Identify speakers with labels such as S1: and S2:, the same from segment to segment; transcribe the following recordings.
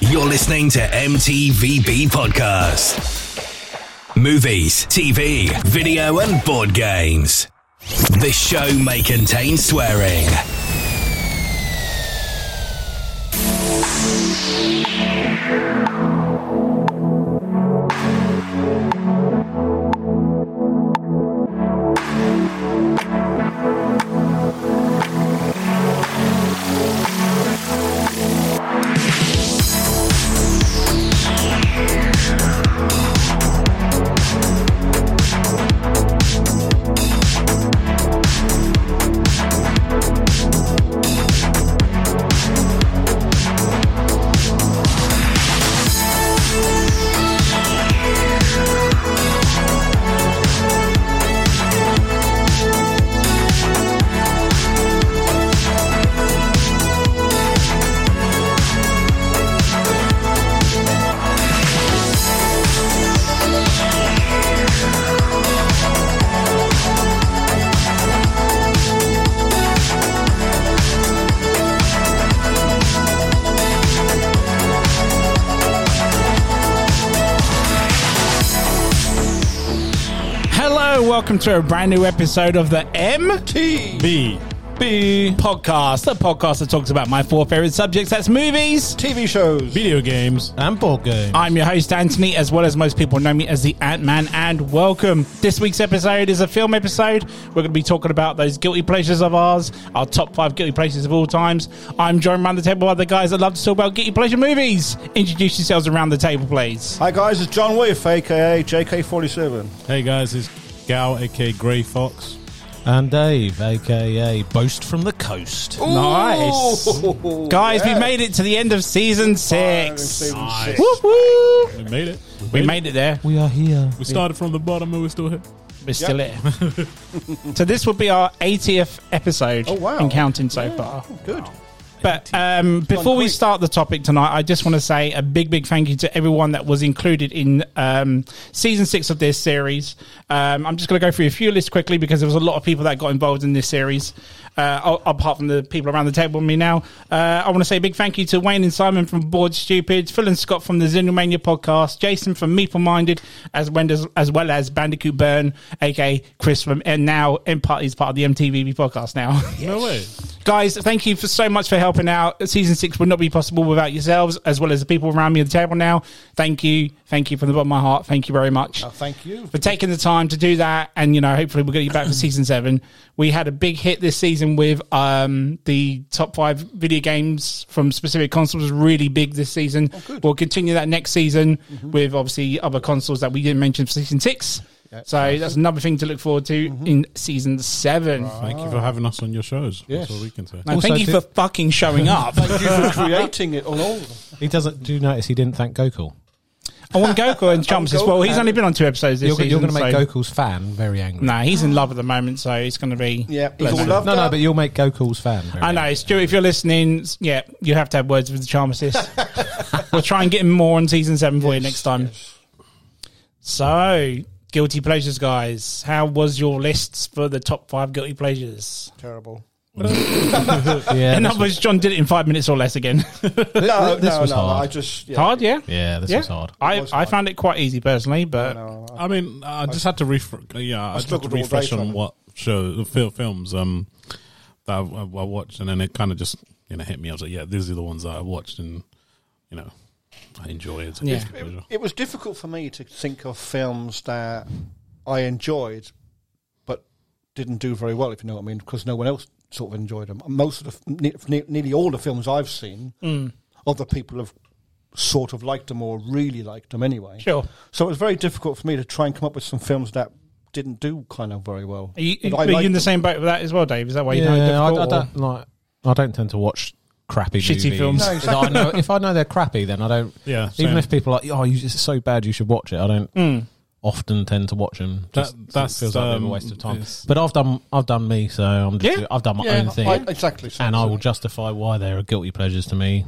S1: You're listening to MTVB Podcast. Movies, TV, video, and board games. This show may contain swearing.
S2: Hello, welcome to a brand new episode of the MTV podcast, the podcast that talks about my four favorite subjects. That's movies,
S3: TV shows.
S2: video games.
S3: And board games.
S2: I'm your host Anthony, as well as most people know me as the Ant Man, and welcome. This week's episode is a film episode. We're going to be talking about those guilty pleasures of ours, our top five guilty pleasures of all times. I'm joined around the table by the guys that love to talk about guilty pleasure movies. Introduce yourselves around the table, please.
S3: Hi guys, it's John Whiff, aka JK47.
S4: Hey guys, it's Gal, aka Grey Fox.
S5: And Dave, aka Boast from the Coast.
S2: Nice.
S3: Ooh,
S2: Guys,
S3: yeah.
S2: we made it to the end of season
S3: Five,
S2: six.
S3: seven, six.
S2: Whoop, whoop.
S4: We made it.
S2: We made it there.
S5: We are here.
S4: We started from the bottom and we're still here.
S2: We're still here. so this will be our 80th episode
S3: Oh, wow.
S2: and counting so far.
S3: Good.
S2: But um, before we
S3: quick.
S2: start the topic tonight, I just want to say a big, big thank you to everyone that was included in um, season six of this series. Um, I'm just going to go through a few lists quickly because there was a lot of people that got involved in this series, uh, a- apart from the people around the table with me now. Uh, I want to say a big thank you to Wayne and Simon from Board Stupid, Phil and Scott from the Zindelmania podcast, Jason from Meeple Minded, as, when does- as well as Bandicoot Burn, aka Chris from, and now, in part, he's part of the MTV podcast now.
S4: No way.
S2: Guys, thank you for so much for helping out. Season six would not be possible without yourselves, as well as the people around me at the table now. Thank you. Thank you from the bottom of my heart. Thank you very much
S3: Uh,
S5: Oh,
S3: thank you.
S2: for taking the time to do that. And, you know, hopefully we'll get you back for season seven. We had a big hit this season with um, the top five video games from specific consoles, really big this season.
S5: Oh,
S2: we'll continue that next season
S5: Mm-hmm.
S2: with obviously other consoles that we didn't mention for season six. So that's another thing to look forward to
S5: Mm-hmm.
S2: in season seven.
S4: Thank you for
S5: Ah.
S4: having us on your shows.
S3: Yes.
S4: That's all we can say.
S2: No,
S5: Also
S2: thank you
S5: to-
S2: for fucking showing up.
S3: Thank you for creating it on all of them.
S5: He doesn't. Do you notice he didn't thank Gokul?
S2: I want Goku and Chumps as well. He's only been on two episodes this
S5: You're,
S2: season.
S5: you're going to make
S2: so-
S5: Gokul's fan very angry.
S2: Nah, he's in love at the moment, so it's going to be.
S3: Yeah, he's
S2: Bless
S3: all
S2: him.
S3: love.
S5: No, no, but you'll make Gokul's fan. Very
S2: I know, Stuart. If you're listening, s- yeah, you have to have words with the pharmacist. we'll try and get him more on season seven for you next time. So, guilty pleasures, guys. How was your lists for the top five guilty pleasures?
S3: Terrible.
S5: angry. Yeah,
S2: In
S5: this
S2: other words, John did it in five minutes or less again.
S5: was,
S3: No,
S5: this
S3: no,
S5: was
S3: no. I
S5: hard.
S3: just yeah.
S2: hard, yeah.
S5: Yeah, this was hard.
S2: I,
S3: was
S2: I
S3: hard.
S2: found it quite easy personally, but
S3: No, I-
S4: I mean, I just had to refresh. Yeah, I, just had to
S3: struggled all day
S4: refresh
S3: trying
S4: on
S3: to-
S4: what show, fil- films um, that I, I- I watched, and then it kind of just you know hit me. I was like, yeah, these are the ones that I watched, and you know, I enjoy it.
S2: Yeah.
S4: Yeah.
S3: it was difficult for me to think of films that I enjoyed but didn't do very well, if you know what I mean, because no one else sort of enjoyed them. Most of the, ne- ne- nearly all the films I've seen,
S5: Mm.
S3: other people have sort of liked them or really liked them anyway.
S2: sure.
S3: So it was very difficult for me to try and come up with some films that didn't do kind of very well.
S2: Are you,
S3: And I
S2: are you
S3: liked
S2: in the
S3: them.
S2: same boat with that as well, Dave? Is that why you
S5: Yeah,
S2: found it
S5: I,
S2: difficult?
S5: I
S2: or-
S5: don't like. I don't tend to watch crappy
S2: Shitty
S5: movies.
S2: films. No,
S5: If I know, if I know they're crappy, then I don't.
S4: Yeah,
S5: Even
S4: same.
S5: if people are like, oh, you, it's so bad, you should watch it. I don't often tend to watch them. Just,
S4: That- that's,
S5: feels like a bit of a
S4: um,
S5: waste of time.
S4: it's-
S5: But I've done, I've done me, so I'm just,
S2: Yeah.
S5: I've done my own thing,
S3: I- exactly. so-
S5: and I will justify why there are guilty pleasures to me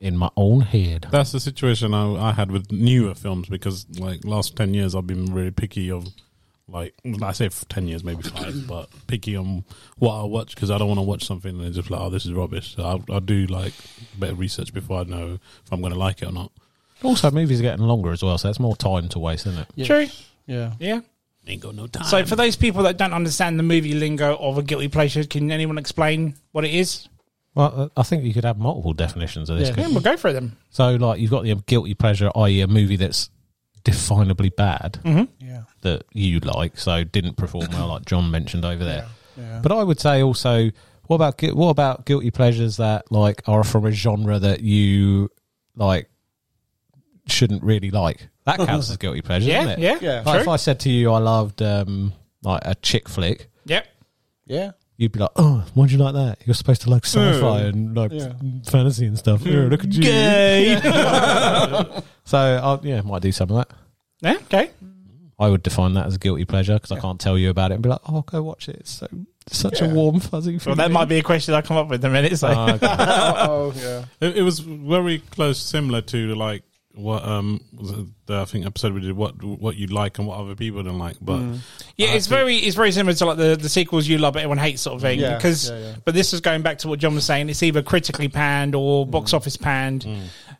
S5: in my own head.
S4: That's the situation I, I had with newer films because, like, last ten years I've been really picky of Like, I say f- 10 years, maybe five, but picky on what I watch because I don't want to watch something and it's just like, oh, this is rubbish. So I, I do like a bit of research before I know if I'm going to like it or not.
S5: Also, movies are getting longer as well, so that's more time to waste, isn't it?
S2: True.
S3: Yeah.
S2: Yeah.
S4: Ain't got no time.
S2: So,
S5: Um,
S2: for those people that don't understand the movie lingo of a guilty pleasure, can anyone explain what it is?
S5: Well, uh, I think you could have multiple definitions of this.
S3: Yeah.
S2: Yeah,
S5: 'cause-
S2: we'll go for them.
S5: So, like, you've got the guilty pleasure, i.e., a movie that's definably bad
S3: Yeah.
S5: that you like, so didn't perform well, like John mentioned over there.
S3: Yeah.
S5: But I would say also, what about gui- what about guilty pleasures that like are from a genre that you like shouldn't really like? That counts as guilty pleasure,
S2: Yeah,
S5: doesn't it?
S2: yeah,
S3: Yeah.
S5: Like if
S2: true.
S5: I said to you, I loved um, like a chick flick,
S2: Yep.
S3: yeah.
S5: you'd be like, "Oh, why'd you like that? You're supposed to like sci-fi and like
S3: Yeah.
S5: fantasy and stuff."
S2: Hmm.
S5: Yeah, look at you. so I, yeah, might do some of that.
S2: Yeah, okay.
S5: I would define that as guilty pleasure because I can't tell you about it and be like, "Oh, go watch it." It's so such a
S3: Yeah.
S5: warm fuzzy.
S2: Well, that
S5: feeling."
S2: might be a question I come up with in a minute. So.
S5: Oh, okay.
S3: oh, yeah.
S4: It, it was very close, similar to like what um was it the, I think episode we did what what you like and what other people don't like. But
S2: Yeah,
S4: I
S5: uh,
S2: it's
S4: think-
S2: very it's very similar to like the, the sequels you love but everyone hates sort of thing.
S3: Yeah,
S2: because
S3: yeah, yeah.
S2: but this is going back to what John was saying. It's either critically panned or box office panned,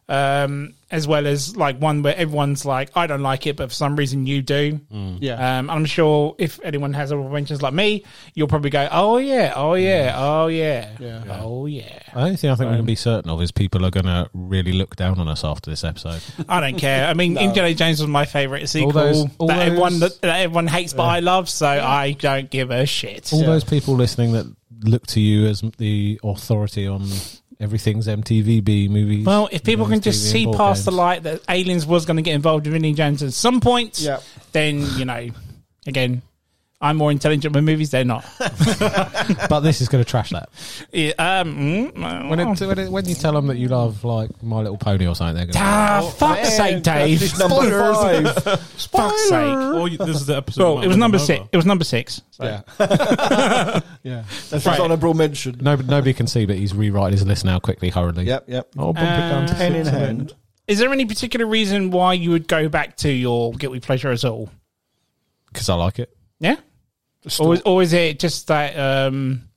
S2: um, as well as like one where everyone's like, I don't like it, but for some reason you do.
S3: Yeah.
S2: Um, I'm sure if anyone has a mentions like me, you'll probably go, Oh yeah, oh yeah, oh yeah,
S3: Yeah.
S2: oh yeah.
S5: The only thing I think we can be certain of is people are going to really look down on us after this episode.
S2: I don't care. I mean, Indiana Jones was my favorite sequel
S5: those- all
S2: that
S5: those-
S2: everyone that, that everyone hates, but I love, so I don't give a shit.
S5: All those people listening that look to you as the authority on everything's MTV B movies.
S2: Well, if people can
S5: games,
S2: just
S5: TV,
S2: see
S5: and board
S2: past the
S5: games.
S2: light that aliens was going to get involved with Indiana Jones at some point,
S3: Yeah.
S2: then you know, again, I'm more intelligent with movies. They're not.
S5: but this is going to trash that.
S2: Yeah, um, mm,
S5: When,
S2: oh.
S5: it, when, it, when you tell them that you love like My Little Pony or something, they're going to.
S2: ah, fuck's sake,
S3: Oh, Man,
S2: Dave!
S3: that's number five.
S2: Fuck's sake!
S4: or you, this is the episode.
S2: Mm. Well,
S4: about
S2: it was number
S4: Nova.
S2: six. It was number six. So.
S3: yeah. yeah. That's
S2: Right.
S3: just honourable mention.
S5: Nobody, nobody can see, but he's rewriting his list now quickly, hurriedly.
S3: Yep, yep.
S5: Oh, bump it down to
S3: Pen in
S5: six then.
S3: hand.
S2: Is there any particular reason why you would go back to your guilty pleasure at all?
S5: Because I like it.
S2: Yeah,
S3: Just
S2: or is, or is it just that? um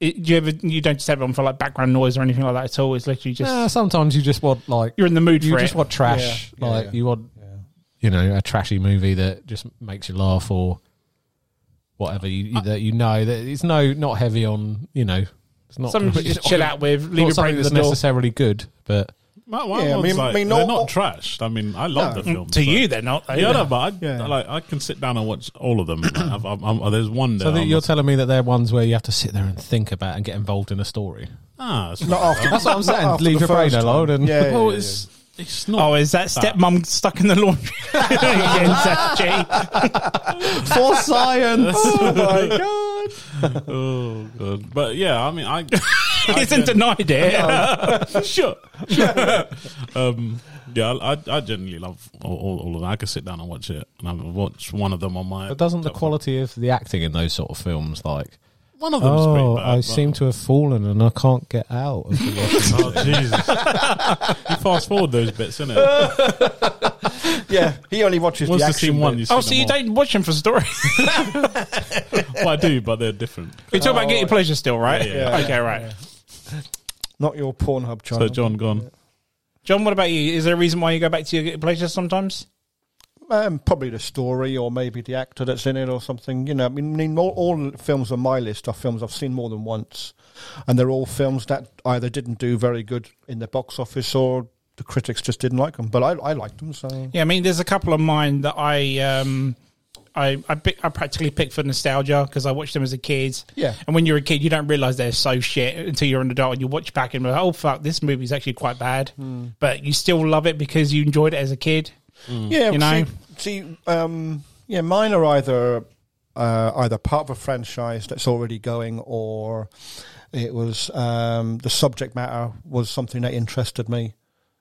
S2: it, do you ever you don't just have it on for like background noise or anything like that at all? It's literally just
S5: Nah, Uh, sometimes you just want like
S2: you're in the mood
S5: you
S2: for
S5: just
S2: it.
S5: want trash.
S3: Yeah, yeah,
S5: like
S3: yeah.
S5: you want you know a trashy movie that just makes you laugh or whatever you, you that you know that it's no not heavy on you know it's not
S2: Something to
S5: it's
S2: just chill
S5: not-
S2: out with,
S5: not
S2: leave it break
S5: something
S2: the
S5: that's
S2: door.
S5: necessarily good but
S4: My, my
S3: Yeah, I
S4: one's
S3: mean-
S4: like,
S3: I mean, no-
S4: they're not trashed. I mean, I love the film
S2: To you, they're not.
S4: Yeah, no, but I,
S3: Yeah.
S4: like I can sit down and watch all of them. Like, I've, I'm, I'm, there's one that
S5: so
S4: I'm-
S5: you're telling me that they're ones where you have to sit there and think about and get involved in a story
S4: ah, it's
S3: not after.
S5: that's what I'm saying
S3: after
S5: leave
S3: the
S5: your brain
S3: first
S5: alone
S3: time.
S5: and
S3: Yeah, yeah,
S4: well,
S3: yeah,
S4: it's it's not.
S2: Oh, is that stepmom stuck in the laundry again, Seth G?
S5: for science
S4: oh my god! oh god! But yeah, I mean, I
S2: He isn't denied it.
S4: sure. um, yeah, I, I, I genuinely love all, all, all of that. I could sit down and watch it, and I've watched one of them on my.
S5: but doesn't the quality of the acting in those sort of films like
S4: One of them's
S5: oh
S4: pretty bad.
S5: I
S4: but-
S5: seem to have fallen and I can't get out of the
S4: Oh Jesus! you fast forward those bits, innit?
S3: Yeah, he only watches
S4: Once
S3: the
S4: you
S3: action.
S4: see one,
S3: bit.
S4: you see
S2: Oh, so
S4: them
S2: you
S4: all.
S2: don't watch him for story.
S4: Well, I do, but they're different.
S2: We talk about guilty pleasure still, right?
S4: Yeah, yeah,
S2: okay, right.
S3: Not your Pornhub
S4: So
S3: channel.
S4: John gone.
S2: John, what about you? Is there a reason why you go back to your guilty pleasure sometimes?
S3: Um, probably the story, or maybe the actor that's in it, or something. You know, I mean, all, all films on my list are films I've seen more than once, and they're all films that either didn't do very good in the box office, or the critics just didn't like them. But I, I liked them, so
S2: Yeah, I mean, there's a couple of mine that I um, I I, pick, I practically pick for nostalgia because I watched them as a kid.
S3: Yeah.
S2: and when you're a kid, you don't realize they're so shit until you're an adult and you watch back and you're like, oh fuck, this movie's actually quite bad, but you still love it because you enjoyed it as a kid.
S3: Yeah,
S2: Mm. You know?
S3: See, see, um, yeah, mine are either uh, either part of a franchise that's already going, or it was um, the subject matter was something that interested me.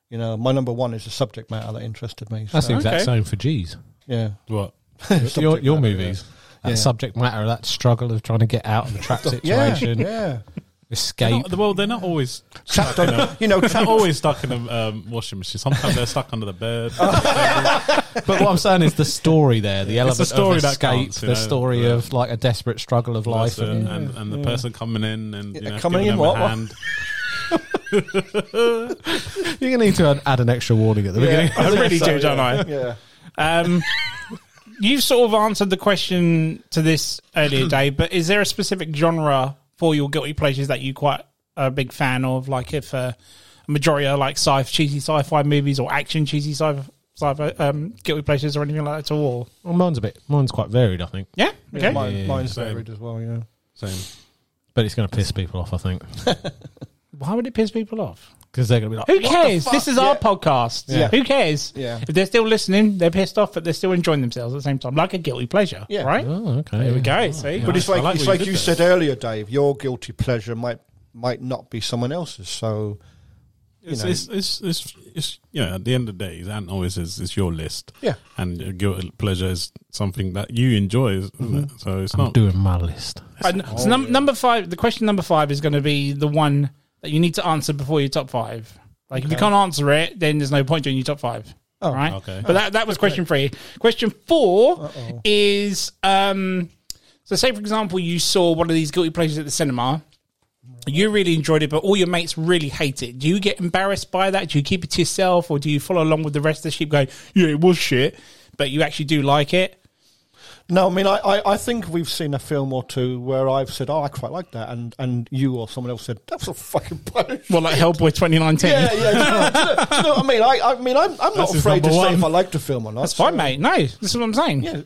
S3: You know, my number one is the subject matter that interested me. So,
S5: That's the exact
S2: Okay.
S5: same for G's.
S3: yeah,
S4: What?
S5: your
S3: Subject matter,
S5: your movies. That
S3: Yeah.
S5: subject matter, that struggle of trying to get out of a trap
S3: yeah,
S5: situation,
S3: yeah.
S5: escape.
S4: well, they're not always
S3: Trapped on, you know,
S4: They're
S3: trapped,
S4: always stuck in a um, washing machine. Sometimes they're stuck under the bed.
S5: but what I'm saying is the story there, the element
S4: story
S5: of
S4: that
S5: escape,
S4: counts, you
S5: the
S4: know,
S5: story
S4: yeah.
S5: of like a desperate struggle of life,
S4: That's it.
S5: and,
S4: and, and the person coming in and you
S3: Yeah,
S4: know,
S3: coming in
S4: giving them a
S3: what? What?
S4: hand.
S5: You're gonna need to add an extra warning at the beginning.
S2: I really do, don't I?
S3: Yeah.
S2: Um, you've sort of answered the question to this earlier, Dave, but is there a specific genre for your guilty pleasures that you quite are a big fan of? Like if uh, a majority are like sci cheesy sci-fi movies or action cheesy sci- sci-fi um, guilty pleasures or anything like that at all?
S5: Well, mine's a bit, mine's quite varied, I think,
S2: Yeah, okay.
S3: yeah, mine, mine's
S4: same.
S3: varied as well. Yeah.
S4: Same.
S5: but it's gonna piss people off, I think,
S2: Why would it piss people off?
S5: because they're gonna
S3: Uh,
S5: be like,
S2: Who cares? This is our
S3: Yeah.
S2: podcast.
S3: Yeah.
S2: Who cares?
S3: Yeah.
S2: If they're still listening, they're pissed off, but they're still enjoying themselves at the same time, like a guilty pleasure.
S3: Yeah.
S2: Right?
S5: "Oh, okay,
S2: There we go. See,
S3: But it's
S4: I
S3: like,
S4: like
S3: it's
S4: what
S3: like
S4: you did
S3: you
S4: there.
S3: said earlier, Dave. Your guilty pleasure might might not be someone else's. So
S4: It's,
S3: know.
S4: it's, it's, it's, it's, you know, at the end of the day, it's not always is it's your list.
S3: Yeah.
S4: And your guilty pleasure is something that you enjoy, isn't
S3: Mm-hmm.
S4: it? So it's
S5: I'm
S4: not.
S5: doing my list."
S2: Right, n- so num- number five, the question number five is going to be the one that you need to answer before your top five. Like if you can't answer it, then there's no point doing your top five. All right.
S4: okay.
S2: But that, that was question three. Question 4 is um, so say for example you saw one of these guilty pleasures at the cinema. You really enjoyed it, but all your mates really hate it. Do you get embarrassed by that? Do you keep it to yourself, or do you follow along with the rest of the sheep going, "Yeah, it was shit," but you actually do like it?
S3: no, I mean, I, I, I think we've seen a film or two where I've said, "Oh, I quite like that," and and you or someone else said, "That's a fucking punch."
S2: Well, like Hellboy twenty nineteen.
S3: Yeah, yeah. do you know- do you know- do you know what I mean, I, I mean, I'm, I'm
S4: That's
S3: not
S4: his
S3: afraid to
S4: number
S3: say
S4: one.
S3: if I like the film or not.
S2: That's fine, mate. No, this is what I'm saying.
S3: Yeah,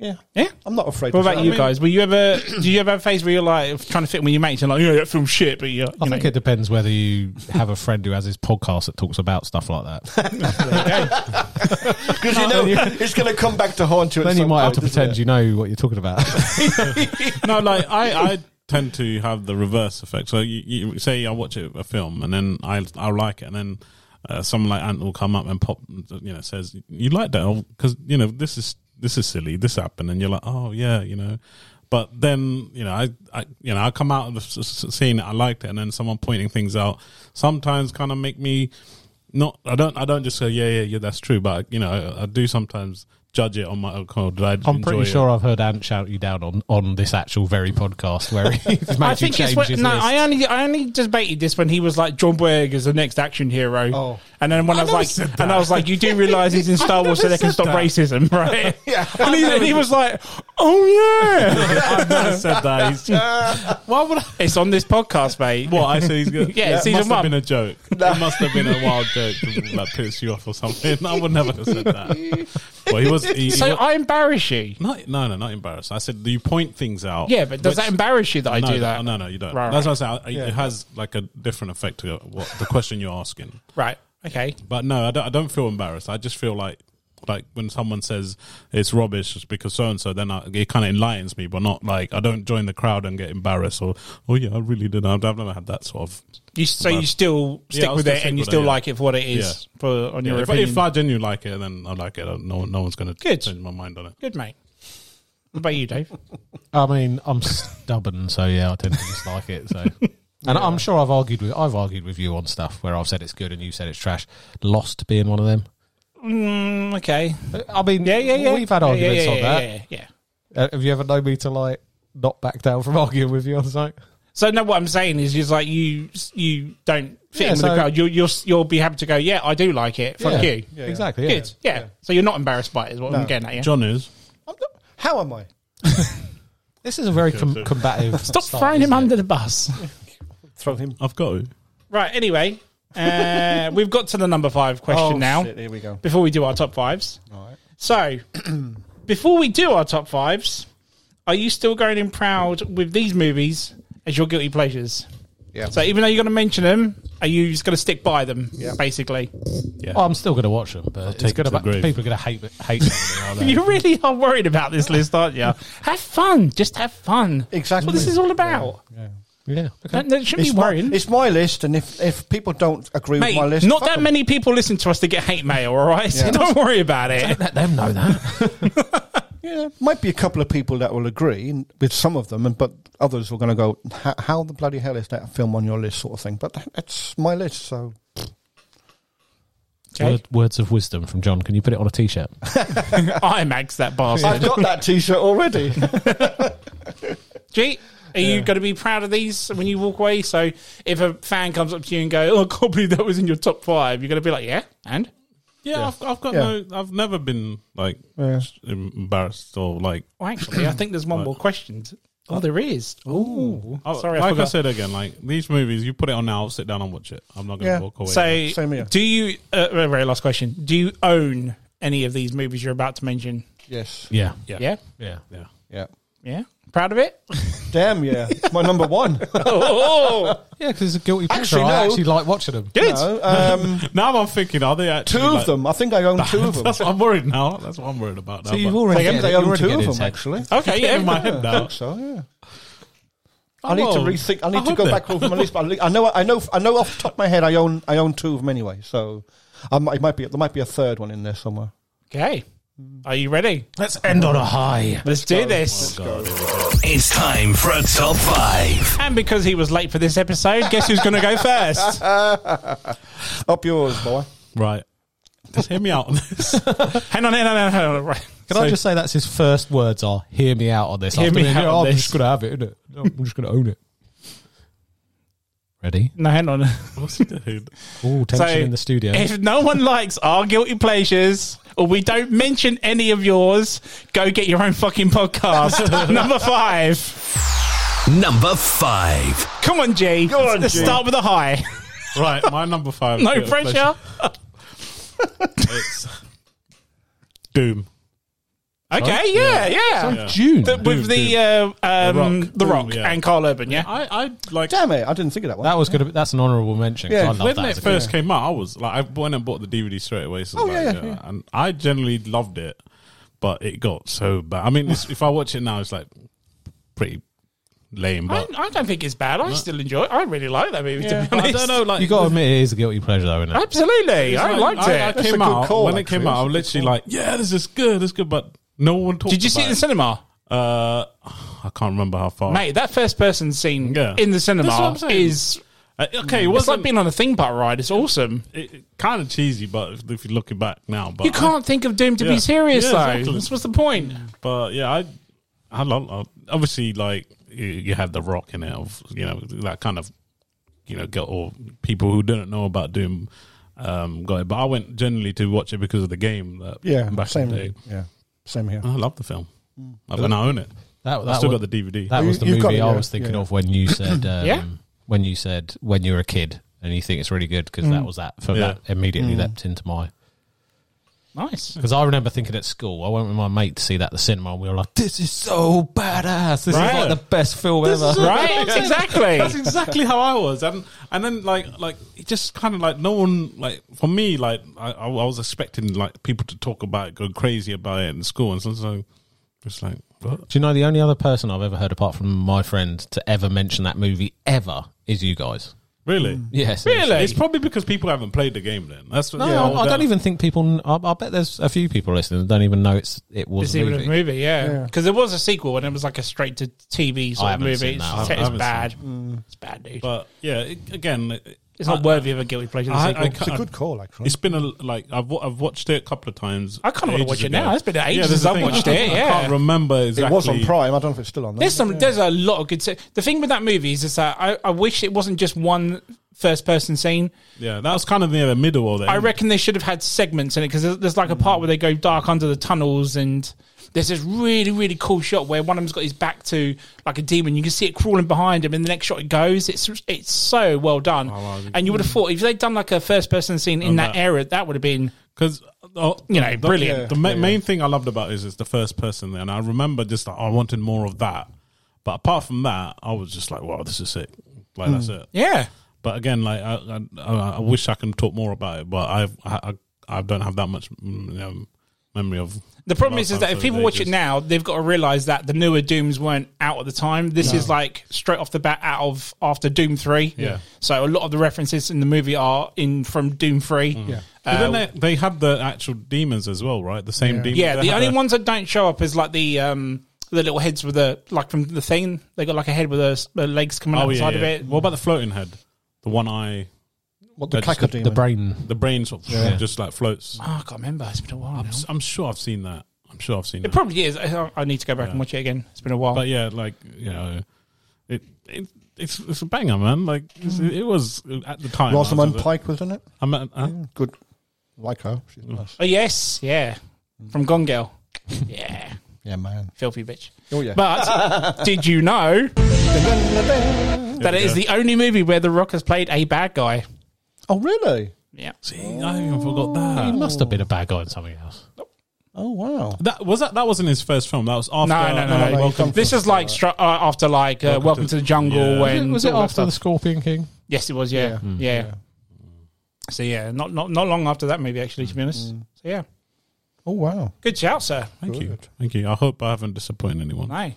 S3: yeah,
S2: Yeah.
S3: I'm not afraid.
S2: What
S3: to
S2: about
S3: say
S2: you
S3: that.
S2: guys? Were you ever? Did you ever have a phase where you're like trying to fit in with your mates and like, yeah, that film's shit, but you're, you
S5: I
S2: know,
S5: think it depends whether you have a friend who has his podcast that talks about stuff like that.
S3: Because you know it's going to come back to haunt you. at
S5: then you
S3: some
S5: might have
S3: point,
S5: to
S3: doesn't
S5: pretend
S3: it?
S5: you know what you're talking about.
S4: no, like I, I tend to have the reverse effect. So you, you say I watch a a film and then I I like it, and then uh, someone like Ant will come up and pop, you know, says you like that because you know this is this is silly, this happened, and you're like, oh yeah, you know. But then you know, I, I you know I come out of the s- s- scene, I liked it, and then someone pointing things out sometimes kind of make me not. I don't I don't just say yeah yeah yeah that's true, but you know I, I do sometimes judge it on my own. Oh, did I
S5: I'm
S4: enjoy
S5: pretty
S4: it?
S5: sure I've heard Ant shout you down on, on this actual very podcast where he's made
S2: I
S5: you
S2: think
S5: change
S2: it's what,
S5: his
S2: no.
S5: list.
S2: I only I only debated this when he was like John Boyega is the next action hero.
S3: Oh.
S2: and then when I, was like, and I was like, you do realize he's in Star Wars so they can stop racism, right? yeah, and he, and he was like, oh
S4: I've never said that. He's
S2: yeah. Why would I? It's on this podcast, mate.
S4: What I say he's good.
S2: Yeah,
S4: it
S2: season
S4: must
S2: one.
S4: have been a joke. It must have been a wild joke to- that pissed you off or something. I would never have said that. Well, he was. He,
S2: So
S4: he was
S2: I embarrass you.
S4: not, no, no, not embarrassed. I said do you point things out.
S2: Yeah, but does
S4: which-
S2: that embarrass you that I
S4: no,
S2: do that?
S4: No, no, you don't.
S2: Right,
S4: That's
S2: right.
S4: what I say. It has like a different effect to what the question you're asking.
S2: Right. Okay.
S4: But no, I don't, I don't feel embarrassed. I just feel like like when someone says it's rubbish just because so and so, then I, it kind of enlightens me. But not like I don't join the crowd and get embarrassed or oh yeah, I really did. I've I've never had that sort of
S2: You so
S4: Well,
S2: you still
S4: yeah,
S2: stick
S4: I'll
S2: with
S4: still
S2: it
S4: stick
S2: and you
S4: with it,
S2: still
S4: yeah.
S2: like it for what it is
S4: Yeah.
S2: for on
S4: Yeah,
S2: your
S4: if,
S2: opinion.
S4: if I genuinely like it, then I like it. I- No, no one's going to
S2: Good.
S4: change my mind on it.
S2: Good mate. What about you, Dave?
S5: I mean, I'm stubborn, so yeah, I tend to dislike it. So, and I'm sure I've argued with I've argued with you on stuff where I've said it's good and you said it's trash. Lost being one of them.
S2: Mm, okay.
S5: I mean,
S2: Yeah, yeah, yeah.
S5: We've had
S2: Yeah,
S5: arguments
S2: yeah, yeah,
S5: on that.
S2: Yeah, yeah, yeah.
S5: Uh, have you ever known me to like not back down from arguing with you on something?
S2: So no, what I'm saying is, is like you you don't fit
S5: Yeah,
S2: in with the
S5: so-
S2: crowd. You'll you'll you'll be happy to go. Yeah, I do like it. Fuck
S5: Yeah.
S2: you.
S3: Yeah, yeah.
S5: Exactly. Yeah.
S2: Good. Yeah. So you're not embarrassed by it, is what I'm getting at. Yeah.
S4: John is.
S3: I'm not- How am I?
S5: This is a very com-
S4: Good.
S5: combative.
S2: Stop
S5: style,
S2: throwing him
S5: isn't it?
S2: under the bus.
S3: Throw him.
S4: I've got to.
S2: right. Anyway, uh, we've got to the number five question now.
S3: Oh, shit, here we go.
S2: Before we do our top fives.
S3: Right.
S2: So, before we do our top fives, are you still going in proud with these movies as your guilty pleasures?
S3: Yeah.
S2: So, even though you're going to mention them, are you just going to stick by them,
S3: Yeah.
S2: basically?
S4: Yeah.
S2: Um,
S5: Oh, I'm still going to watch them, but it's
S4: take
S5: gonna
S4: it to the
S5: ba-
S4: grave.
S5: people are going to hate hate them. aren't they?
S2: You really are worried about this list, aren't you? have fun. Just have fun. That's
S3: Exactly.
S2: what this is all about.
S5: yeah. Okay.
S2: Don't- don't- shouldn't
S3: It's
S2: be
S3: my,
S2: worrying.
S3: it's my list, and if, if people don't agree
S2: Mate,
S3: with my list,
S2: not
S3: fuck
S2: that
S3: 'em.
S2: many people listen to us to get hate mail, all right? So
S3: Yeah.
S2: don't worry about it.
S5: Let them know that.
S3: Yeah, might be a couple of people that will agree and- with some of them, and but others are going to go, "H- "How the bloody hell is that film on your list?" sort of thing. But that- that's my list, so
S2: Okay.
S5: Word- words of wisdom from John. Can you put it on a t-shirt?
S2: I max that
S3: I've
S2: bastard.
S3: got that T-shirt already.
S2: Gee, are you going to be proud of these when you walk away? So if a fan comes up to you and go, "Oh, I can't believe that was in your top five, you're going to be like, "Yeah," and
S4: Yeah, I've, I've got
S3: Yeah.
S4: no. I've never been like
S3: Yeah.
S4: embarrassed or like.
S2: well, actually, I think there's one more question. Oh, there is. Oh,
S4: Oh,
S2: sorry, I
S4: like I,
S2: forgot.
S4: said again, like these movies, you put it on now, I'll sit down and watch it. I'm not gonna
S3: Yeah.
S4: walk away.
S2: so,
S3: Same here.
S2: do you? Uh, very very last question. Do you own any of these movies you're about to mention?
S3: yes.
S5: Yeah.
S4: Yeah.
S2: Yeah,
S5: Yeah.
S4: yeah,
S3: Yeah.
S2: yeah. Proud of it?
S3: Damn, yeah. It's my number one.
S2: oh,
S5: Yeah, because it's a guilty pleasure.
S3: Actually,
S5: I
S3: no.
S5: actually like watching them.
S2: good.
S3: No, um,
S4: now I'm thinking, are they actually
S3: two of
S4: like-
S3: them. I think I own two of them.
S4: That's what I'm worried now. That's what I'm worried about. Now,
S5: So you've
S4: but-
S5: already
S3: I think
S5: get-
S3: they
S5: you
S3: own
S5: already
S3: two
S5: get
S3: of
S5: it,
S3: them,
S5: so-
S3: actually.
S2: Okay,
S4: in my
S2: yeah.
S4: head
S3: I
S4: now.
S3: think so, yeah. I need to
S4: Whoa.
S3: rethink. I
S4: I
S3: need to
S4: hope
S3: go
S4: they-
S3: back over my list. But I li- I know, I know, I know off the top of my head. I own, I own two of them anyway. So, I might, it might be there might be a third one in there somewhere.
S2: Okay, are you ready?
S5: Let's end on a high.
S2: Let's do this.
S3: Oh,
S1: It's time for a top five.
S2: And because he was late for this episode, guess who's going to go first?
S3: Up yours, boy.
S4: Right. Just hear me out on this.
S2: hang on, hang on, hang on. Hang on. Right.
S5: Can I just say that's his first words are "Hear me out on this."
S2: Hear me
S5: afternoon."
S2: out
S5: Yeah,
S2: on
S5: I'm
S2: this.
S5: just gonna have it, innit? No, I'm just gonna own it. Ready?
S2: No, hang on.
S4: What's he doing?
S5: Ooh, tension in the studio.
S2: If no one likes our guilty pleasures, or we don't mention any of yours, go get your own fucking podcast. Number five.
S1: Number five.
S2: Come on, G.
S3: Go on,
S2: Let's
S3: G.
S2: start with a high.
S4: Right, my number five.
S2: No
S4: bit of
S2: pressure.
S4: It's Doom.
S2: Okay, yeah, yeah.
S5: June.
S2: The- with the uh, um,
S4: Rock.
S2: the Rock,
S4: Ooh, yeah.
S2: and Carl Urban, yeah.
S4: I, I like
S3: Damn it! I didn't think of that one.
S5: that was gonna. Be, that's an honourable mention. 'cause
S3: Yeah,
S5: I love
S4: when
S5: that.
S4: it
S5: as a
S4: first
S5: kid.
S4: came out, I was like, I went and bought the DVD straight away. So
S3: Oh,
S4: like,
S3: yeah,
S4: yeah,
S3: yeah.
S4: and I generally loved it, but it got so bad. I mean, it's, if I watch it now, it's like pretty lame.
S2: I,
S4: But
S2: I don't think it's bad. I still enjoy it. I really like that movie,
S4: Yeah,
S2: to be
S4: but
S2: honest.
S4: I don't know, like
S5: You got to admit, it is a guilty pleasure, though, isn't it?
S2: Absolutely.
S4: it's
S2: I
S4: like,
S2: liked
S4: I, I
S2: it.
S3: a
S4: came
S3: good
S4: out
S3: call,
S4: when it
S3: actually.
S4: came out. I was literally like, yeah, this is good, this is good, but no one talked.
S2: Did you see it
S4: about
S2: in the cinema?
S4: Uh, I can't remember how far.
S2: Mate, that first person scene
S4: Yeah.
S2: in the
S4: That's what
S2: cinema
S4: I'm saying.
S2: is
S4: Uh, okay, it
S2: it's like
S4: wasn't
S2: being on a theme park ride. It's awesome.
S4: it, it, kind of cheesy, but if, if you're looking back now, but
S2: You can't think of Doom to
S4: Yeah.
S2: be serious
S4: Yeah,
S2: though.
S4: exactly.
S2: That's what's the point.
S4: But yeah, I, I love I- obviously like you, you had the rock in it of you know that kind of you know got all people who didn't know about Doom um, got it. But I went generally to watch it because of the game. That
S3: yeah,
S4: back in
S3: same.
S4: the day.
S3: Yeah, same here.
S4: I love the film. Like, when I own it,
S5: That,
S4: I
S5: that
S4: still
S5: was,
S4: got the DVD.
S5: that
S3: You-
S5: was the
S3: you've got
S5: movie
S3: it,
S5: I
S3: yeah,
S5: was thinking
S3: yeah.
S5: of when you said, um,
S2: Yeah.
S5: when you said when you were a kid and you think it's really good because
S3: Mm.
S5: that was that for
S4: Yeah.
S5: that immediately leapt into my
S2: Nice.
S5: because I remember thinking at school I went with my mate to see that at the cinema and we were like, this is so badass. This
S4: Right.
S5: is like the best film ever.
S2: Right? exactly.
S4: That's exactly how I was, and and then like like it just kind of like no one like for me like I, I was expecting like people to talk about it, go crazy about it in school, and so, so it's like what?
S5: Do you know the only other person I've ever heard apart from my friend to ever mention that movie ever is you guys?
S4: Really?
S5: Yes,
S2: Really?
S4: It's probably because people haven't played the game then. That's what
S5: No, I, I don't even think people. kn- I, I bet there's a few people listening that don't even know it's it was
S2: It's
S5: a
S2: even
S5: movie.
S2: a movie, yeah. Because there was a sequel and it was like a straight to TV
S5: I
S2: sort of
S5: haven't
S2: movie.
S5: seen
S2: it's
S5: that. I
S2: it's
S4: haven't- I haven't
S2: bad. It's bad, dude.
S4: But yeah, it, again, it-
S2: it's not worthy of a guilty pleasure. The
S4: I,
S2: sequel.
S4: I,
S3: It's a
S4: can't-
S3: good call, actually.
S4: It's been a like I've wa- I've watched it a couple of times.
S2: I kinda wanna
S4: ages
S2: watch it
S4: ago.
S2: now. It's been ages
S4: that's
S2: since
S4: the
S2: I've
S4: thing.
S2: watched
S4: I-
S2: it,
S4: I
S2: yeah.
S4: can't remember exactly.
S3: It was on Prime. I don't know if it's still on. There.
S2: There's some. There's a lot of good. Se- the thing with that movie is, is that I, I wish it wasn't just one first person scene.
S4: Yeah, that was kind of near the middle or the
S2: I
S4: end.
S2: reckon they should have had segments in it because there's, there's like a part where they go dark under the tunnels and there's this really really cool shot where one of them's got his back to like a demon. You can see it crawling behind him, and the next shot it goes. It's it's so well done. and you would have thought if they'd done like a first person scene in that,
S4: that-
S2: era, that would have been
S4: because oh,
S2: you know brilliant.
S3: yeah.
S4: The ma- main thing I loved about it is it's the first person there, and I remember just like, I wanted more of that. But apart from that, I was just like, wow, this is sick. Like that's it.
S2: Yeah.
S4: But again, like I, I- I, I wish I can talk more about it, but I've, I, I, I don't have that much mm, you know, memory of.
S2: The problem
S4: last
S2: is, is
S4: time,
S2: that
S4: so
S2: if people watch
S4: just-
S2: it now, they've got to realize that the newer Dooms weren't out at the time. This is like straight off the bat out of after Doom Three.
S4: Yeah.
S2: So a lot of the references in the movie are in from Doom Three.
S3: Mm.
S2: Yeah.
S4: But then they, they had the actual demons as well, right? The same demons.
S2: uh, yeah.
S4: They
S2: The
S4: had
S2: only
S4: a-
S2: ones that don't show up is like the um the little heads with the like from the thing. They got like a head with the legs coming out
S4: Oh
S2: the
S4: yeah,
S2: side
S4: yeah.
S2: of it.
S4: What about the floating head? The one eye.
S3: What the
S4: That just-
S3: clacker
S5: the
S3: demon?
S5: brain.
S4: The brain sort of just like floats.
S2: Oh, I can't remember. It's been a while. now.
S4: I'm, s- I'm sure I've seen that. I'm sure I've seen
S2: It
S4: that.
S2: probably is. I, I need to go back and watch it again. It's been a while.
S4: But yeah, like you know, it, it it's it's a banger, man. Like it's,
S2: Mm.
S4: it was at the time.
S3: Rosamund
S4: I was-
S3: Pike was in it.
S4: I'm at, huh?
S3: Good, like her. She's nice.
S2: oh yes, yeah, from Gone Girl. yeah,
S3: Yeah, man.
S2: filthy bitch.
S3: Oh yeah.
S2: But did you know that it is the only movie where The Rock has played a bad guy?
S3: oh really?
S2: Yeah.
S4: See, I
S2: Mm.
S4: even forgot
S5: He
S4: that.
S5: must have been a bad guy in something else.
S3: Oh wow.
S4: That was that. That wasn't his first film. That was after. uh,
S2: No, no, no, no.
S3: no,
S4: Welcome.
S3: you
S2: This is like stru- uh, after like uh, Welcome, to, the Jungle.
S4: Yeah.
S5: Was it,
S2: When all that
S5: after the
S2: stuff-
S5: Scorpion King?
S2: Yes, it was. Yeah, yeah. So yeah, not not not long after that movie actually. To be honest.
S3: Mm.
S2: So yeah,
S3: Oh wow.
S2: good shout, sir.
S4: Thank you, thank you. I hope I haven't disappointed anyone.
S2: Hey,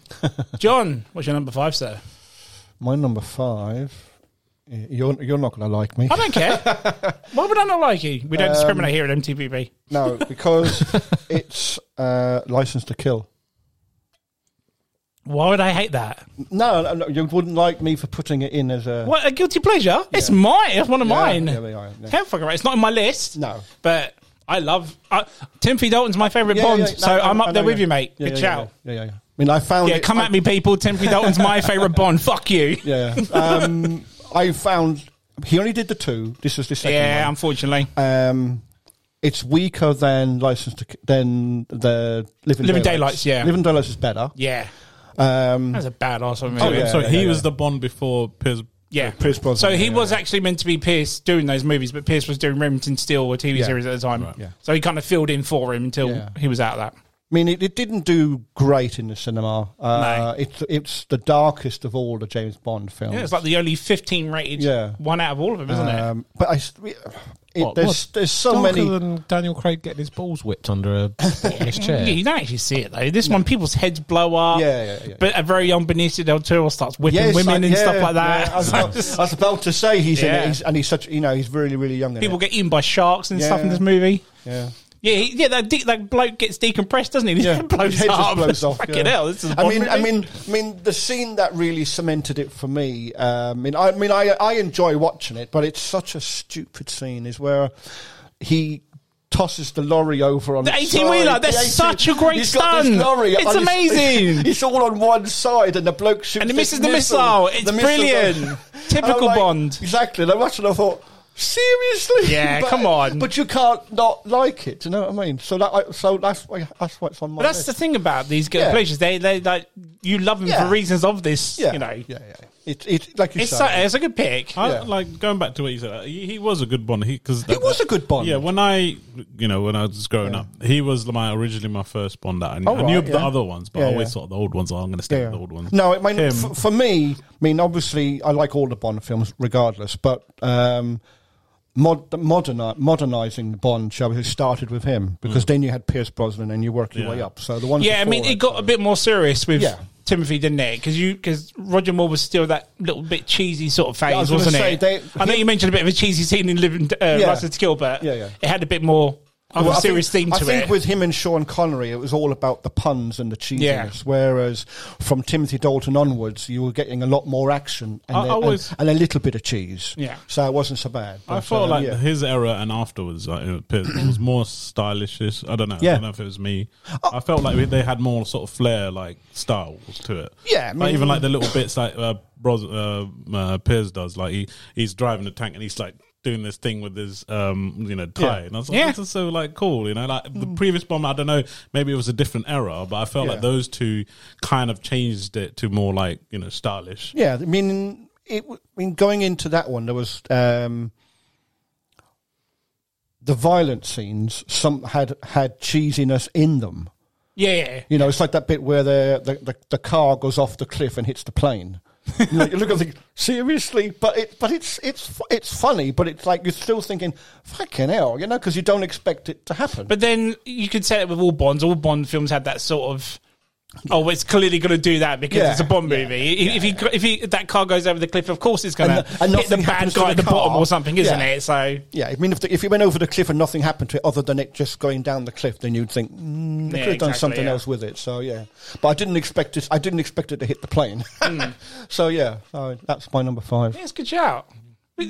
S2: John, what's your number five, sir?
S3: My number five. y- You're you're not gonna like me.
S2: I don't care. Why would I not like you? We don't
S3: Um,
S2: discriminate here at MTVB.
S3: No, because it's uh, licensed to kill.
S2: Why would I hate that?
S3: No, no, no, you wouldn't like me for putting it in as a.
S2: What a guilty pleasure! It's mine. It's one of
S3: Yeah,
S2: mine.
S3: yeah, yeah, yeah.
S2: Hell fucking right. It's not on my list.
S3: No.
S2: but I love I, Timothy Dalton's my favorite
S3: Yeah, yeah,
S2: Bond.
S3: yeah, no,
S2: so
S3: I-
S2: I'm
S3: I
S2: up there
S3: know,
S2: with
S3: yeah.
S2: you, mate.
S3: Yeah,
S2: Good
S3: yeah, yeah,
S2: shout.
S3: Yeah, yeah, yeah. I mean, I found.
S2: Yeah,
S3: it-
S2: come
S3: I-
S2: at me, people. Timothy Dalton's my favorite Bond. Fuck you.
S3: Yeah, yeah. um, I found he only did the two. This was the second
S2: Yeah,
S3: one.
S2: unfortunately,
S3: um, it's weaker than License to K- than the Living,
S2: Living
S3: Daylights.
S2: Daylights, yeah.
S3: Living Daylights is better.
S2: yeah,
S3: Um,
S2: that was a badass movie.
S3: Oh, yeah.
S4: So he
S3: yeah,
S4: was
S3: yeah.
S4: the Bond before Piers.
S2: Yeah.
S3: Pierce Brosnan,
S2: So he
S3: yeah,
S2: was
S3: yeah.
S2: actually meant to be Pierce doing those movies, but Pierce was doing Remington Steel, a TV
S3: Yeah.
S2: series at the time.
S4: Right.
S3: Yeah.
S2: So he kind of filled in for him until
S3: Yeah.
S2: he was out of that.
S3: I mean, it, it didn't do great in the cinema. Uh, It's it's the darkest of all the James Bond films.
S2: Yeah, it's like the only 15 rated
S3: Yeah.
S2: one out of all of them, isn't it?
S3: um, but I, s- it,
S5: What-
S3: there's
S5: what?
S3: there's so
S5: Darker
S3: many.
S5: than Daniel Craig getting his balls whipped under a bottomless chair.
S2: Yeah, you don't actually see it though. This one, people's heads blow up.
S3: Yeah, yeah, yeah.
S2: But a very young Benicio del Toro starts whipping
S3: Yes,
S2: women
S3: I-
S2: and
S3: yeah,
S2: stuff like that.
S3: yeah, I, was about, I was about to say he's in
S2: Yeah.
S3: it, he's, and he's such you know he's really really young. In
S2: People
S3: it.
S2: get eaten by sharks and stuff in
S3: Yeah.
S2: this movie.
S3: yeah.
S2: Yeah, he, yeah. That, de- that bloke gets decompressed, doesn't he? His head blows
S3: Head just
S2: up.
S3: blows off,
S2: Fucking
S3: yeah.
S2: hell! This is a
S3: I mean,
S2: Bond
S3: I
S2: movie.
S3: mean, I mean, the scene that really cemented it for me. Um, I mean, I, I mean, I, I enjoy watching it, but it's such a stupid scene. Is where he tosses the lorry over on
S2: The
S3: its
S2: 18-wheeler,
S3: side.
S2: that's such a great
S3: he's got this
S2: stunt.
S3: lorry
S2: It's
S3: on his-
S2: amazing.
S3: it's all on one side, and the bloke
S2: and
S3: shoots
S2: it
S3: this
S2: misses the missile. It's
S3: The missile goes-
S2: brilliant.
S3: And I'm
S2: Typical
S3: like-
S2: Bond.
S3: Exactly. And I watched it and I thought, seriously?
S2: Yeah,
S3: But-
S2: come on.
S3: But you can't not like it. Do you know what I mean? So that, I- so that's why that's why it's on my.
S2: But that's
S3: list.
S2: the thing about these guilty
S3: Yeah.
S2: pleasures. They they like you love them
S3: Yeah.
S2: for reasons of this.
S3: yeah,
S2: You know,
S3: yeah, yeah. It, it, like you
S2: it's so,
S3: say,
S2: it's a good pick.
S4: I,
S3: Yeah.
S4: Like going back to what you said, uh, he, he was a good Bond. He because
S3: it was a good Bond.
S4: Yeah, when I, you know, when I was growing up, he was my originally my first Bond. That I,
S3: Oh,
S4: I knew
S3: right,
S4: of the
S3: yeah.
S4: other ones, but
S3: Yeah,
S4: I always
S3: yeah.
S4: thought the old ones. Oh, I'm going to stay
S3: Yeah.
S4: with the old ones.
S3: No, I mean,
S4: Him.
S3: f- for me, I mean, obviously, I like all the Bond films, regardless. But um, mod- moderni- modernizing the Bond, shall we say, started with him because then you had Pierce Brosnan and you work your
S4: Yeah.
S3: way up. So the ones,
S2: yeah, I mean,
S3: before
S2: it got a bit more serious with
S3: Yeah.
S2: Timothy, didn't it? Because you because Roger Moore was still that little bit cheesy sort of phase,
S3: I was gonna
S2: wasn't
S3: say,
S2: it?
S3: they-
S2: I know you mentioned a bit of a cheesy scene in Living uh,
S3: Yeah.
S2: Rise of the Skill, but
S3: Yeah, yeah.
S2: it had a bit more of
S3: Well,
S2: a serious
S3: I think,
S2: theme to
S3: I think
S2: it.
S3: with him and Sean Connery, it was all about the puns and the cheesiness.
S2: Yeah.
S3: Whereas from Timothy Dalton onwards, you were getting a lot more action and, a-
S4: I- I always-
S3: and, and a little bit of cheese.
S2: Yeah.
S3: So it wasn't so bad.
S4: I
S3: But,
S4: felt
S3: uh,
S4: like
S3: yeah.
S4: his era and afterwards like, it appears it was more stylish. I don't know.
S3: Yeah. Oh.
S4: I don't know if it was me. I felt like they had more sort of flair, like styles to it.
S3: Yeah, I
S4: like,
S3: mean-
S4: even like the little bits like uh, Bros, uh, uh, Piers does. Like he he's driving the tank and he's like doing this thing with his um you know tie
S3: Yeah. Hmm.
S4: and I was like
S2: Yeah.
S4: this is so like cool you know like the previous bomb I don't know maybe it was a different era but I felt
S3: Yeah.
S4: like those two kind of changed it to more like you know stylish
S3: Yeah, I mean, it, w- I mean, going into that one, there was um, the violent scenes. Some had had cheesiness in them.
S2: yeah, yeah.
S3: You know, it's like that bit where the the, the, the car goes off the cliff and hits the plane. you, know, you look and think, seriously, but it but it's it's fu- it's funny, but it's like you're still thinking, fucking hell, you know, because you don't expect it to happen.
S2: But then you could say it with all Bonds. All Bond films had that sort of. Oh, it's clearly going to do that because
S3: Yeah,
S2: it's a Bond movie. if you if he, that car goes over the cliff, of course it's going
S3: And
S2: to
S3: the- and
S2: hit the
S3: nothing
S2: bad
S3: happens to
S2: guy
S3: the
S2: at the bottom
S3: car.
S2: or something, isn't
S3: Yeah.
S2: it? So
S3: yeah, I mean, if, the, if you went over the cliff and nothing happened to it other than it just going down the cliff, then you'd think mm, they
S2: Yeah,
S3: could have done
S2: exactly,
S3: something
S2: yeah.
S3: else with it. So yeah, but I didn't expect it. I
S2: Hmm.
S3: didn't expect it to hit the plane. so yeah, so that's my number five.
S2: yeah, it's a good shout.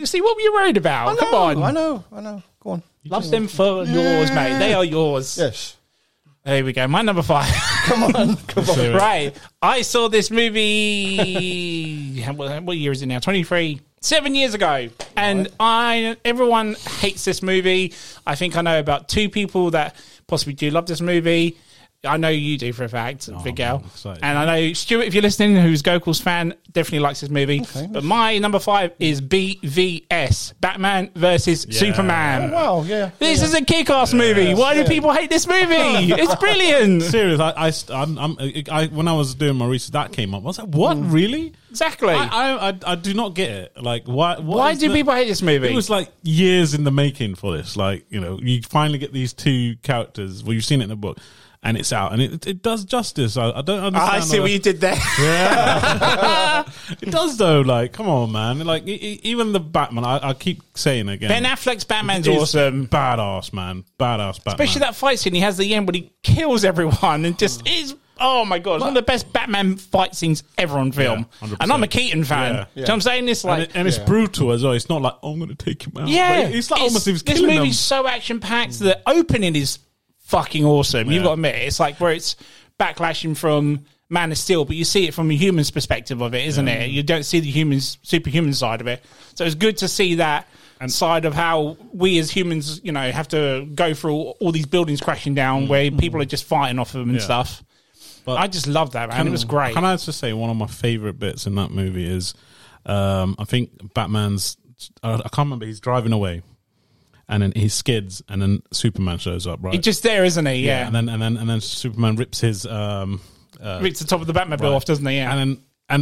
S2: See what were you worried about?
S3: Mm. I know,
S2: Come on,
S3: I know, I know. Go on.
S2: love them for yours, mate. They are yours.
S3: Yes.
S2: There we go. My number five.
S3: Come on. Come on.
S2: right. I saw this movie. how- what, what year is it now? 23. Seven years ago. And I everyone hates this movie. I think I know about two people that possibly do love this movie. I know you do for a fact, Big Gal.
S4: Oh, I'm excited.
S2: And I know Stuart, if you're listening, who's Gokul's fan, definitely likes this movie. but my number five is BVS Batman versus
S4: Oh,
S2: Superman.
S3: Wow. Yeah.
S2: This is a kick ass movie. Why do
S3: Yeah.
S2: people hate this movie? It's brilliant.
S4: Serious, I, I, st- I'm, I'm, I, when I was doing my research, that came up. I was like, "What,
S2: Mm.
S4: really?"
S2: Exactly.
S4: I, I, I, I do not get it. Like, why? what
S2: Why
S4: is
S2: do
S4: the-
S2: people hate this movie?
S4: It was like years in the making for this. Like, you know, you finally get these two characters. Well, you've seen it in the book, and it's out, and it, it does justice. I, I don't understand.
S2: Ah, I see
S4: all
S2: what
S4: the-
S2: you did there.
S4: it does though. Like, come on, man. Like, e- e- even the Batman. I, I keep saying again.
S2: Ben Affleck's Batman's
S4: is
S2: awesome.
S4: Badass man. Badass Batman.
S2: Especially that fight scene he has at the end when he kills everyone and just
S4: Mm.
S2: is. Oh my god! It's one of the best Batman fight scenes ever on film,
S4: Yeah, 100%.
S2: and I'm a Keaton fan.
S4: Yeah.
S2: Do you know what I'm saying this
S4: And,
S2: like,
S4: it- and it's brutal as well. It's not like oh, I'm going to take him out.
S2: yeah,
S4: Like, it's like almost he was
S2: this
S4: killing
S2: movie's
S4: them.
S2: so action packed. The opening is fucking awesome. You've
S4: Yeah.
S2: got to admit, it. it's like where it's backlashing from Man of Steel, but you see it from a human's perspective of it, isn't it? You don't see the humans superhuman side of it, so it's good to see that. side of how we as humans, you know, have to go through all, all these buildings crashing down where people are just fighting off of them and
S4: Mm, Yeah.
S2: stuff.
S4: But-
S2: I just love that man. it was great.
S4: Can I just say one of my favorite bits in that movie is, um, I think Batman's. I I can't remember. He's driving away, and then he skids, and then Superman shows up. Right.
S2: He's just there, isn't he? Yeah.
S4: And then and then and then Superman rips his um. Uh,
S2: Rips the top of the Batmobile
S4: Right.
S2: off, doesn't he? Yeah.
S4: And then,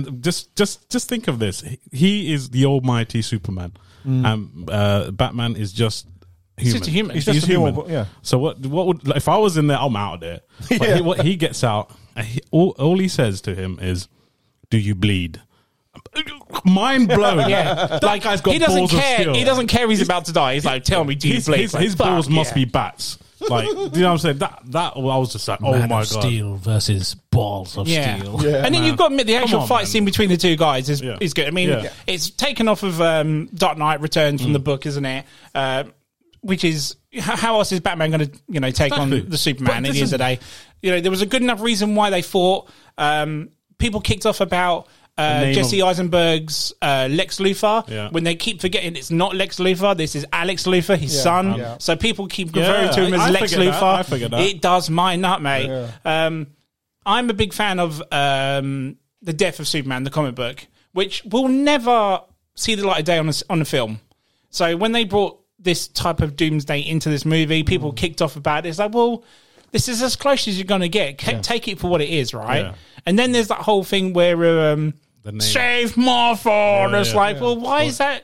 S4: and just just just think of this. He is the almighty Superman.
S3: Mm.
S4: Um, uh, Batman is just human.
S2: just a human. He's
S3: just a human, but- yeah.
S4: So what what would like, if I was in there? I'm out of there. But
S3: Yeah.
S4: he, what he gets out, and he, all all he says to him is, "Do you bleed?" Mind blown.
S2: Yeah,
S4: that
S2: like
S4: guy's got
S2: he doesn't
S4: balls of
S2: care.
S4: steel.
S2: He doesn't care. He's, about to die. He's like, tell me, do you
S4: His,
S2: bleed?
S4: his,
S2: Like,
S4: his
S2: fuck,
S4: balls must
S2: yeah.
S4: be bats. Like, do you know what I'm saying? That that I was just like, oh
S5: Man
S4: my
S5: of
S4: god.
S5: Steel versus balls of
S2: Yeah.
S5: steel.
S2: and then you've got to admit the actual
S4: on,
S2: fight
S4: man.
S2: scene between the two guys is,
S4: Yeah.
S2: is good. I mean,
S4: Yeah.
S2: it's taken off of um, Dark Knight Returns
S4: Mm.
S2: from the book, isn't it? Uh, which is how, how else is Batman going to you know take on
S4: Exactly.
S2: the Superman
S4: But
S2: at
S4: this
S2: the end of
S4: is-
S2: the day? You know, there was a good enough reason why they fought. Um, people kicked off about.
S4: The
S2: Uh,
S4: name
S2: Jesse
S4: of-
S2: Eisenberg's uh, Lex Luthor.
S4: Yeah.
S2: When they keep forgetting it's not Lex Luthor, this is Alex Luthor, his son.
S3: Yeah.
S2: So people keep
S4: Yeah,
S2: referring to him as
S4: I- I
S2: Lex
S4: forget
S2: Luthor.
S4: that, I forget that.
S2: It does my nut, mate. Um, I'm a big fan of um, the Death of Superman, the comic book, which will never see the light of day on a, s- on a film. So when they brought this type of doomsday into this movie, people kicked off about it. It's like, well, this is as close as you're going to get. Ca- Take it for what it is, right?
S4: Yeah.
S2: And then there's that whole thing where um,
S4: The name.
S2: save Martha. and it's
S4: yeah.
S2: like, well, why is that?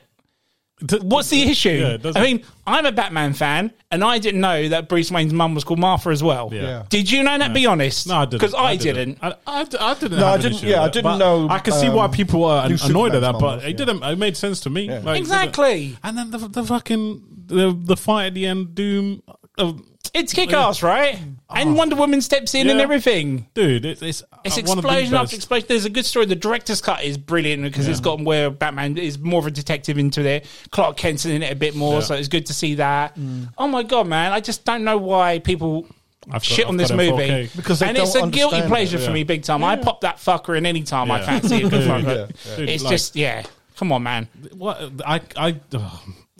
S2: What's the issue?
S4: Yeah, it doesn't-
S2: I mean, I'm a Batman fan, and I didn't know that Bruce Wayne's mum was called Martha as well.
S4: Yeah.
S2: Did you know that? Be honest.
S4: No, I didn't.
S2: Because I, didn't.
S4: I, I, d- I
S3: No,
S4: didn't. have
S3: I
S4: an
S3: didn't-
S4: issue
S3: yeah,
S4: with
S3: I
S4: it,
S3: didn't
S4: but
S3: know,
S4: I can see why
S3: um,
S4: people were
S3: who
S4: annoyed
S3: Superman's
S4: at that,
S3: mom
S4: but
S3: was,
S4: it
S3: yeah.
S4: didn't. It made sense to me. Like, it
S2: Exactly.
S4: didn't- And then the, the fucking the, the fight at the end, Doom. Uh,
S2: It's kick ass, right? And Wonder Woman steps in and
S4: Ah. Yeah.
S2: everything.
S4: dude, it's it's,
S2: It's
S4: uh, one of the
S2: explosion
S4: best.
S2: after explosion. There's a good story. The director's cut is brilliant because it's gotten where Batman is more of a detective into it. Clark Kent's in it a bit more,
S4: Yeah. Mm.
S2: so it's good to see that. Oh my god, man! I just don't know why people
S4: I've got-
S2: shit on
S4: I've
S2: this
S4: got it in
S2: movie
S4: 4K.
S3: Because they
S2: and it's a
S3: don't
S2: guilty
S3: understand
S2: pleasure
S3: it,
S2: for
S4: yeah.
S2: me, big time. I pop that fucker in any time I
S4: Yeah.
S2: fancy it. 'cause
S4: Yeah,
S2: I'm
S4: yeah,
S2: like-
S4: yeah.
S2: It's
S4: Dude,
S2: just yeah. Come on, man.
S4: What I I. ugh,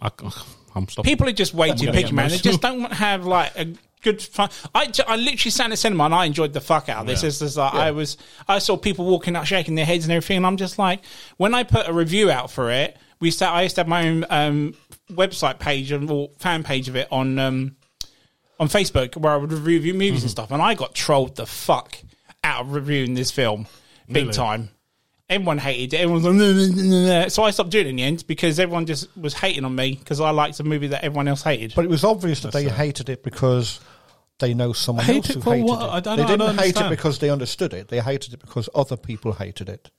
S4: I uh, I'm stopping.
S2: People are just way too
S4: Yeah.
S2: picky, man. They
S4: Emotional.
S2: just don't want to have like a good fun. I, ju- I literally sat in the cinema and I enjoyed the fuck out of this.
S4: Yeah.
S2: It's just like I was, I saw people walking out, shaking their heads and everything, and I'm just like, when I put a review out for it, we used to, I used to have my own um, website page and or fan page of it on um, on Facebook where I would review movies
S4: Mm-hmm.
S2: and stuff, and I got trolled the fuck out of reviewing this film big
S4: Really?
S2: time. Everyone hated it. Everyone was like, "No, no, no, no, no." so I stopped doing it in the end because everyone just was hating on me because I liked a movie that everyone else hated.
S3: But it was obvious that they hated it because they know someone
S4: Hate
S3: else
S4: it
S3: who
S4: for
S3: hated
S4: what?
S3: it.
S4: I don't-
S3: they
S4: I
S3: didn't
S4: don't
S3: hate
S4: understand.
S3: it because they understood it. They hated it because other people hated it.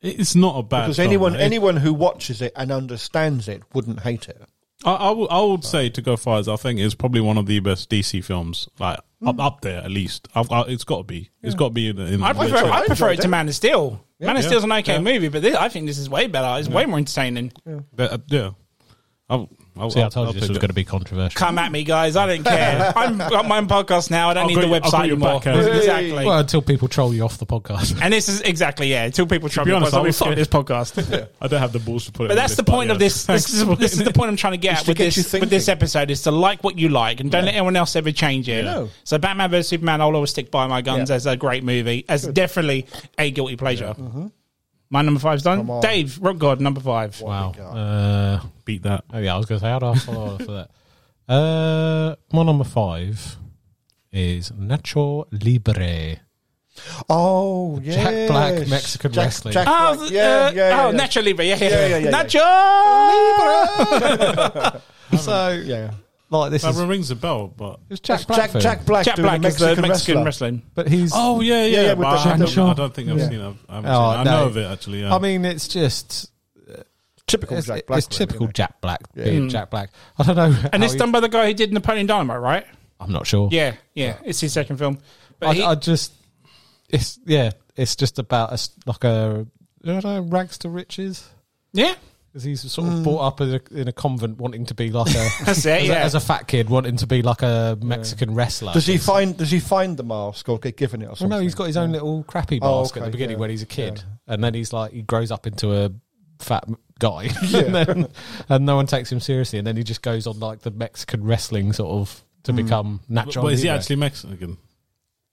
S4: It's not a bad.
S3: Because
S4: film,
S3: anyone
S4: mate.
S3: anyone who watches it and understands it wouldn't hate it.
S4: I, I would- I would say to go far as I think it's probably one of the best DC films, like
S3: Hmm.
S4: up, up there at least. I've, I, it's got to be. It's got to be in. the- in the
S2: I
S4: mid-
S2: prefer, I prefer
S3: enjoyed
S2: it to
S3: it.
S2: Man of Steel. Man of
S4: Yeah.
S2: Steel's an okay
S4: Yeah.
S2: movie, but this, I think this is way better. It's way more entertaining.
S4: But, uh, yeah, I'll, I'll,
S5: See, I
S4: I'll-
S5: told
S4: I'll
S5: you
S4: pick
S5: this was
S4: it.
S5: going to be controversial.
S2: Come at me, guys. I don't care. I'm got my own podcast now. I don't
S4: I'll
S2: need
S4: got
S2: the
S4: you- I'll got
S2: website
S4: your
S2: anymore.
S4: back, uh, Kaz.
S2: Exactly.
S5: well, until people troll you off the podcast.
S2: and this is exactly yeah. Until people trouble
S4: be
S2: me,
S4: honest,
S2: I'll
S4: I
S2: be
S4: was
S2: fuck
S4: scared.
S2: this podcast.
S4: I don't have the balls to put it.
S2: But
S4: on
S2: that's the point
S4: but
S2: of
S4: yeah.
S2: this. This is, this is the point I'm trying to get at
S3: to
S2: with
S3: get
S2: this
S3: you
S2: with this
S3: thinking.
S2: episode is to like what you like and don't let anyone else ever change it.
S3: No.
S2: So Batman vs Superman, I'll always stick by my guns
S3: Yeah.
S2: as a great movie, as definitely a guilty pleasure. My number five's done.
S3: Mm-hmm. on.
S2: Dave Rock God number five.
S5: Wow. Uh,
S4: Beat that.
S5: oh yeah, I was going to say how do I follow up for that? Uh, my number five is Nacho Libre.
S3: Oh, yeah.
S5: Jack Black, Mexican wrestling.
S3: Jack
S2: Oh,
S3: Black.
S2: th-
S3: Yeah,
S2: uh,
S3: yeah, yeah,
S2: oh,
S3: yeah.
S2: Nacho Libre, yeah, yeah,
S3: Yeah, yeah, yeah,
S2: Nacho
S5: so
S3: Ah! Yeah.
S5: like this
S4: That
S5: is
S4: rings a bell, but
S5: it's
S3: Jack,
S5: Jack Black.
S3: Jack,
S5: thing.
S3: Jack Black.
S2: Jack
S3: doing
S2: Black
S3: a
S2: is the
S3: Mexican
S2: Mexican
S3: wrestler.
S2: wrestling.
S5: but he's
S4: oh
S3: yeah,
S4: yeah, yeah.
S3: yeah, with
S4: but
S3: the
S4: I, don't,
S5: shadow.
S4: I don't think I've
S3: Yeah.
S4: seen. I've, I, haven't
S5: Oh,
S4: seen it. I
S5: no.
S4: know of it actually. Yeah.
S5: I mean, it's just uh,
S3: Typical
S5: it's,
S3: Jack Black.
S5: it's
S3: really,
S5: typical
S3: isn't it?
S5: Jack Black being Jack Black. I don't know.
S2: Mm. And
S5: how
S2: it's
S5: he-
S2: done by the guy who did Napoleon Dynamite, right?
S5: I'm not sure.
S2: Yeah, yeah. It's his second film. But
S5: I,
S2: he-
S5: I just it's yeah, it's just about a s like a I don't know rags to riches.
S2: yeah,
S5: Because he's sort of brought up in a, in a convent, wanting to be like a
S2: That's it,
S5: as,
S2: yeah.
S5: a as a fat kid, wanting to be like a Mexican wrestler.
S3: Does he find Does he find the mask or get given it or
S5: Well,
S3: something?
S5: no, he's got his own little crappy mask
S3: Oh,
S5: at
S3: okay,
S5: the beginning
S3: yeah,
S5: when he's a kid, and then he's like he grows up into a fat m- guy, and,
S3: Yeah.
S5: then, and no one takes him seriously, and then he just goes on like the Mexican wrestling sort of to become
S4: but,
S5: natural.
S4: but is he actually Mexican?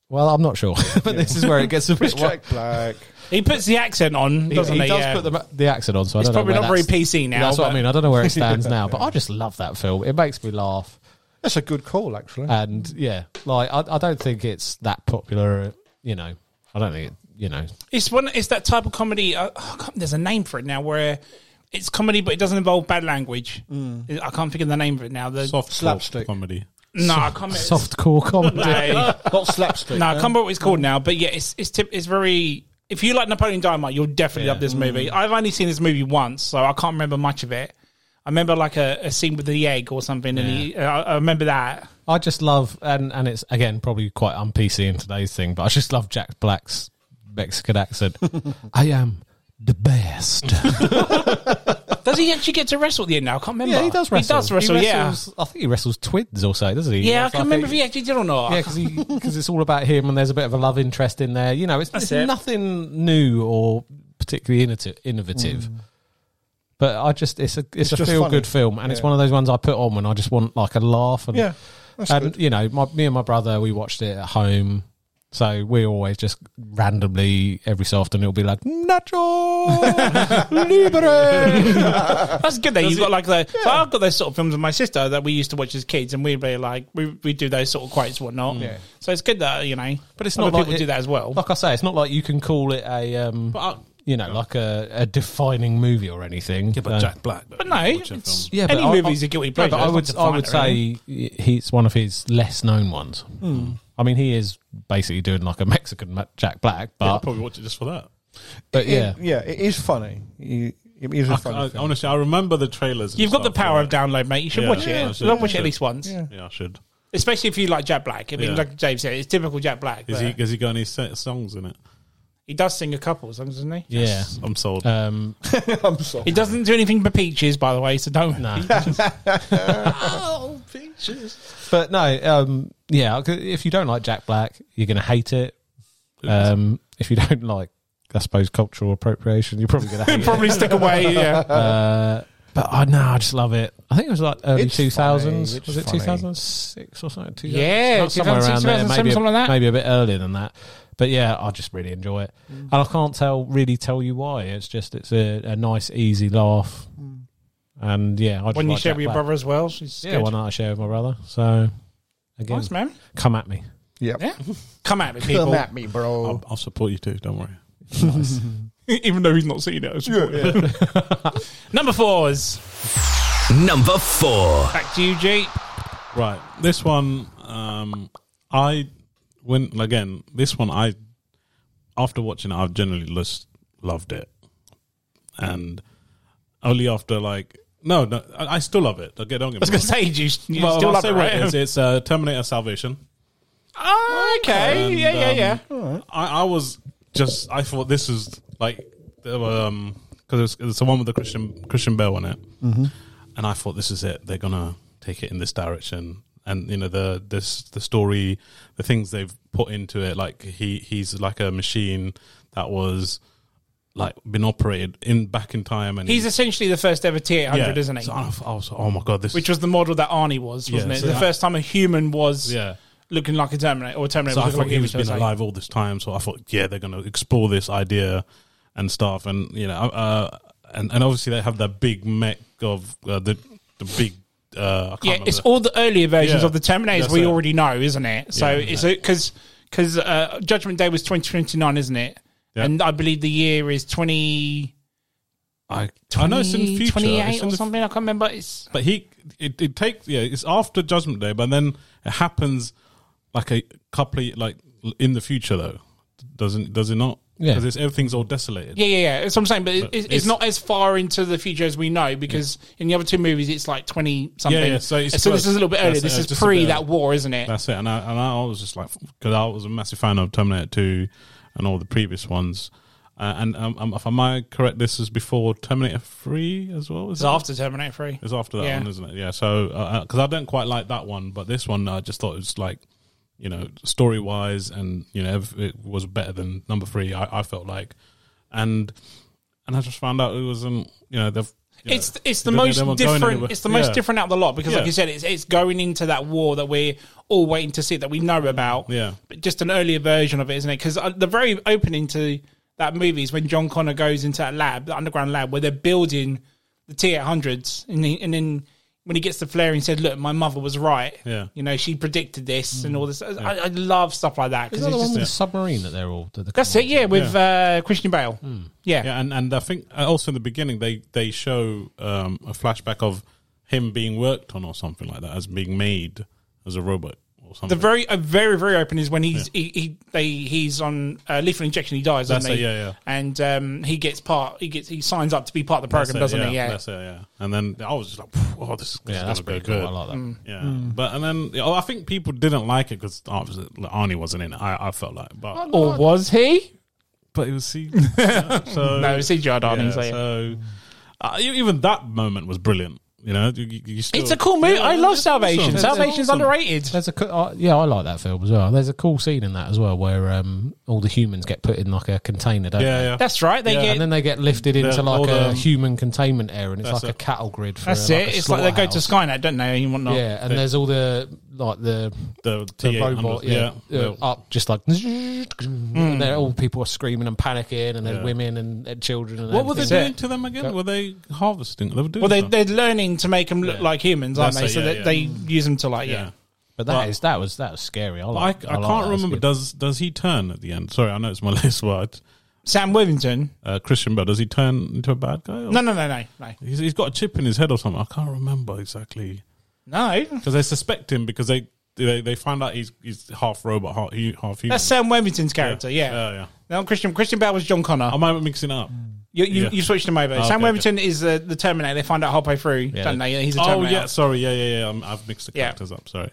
S5: Well, I'm not sure, but this is where it gets a bit.
S3: It's Jack Black.
S2: he puts the accent on,
S5: He,
S2: doesn't he?
S5: he does
S2: yeah.
S5: put the, ma- the accent on, so I
S2: It's
S5: don't know
S2: probably
S5: where
S2: not very
S5: that's-
S2: PC now.
S5: That's what
S2: but-
S5: I mean. I don't know where it stands now, but I just love that film. It makes me laugh.
S3: That's a good call, actually.
S5: and yeah, like I, I don't think it's that popular. You know, I don't think it, you know.
S2: It's one. It's that type of comedy. Uh, I can't- there's a name for it now, where it's comedy, but it doesn't involve bad language.
S5: Mm.
S2: I can't think of the name of it now. The,
S4: Soft
S3: Slapstick.
S4: comedy.
S2: no, I can't.
S5: Softcore comedy.
S2: No,
S3: Not slapstick.
S2: no, I can't remember what it's called now. But yeah, it's it's tip, it's very. If you like Napoleon Dynamite, you'll definitely love this
S5: Mm.
S2: movie. I've only seen this movie once, so I can't remember much of it. I remember like a, a scene with the egg or something, and he, uh, I, I remember that.
S5: I just love, and and it's again probably quite un PC in today's thing, but I just love Jack Black's Mexican accent. I am the best.
S2: Does he actually get to wrestle at the end now? I can't remember.
S5: yeah, he does wrestle.
S2: He does wrestle.
S5: He
S2: yeah,
S5: wrestles- I think he wrestles twins or so, doesn't he?
S2: yeah. I
S5: It's
S2: can't
S5: like
S2: remember
S5: a-
S2: if he actually did or not.
S5: Yeah, because it's all about him, and there's a bit of a love interest in there. You know, it's, it's
S2: it.
S5: nothing new or particularly innoti- innovative. But I just it's a it's, a
S3: just
S5: feel good
S3: funny.
S5: film, and it's
S3: Yeah.
S5: one of those ones I put on when I just want like a laugh. And,
S3: Yeah, that's
S5: and
S3: good.
S5: you know, my, me and my brother we watched it at home. So we always just randomly every so often it'll be like Nacho Libre.
S2: That's good though. You've
S4: it-
S2: got like the. So I've got those sort of films with my sister that we used to watch as kids, and we'd be like, we we do those sort of quotes and whatnot.
S4: Mm.
S3: Yeah.
S2: So it's good that you know.
S5: But it's
S2: other
S5: not like
S2: people
S5: it-
S2: do that as well.
S5: like I say, it's not like you can call it a um,
S4: But I,
S2: uh,
S5: you know like a, a defining movie or anything.
S4: yeah, but
S5: Uh,
S4: Jack Black.
S2: but no,
S4: Watch a
S2: it's-
S4: film.
S5: Yeah,
S2: any
S5: but I-
S2: movie's a guilty pleasure.
S5: No, but I
S2: It's
S5: would,
S2: not
S5: I would
S2: defined, really.
S5: say he's one of his less known ones.
S2: Hmm.
S5: I mean, he is basically doing like a Mexican Ma- Jack Black,
S4: I'll
S5: but
S4: probably watch it just for that.
S5: but yeah,
S3: It- yeah, it is funny. It it is
S4: I,
S3: a
S4: c-
S3: funny.
S4: I-
S3: film.
S4: honestly, I remember the trailers. and
S2: You've got the
S4: stuff,
S2: power
S4: yeah.
S2: of download, mate. You should
S4: Yeah.
S2: watch
S4: Yeah, I
S2: it.
S4: should,
S2: Don't watch it
S4: I
S2: at
S4: should.
S2: least once,
S4: Yeah, I should.
S2: especially if you like Jack Black. I mean,
S4: Yeah.
S2: like James said, it's typical Jack Black.
S4: Is
S2: but
S4: he?
S2: he,
S4: Has he got any set songs in it?
S2: does sing a couple songs, doesn't he?
S5: yeah.
S4: I'm sold.
S5: Um,
S3: I'm sorry.
S2: He doesn't do anything but peaches, by the way. So don't.
S5: nah.
S2: Oh, peaches.
S5: but no, um, yeah. If you don't like Jack Black, you're going to hate it. Um, if you don't like, I suppose, cultural appropriation, you're probably going to hate
S2: Probably stick away.
S5: it.
S2: Yeah.
S5: Uh, but I know, I just love it. I think it was like early
S3: It's
S5: two thousands.
S3: funny, it's
S5: Was it
S3: funny.
S5: two thousand six or something? 2000?
S2: Yeah,
S5: Not somewhere
S2: 2006,
S5: around there.
S2: 2007,
S5: Maybe, a-
S2: something like that.
S5: maybe a bit earlier than that. But yeah, I just really enjoy it, and I can't tell really tell you why. It's just it's a, a nice, easy laugh, and yeah, I just
S2: When you
S5: like
S2: share
S5: Jack
S2: with your
S5: Black.
S2: brother as well, she's
S5: yeah, one I share with my brother. So again,
S2: Nice man.
S5: come at me.
S3: Yep.
S2: Yeah. Come at me, people.
S3: Come at me, bro.
S4: I'll, I'll support you too. Don't worry.
S2: even though he's not seen it. Number four is
S1: Number four.
S2: back to you, Jeep.
S4: Right. This one, um, I when again. This one, I after watching it, I've generally just loved it, and only after like no, no, I, I still love it. Don't get don't get
S2: I was
S4: me
S2: going
S4: wrong.
S2: to say, you, you
S4: Well,
S2: still
S4: I'll
S2: love
S4: say
S2: it,
S4: what
S2: right?
S4: it is. It's uh, Terminator Salvation.
S2: Oh, okay.
S4: And,
S2: yeah, yeah, yeah.
S4: um, I, I was just I thought this
S2: Mm-hmm.
S4: is like um because it's, it's the one with the Christian Christian Bale on it, and I thought this is it. They're gonna take it in this direction, and you know the this the story, the things they've put into it. Like he he's like a machine that was like been operated in back in time, and
S2: He's essentially the first ever T800,
S4: yeah.
S2: isn't he?
S4: So I was- I was like, oh my god, this
S2: Which was the model that Arnie was, wasn't
S4: Yeah,
S2: it?
S4: so
S2: the
S4: that-
S2: first time a human was
S4: yeah.
S2: looking like a Terminator, or a Terminator
S4: So I
S2: was
S4: thought
S2: looking like
S4: he
S2: a
S4: was
S2: human.
S4: been
S2: should I say.
S4: alive all this time. So I thought, yeah, they're going to explore this idea and stuff. And you know, uh, and and obviously they have that big mech of uh, the the big. Uh, I can't
S2: Yeah,
S4: remember
S2: it's
S4: the-
S2: all the earlier versions
S4: Yeah.
S2: of the Terminators
S4: That's
S2: we
S4: it.
S2: already know, isn't it? So
S4: Yeah,
S2: it's because because uh, Judgment Day was twenty twenty nine, isn't it?
S4: Yeah.
S2: And I believe the year is twenty.
S4: I, I know it's in the future,
S2: 28
S4: It's in
S2: or
S4: the-
S2: something. I can't remember. It's
S4: But he, it, it takes yeah, it's after Judgment Day, but then it happens like a couple of like in the future though, doesn't does it not?
S5: Yeah.
S4: because everything's all desolated.
S2: yeah, yeah, yeah. That's what I'm saying. But, it, it's,
S4: it's-
S2: not as far into the future as we know because in the other two movies it's like twenty something.
S4: Yeah, yeah, so it's
S2: this
S4: close.
S2: is a little bit earlier.
S4: That's it,
S2: This
S4: it's
S2: is
S4: just a
S2: pre
S4: bit-
S2: that war, isn't it?
S4: That's it. And I, and I was just like, because I was a massive fan of Terminator 2 and all the previous ones. Uh, and um, um, if am I correct, this is before Terminator 3 as well? Is
S2: It's after Terminator Three.
S4: It's after that
S2: Yeah.
S4: one, isn't it? Yeah. So, because I don't quite like that one, but this one I just thought it was like, you know, story wise and, you know, ev- it was better than number three, I, I felt like. And and I just found out it wasn't, you know, they've. you know,
S2: It's it's the
S4: they- they
S2: most
S4: weren't going
S2: different.
S4: anywhere.
S2: It's the most
S4: Yeah.
S2: different out of the lot because, like
S4: Yeah.
S2: you said, it's it's going into that war that we're all waiting to see that we know about.
S4: Yeah.
S2: but just an earlier version of it, isn't it? Because the very opening to that movie is when John Connor goes into that lab, the underground lab, where they're building the T eight hundreds, and then- and then when he gets the flare and said, "Look, my mother was right.
S4: Yeah. Mm.
S2: you know, she predicted this and all this." I, I love stuff like that
S5: Is
S2: because
S5: that the one
S2: it's
S5: with
S2: just.
S5: the submarine that they're all? That they're
S2: That's it, yeah, with Uh, Christian Bale. Yeah.
S4: Mm. Yeah, and, and I think uh, also in the beginning they they show um, a flashback of him being worked on or something like that as being made as a robot or
S2: The
S4: something.
S2: very, uh, very, very open is when he's he, he they he's on uh, lethal injection. He dies,
S4: That's
S2: doesn't he?
S4: it, yeah, yeah.
S2: And um, he gets part. He gets. He signs up to be part of the
S4: That's
S2: program,
S4: it,
S2: doesn't
S4: yeah,
S2: he? Yeah.
S4: that's it, yeah. And then I was just like, oh, this, this
S5: Yeah,
S4: is
S5: that's
S4: gonna
S5: pretty
S4: be
S5: cool.
S4: good.
S5: I like that.
S4: Yeah,
S2: Hmm.
S4: but and then yeah, oh, I think people didn't like it because Arnie wasn't in it. I, I felt like, but
S2: Or was he?
S4: but it was see,
S2: No, it's CGI Darling.
S4: yeah,
S2: so, yeah.
S4: so uh, e- even that moment was brilliant. You know, you, you- you still,
S2: It's a cool movie. I love
S4: it's
S2: Salvation.
S4: awesome. It's
S2: Salvation's
S4: awesome.
S2: underrated.
S5: There's a co- uh, yeah, I like that film as well. There's a cool scene in that as well where um, all the humans get put in like a container, don't
S4: Yeah,
S5: they?
S4: yeah.
S2: That's right. They
S4: Yeah,
S2: get.
S5: And then they get lifted into
S4: They're
S5: like
S4: all
S5: a
S4: the-
S5: human containment area, and it's
S4: That's
S5: like a
S4: it.
S5: cattle grid. For
S2: that's
S5: a,
S2: it.
S5: Like a
S2: it's like they go to
S5: slaughterhouse.
S2: Skynet, don't they? And whatnot.
S5: Yeah, and there's all the like the
S4: the,
S5: the
S4: T800,
S5: robot, yeah, uh, up just like, and they're all people are screaming and panicking, and there's
S4: Hmm. Yeah.
S5: women and, and children. And
S4: Oh, What were they
S5: everything.
S4: doing to them again? Were they harvesting? They were doing
S2: Well, they,
S4: stuff.
S2: they're learning to make them look
S4: Yeah.
S2: like humans, aren't
S4: That's
S2: they? so
S4: it, yeah,
S2: that
S4: yeah.
S2: they use them to like, yeah.
S4: yeah.
S5: But that
S4: But-
S5: is that was that was scary. I,
S4: But I, I
S5: like, I,
S4: can't
S5: like that. It's
S4: remember.
S5: good.
S4: Does does he turn at the end? Sorry, I know it's my last word.
S2: Sam Worthington.
S4: Uh, Christian Bell. Does he turn into a bad guy? Or?
S2: No, no, no, no, no,
S4: He's, he's got a chip in his head or something. I can't remember exactly
S2: no.
S4: because they suspect him because they they, they find out he's he's half robot, half, hu- half human.
S2: That's Sam Worthington's character. Yeah.
S4: yeah, yeah.
S2: No, Christian. Christian Bale was John Connor.
S4: I might be mixing it up.
S2: You, you,
S4: Yeah.
S2: you switched him over.
S4: Oh,
S2: Sam
S4: okay,
S2: Worthington is uh, the, the Terminator. They find out halfway through,
S5: Yeah,
S2: don't they? He's a
S4: Oh
S2: Terminator.
S4: yeah, sorry, yeah, yeah, yeah. I'm, I've mixed the
S2: Yeah.
S4: characters up. Sorry.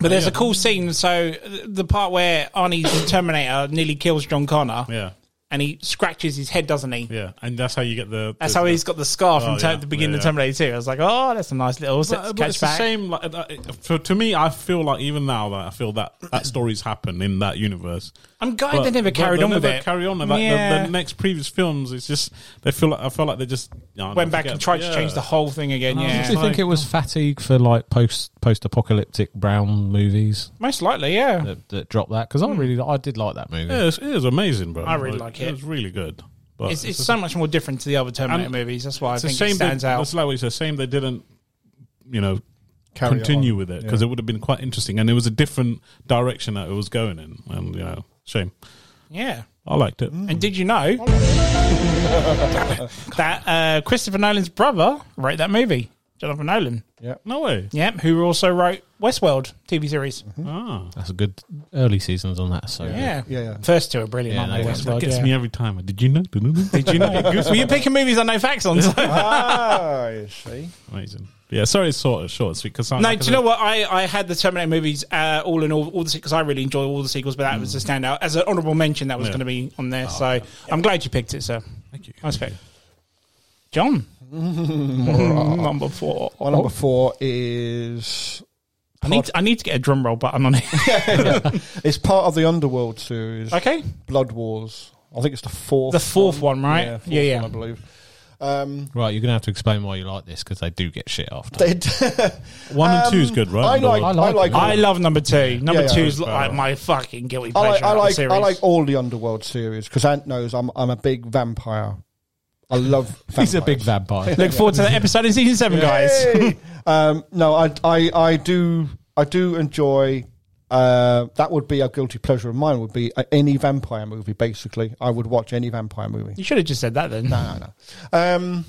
S2: But there's
S4: Oh, yeah.
S2: a cool scene. So th- the part where Arnie's the Terminator nearly kills John Connor,
S4: Yeah,
S2: and he scratches his head, doesn't he?
S4: yeah, and that's how you get the.
S2: That's
S4: the-
S2: how
S4: the-
S2: he's got the scar from
S4: Oh,
S2: Ter-
S4: yeah.
S2: the beginning
S4: Yeah,
S2: of
S4: yeah.
S2: Terminator 2. I was like, oh, that's a nice little
S4: But- but
S2: catch
S4: it's the
S2: back.
S4: same. Like, uh, it- for, to me, I feel like even now that I feel that that story's happened in that universe.
S2: I'm glad
S4: But-
S2: they never
S4: but
S2: carried
S4: they
S2: on with
S4: never
S2: it.
S4: Carry on. Like, the-
S2: Yeah.
S4: the, next previous films, it's just they feel like I feel like they just you know,
S2: Went back
S4: forget-
S2: and tried to
S4: yeah.
S2: change the whole thing again.
S5: I
S2: Yeah,
S5: honestly think it was fatigue for like post post apocalyptic brown movies
S2: most likely. Yeah,
S5: that, that dropped that because I really I did like that movie.
S4: Yeah, it's, it is amazing, bro.
S2: I really like it.
S4: It was really good. But
S2: it's, it's so much more different to the other Terminator
S4: And
S2: movies. That's why I
S4: it's a
S2: think
S4: shame.
S2: it stands
S4: they,
S2: out.
S4: It's like what you said. Shame they didn't, you know,
S3: Carry it
S4: continue
S3: on.
S4: with it because it would have been quite interesting, and it was a different direction that it was going in. And you know, shame.
S2: Yeah.
S4: I liked it.
S2: And did you know that uh, Christopher Nolan's brother wrote that movie, Jonathan Nolan?
S4: No way.
S2: Yep, who also wrote Westworld TV series.
S4: Ah,
S5: That's a good early seasons on that. So
S2: Yeah.
S3: Yeah, yeah.
S2: First two are brilliant.
S5: Yeah,
S2: aren't
S5: no,
S2: they,
S5: that-
S2: Westworld,
S4: that gets
S2: yeah.
S4: me every time. Did you know? Did you know?
S2: Well, you're picking movies I know facts on. so-
S3: ah, you see.
S4: Amazing. Yeah, sorry, it's sort of short and sweet because
S2: no, do you know what? I, I had the Terminator movies uh, all in all, all the because I really enjoy all the sequels, but that was a standout as an honourable mention that was
S4: Yeah.
S2: going to be on there. so I'm glad you picked it, sir.
S4: Thank you.
S2: Nice pick, John. number four.
S3: My number four is
S2: I need to, I need to get a drum roll button on it.
S3: it's part of the Underworld series,
S2: okay,
S3: Blood Wars. I think it's the fourth.
S2: the fourth one, right?
S3: Yeah, fourth
S2: yeah, yeah.
S3: One, I believe. Um,
S5: Right, you're gonna have to explain why you like this because they do get shit after.
S3: they d-
S4: One and two's good, right?
S3: I like,
S5: I
S3: I
S5: like
S3: like,
S5: it.
S3: all-
S2: I love number two. Number
S3: Yeah, yeah.
S2: two's like my fucking guilty
S3: I like,
S2: pleasure.
S3: I
S2: out of the
S3: like, I
S2: series.
S3: like all the Underworld series because Ant knows I'm, I'm a big vampire. I love. Vampires.
S5: He's a big vampire.
S2: Look forward to that episode in season seven, guys.
S3: Yay! um, no, I, I, I do, I do enjoy. Uh, that would be a guilty pleasure of mine. Would be uh, any vampire movie. Basically, I would watch any vampire movie.
S2: You should have just said that then.
S3: No, no. Um,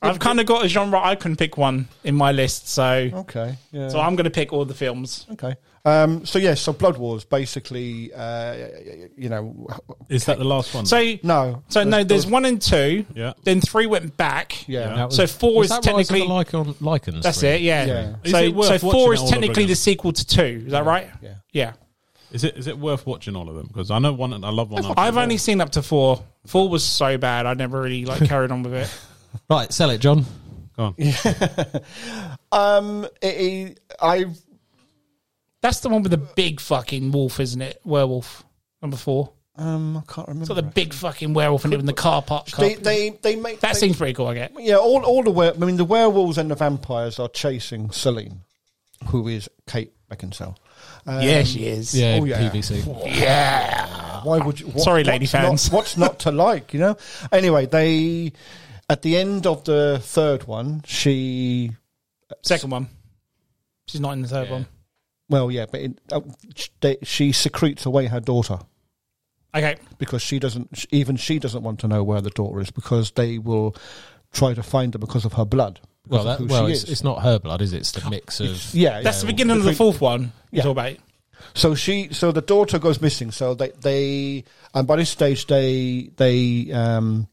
S2: I've kind of got a genre. I can pick one in my list, so
S3: okay. Yeah.
S2: so I'm going to pick all the films.
S3: okay. Um, so yes, so Blood Wars basically. Uh, you know,
S4: Is that the last one?
S2: So
S3: no.
S2: so no, there's one and two.
S4: Yeah.
S2: Then three went back.
S3: Yeah.
S5: That was-
S2: So four
S5: was
S2: is
S5: that Rise of the
S2: technically-
S5: Lycan- Lycans
S2: That's
S5: three?
S2: it. Yeah.
S3: Yeah.
S4: Is
S2: So
S4: it worth
S2: so four
S4: watching
S2: is
S4: all of them
S2: technically
S4: again?
S2: the sequel to two. Is that right?
S3: Yeah.
S2: Yeah.
S4: Is it is it worth watching all of them? Because I know one. I love one. after
S2: I've
S4: the
S2: only seen up to four. Four was so bad, I never really like carried on with it.
S5: Right, sell it, John.
S4: other. Go on.
S3: Um, it, I
S2: That's the one with the big fucking wolf, isn't it? Werewolf number four.
S3: um, I can't remember.
S2: It's got the big fucking werewolf in it in the car park.
S3: they, they, they make
S2: that
S3: they-
S2: seems pretty cool. I get.
S3: Yeah, all, all the were- I mean, the werewolves and the vampires are chasing Celine, who is Kate Beckinsale. Um,
S2: yeah, she is.
S5: Yeah,
S3: Oh, yeah.
S5: PVC.
S3: Why would you? what-
S2: Sorry, lady
S3: what's
S2: fans.
S3: Not, what's not to like? You know. Anyway, they at the end of the third one, she.
S2: Second one. She's not in the third one.
S3: Well, yeah, but it, uh, sh- they, she secretes away her daughter
S2: Okay.
S3: because she doesn't. sh- Even she doesn't want to know where the daughter is because they will try to find her because of her blood. because
S5: Well,
S3: of
S5: that,
S3: who
S5: well,
S3: she
S5: it's,
S3: is.
S5: it's not her blood, is it? It's the mix of.
S3: yeah,
S2: That's the
S3: yeah.
S2: beginning of the fourth one. Yeah.
S3: Yeah.
S2: All about.
S3: So she, so the daughter goes missing. So they, they, and by this stage, they, they, um,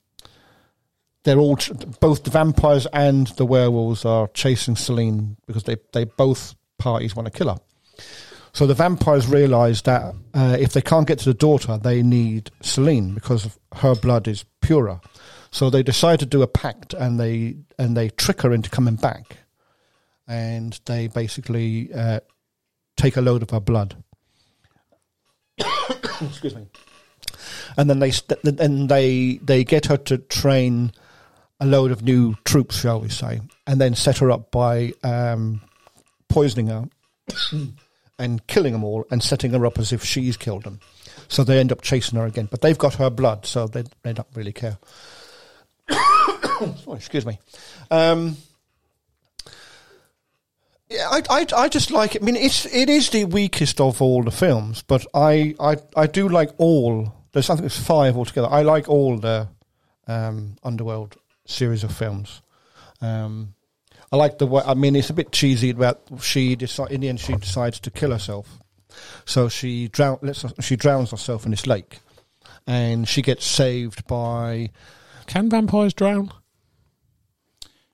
S3: they're all tr- both the vampires and the werewolves are chasing Celine because they, they both parties want to kill her. So the vampires realise that uh, if they can't get to the daughter, they need Celine because her blood is purer. So they decide to do a pact and they and they trick her into coming back, and they basically uh, take a load of her blood. Excuse me. And then they st- and they they get her to train a load of new troops, shall we say, and then set her up by um, poisoning her and killing them all and setting her up as if she's killed them. So they end up chasing her again, but they've got her blood, so they they don't really care. Sorry, excuse me. Um, yeah, I, I, I just like it. I mean, it's it is the weakest of all the films, but I I, I do like all. There's I think there's five altogether. I like all the um, underworld series of films. Um, I like the way. I mean, it's a bit cheesy about she decide in the end she decides to kill herself, so she drown lets her, she drowns herself in this lake, and she gets saved by.
S5: Can vampires drown?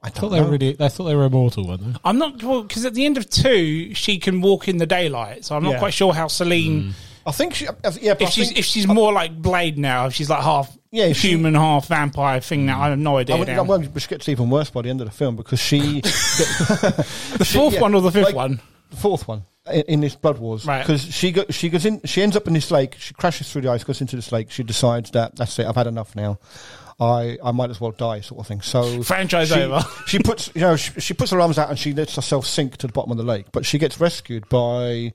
S3: I
S5: I thought
S3: don't
S5: they
S3: know.
S5: were really. They thought they were immortal, weren't they?
S2: I'm not because at the end of two, she can walk in the daylight. So I'm not
S3: Yeah.
S2: quite sure how Celine.
S3: I think she. I th- Yeah, but
S2: If
S3: I
S2: she's
S3: think-
S2: if she's more like Blade now, if she's like half
S3: Yeah, if she-
S2: human, half vampire thing now, I have no
S3: I
S2: idea.
S3: would,
S2: now.
S3: well, she gets even worse by the end of the film because she
S2: the fourth
S3: yeah,
S2: one or the fifth
S3: like-
S2: one?
S3: the fourth one in, in this blood wars
S2: Right.
S3: because she go, she goes in she ends up in this lake she crashes through the ice goes into this lake she decides that that's it I've had enough now I, I might as well die sort of thing so
S2: Franchise
S3: she,
S2: over.
S3: she puts you know she, she puts her arms out and she lets herself sink to the bottom of the lake but she gets rescued by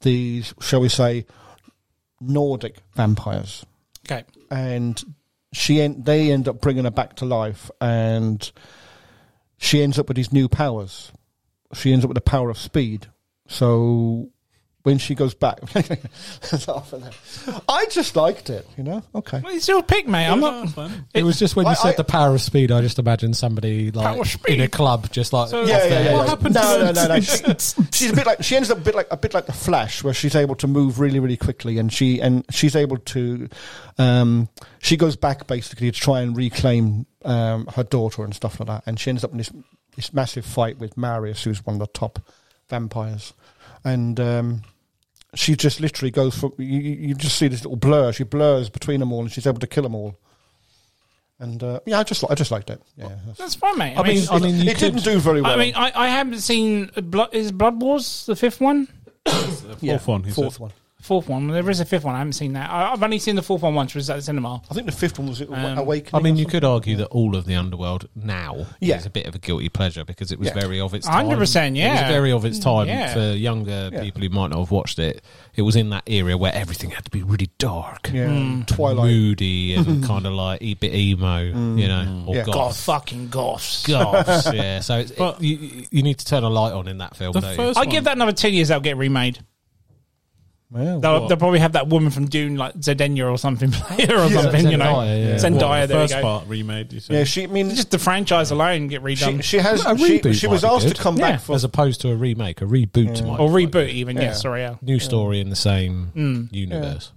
S3: these shall we say Nordic vampires
S2: Okay,
S3: and she en- they end up bringing her back to life, and she ends up with these new powers. She ends up with the power of speed. So when she goes back, I just liked it, you know. Okay,
S2: well, it's your pick, mate. I'm
S4: No,
S2: not.
S4: that's fine.
S5: It was just when you
S3: I-
S5: said
S3: I-
S5: the power of speed. I just imagined somebody
S2: Power of
S5: like
S2: speed?
S5: in a club, just like
S2: So-
S5: off
S2: Yeah, yeah,
S5: their
S2: yeah,
S5: head.
S2: yeah. happened to
S3: No,
S2: the-
S3: no, no, no. She, she's a bit like she ends up a bit like a bit like the Flash, where she's able to move really, really quickly, and she and she's able to. Um, she goes back basically to try and reclaim um, her daughter and stuff like that, and she ends up in this this massive fight with Marius, who's one of the top vampires, and. Um, she just literally goes from you, you you just see this little blur. She blurs between them all, and she's able to kill them all. And uh, yeah, I just li- I just liked it. Yeah, that's-
S2: That's fine, mate. I,
S5: I mean,
S2: mean,
S5: I mean, you
S3: it
S5: could.
S3: didn't do very well.
S2: I mean, I, I haven't seen Blood, is Blood Wars the fifth one,
S4: Fourth
S3: Yeah,
S4: one. he
S3: fourth
S4: said.
S3: one.
S2: fourth one. There is a fifth one. I haven't seen that. I, I've only seen the fourth one once, which was at the cinema.
S3: I think the fifth one was it,
S2: Um,
S5: I
S3: Awakening.
S5: mean,
S3: or
S5: you
S3: something?
S5: could argue that all of the underworld now
S3: Yeah.
S5: is a bit of a guilty pleasure because it was
S3: Yeah.
S5: very of its time.
S2: 100%,
S5: It was
S2: yeah.
S5: very of its time
S2: Yeah.
S5: for younger
S3: Yeah.
S5: people who might not have watched it. It was in that era where everything had to be really dark,
S3: Yeah,
S2: Hmm.
S3: Twilight.
S5: moody, and kind of like a bit emo, you know, or
S3: Yeah.
S5: goth.
S2: fucking goths.
S5: Goths, yeah. So it's,
S4: But-
S5: it, you, you need to turn a light on in that film.
S4: The
S5: don't you?
S4: first
S2: I
S4: one-
S2: give that another ten years. They'll get remade.
S3: Yeah,
S2: They'll,
S4: What?
S2: they'll probably have that woman from Dune, like Zedenia or something, play her or something. You know,
S5: Zendaya, yeah.
S4: what,
S2: Zendaya.
S4: the
S2: There you
S4: first
S2: go.
S4: part remade. You said.
S3: yeah. She I mean,
S2: Just the franchise alone get
S3: she,
S2: redone
S3: she has.
S5: A
S3: She,
S5: reboot
S3: she was
S5: might be
S3: asked
S5: good.
S3: to come
S2: Yeah.
S3: back for.
S5: as opposed to a remake, a reboot, might
S2: or
S5: be quite
S2: reboot, even. Yeah,
S3: Yeah.
S2: sorry. Yeah.
S5: good. new story in the same universe.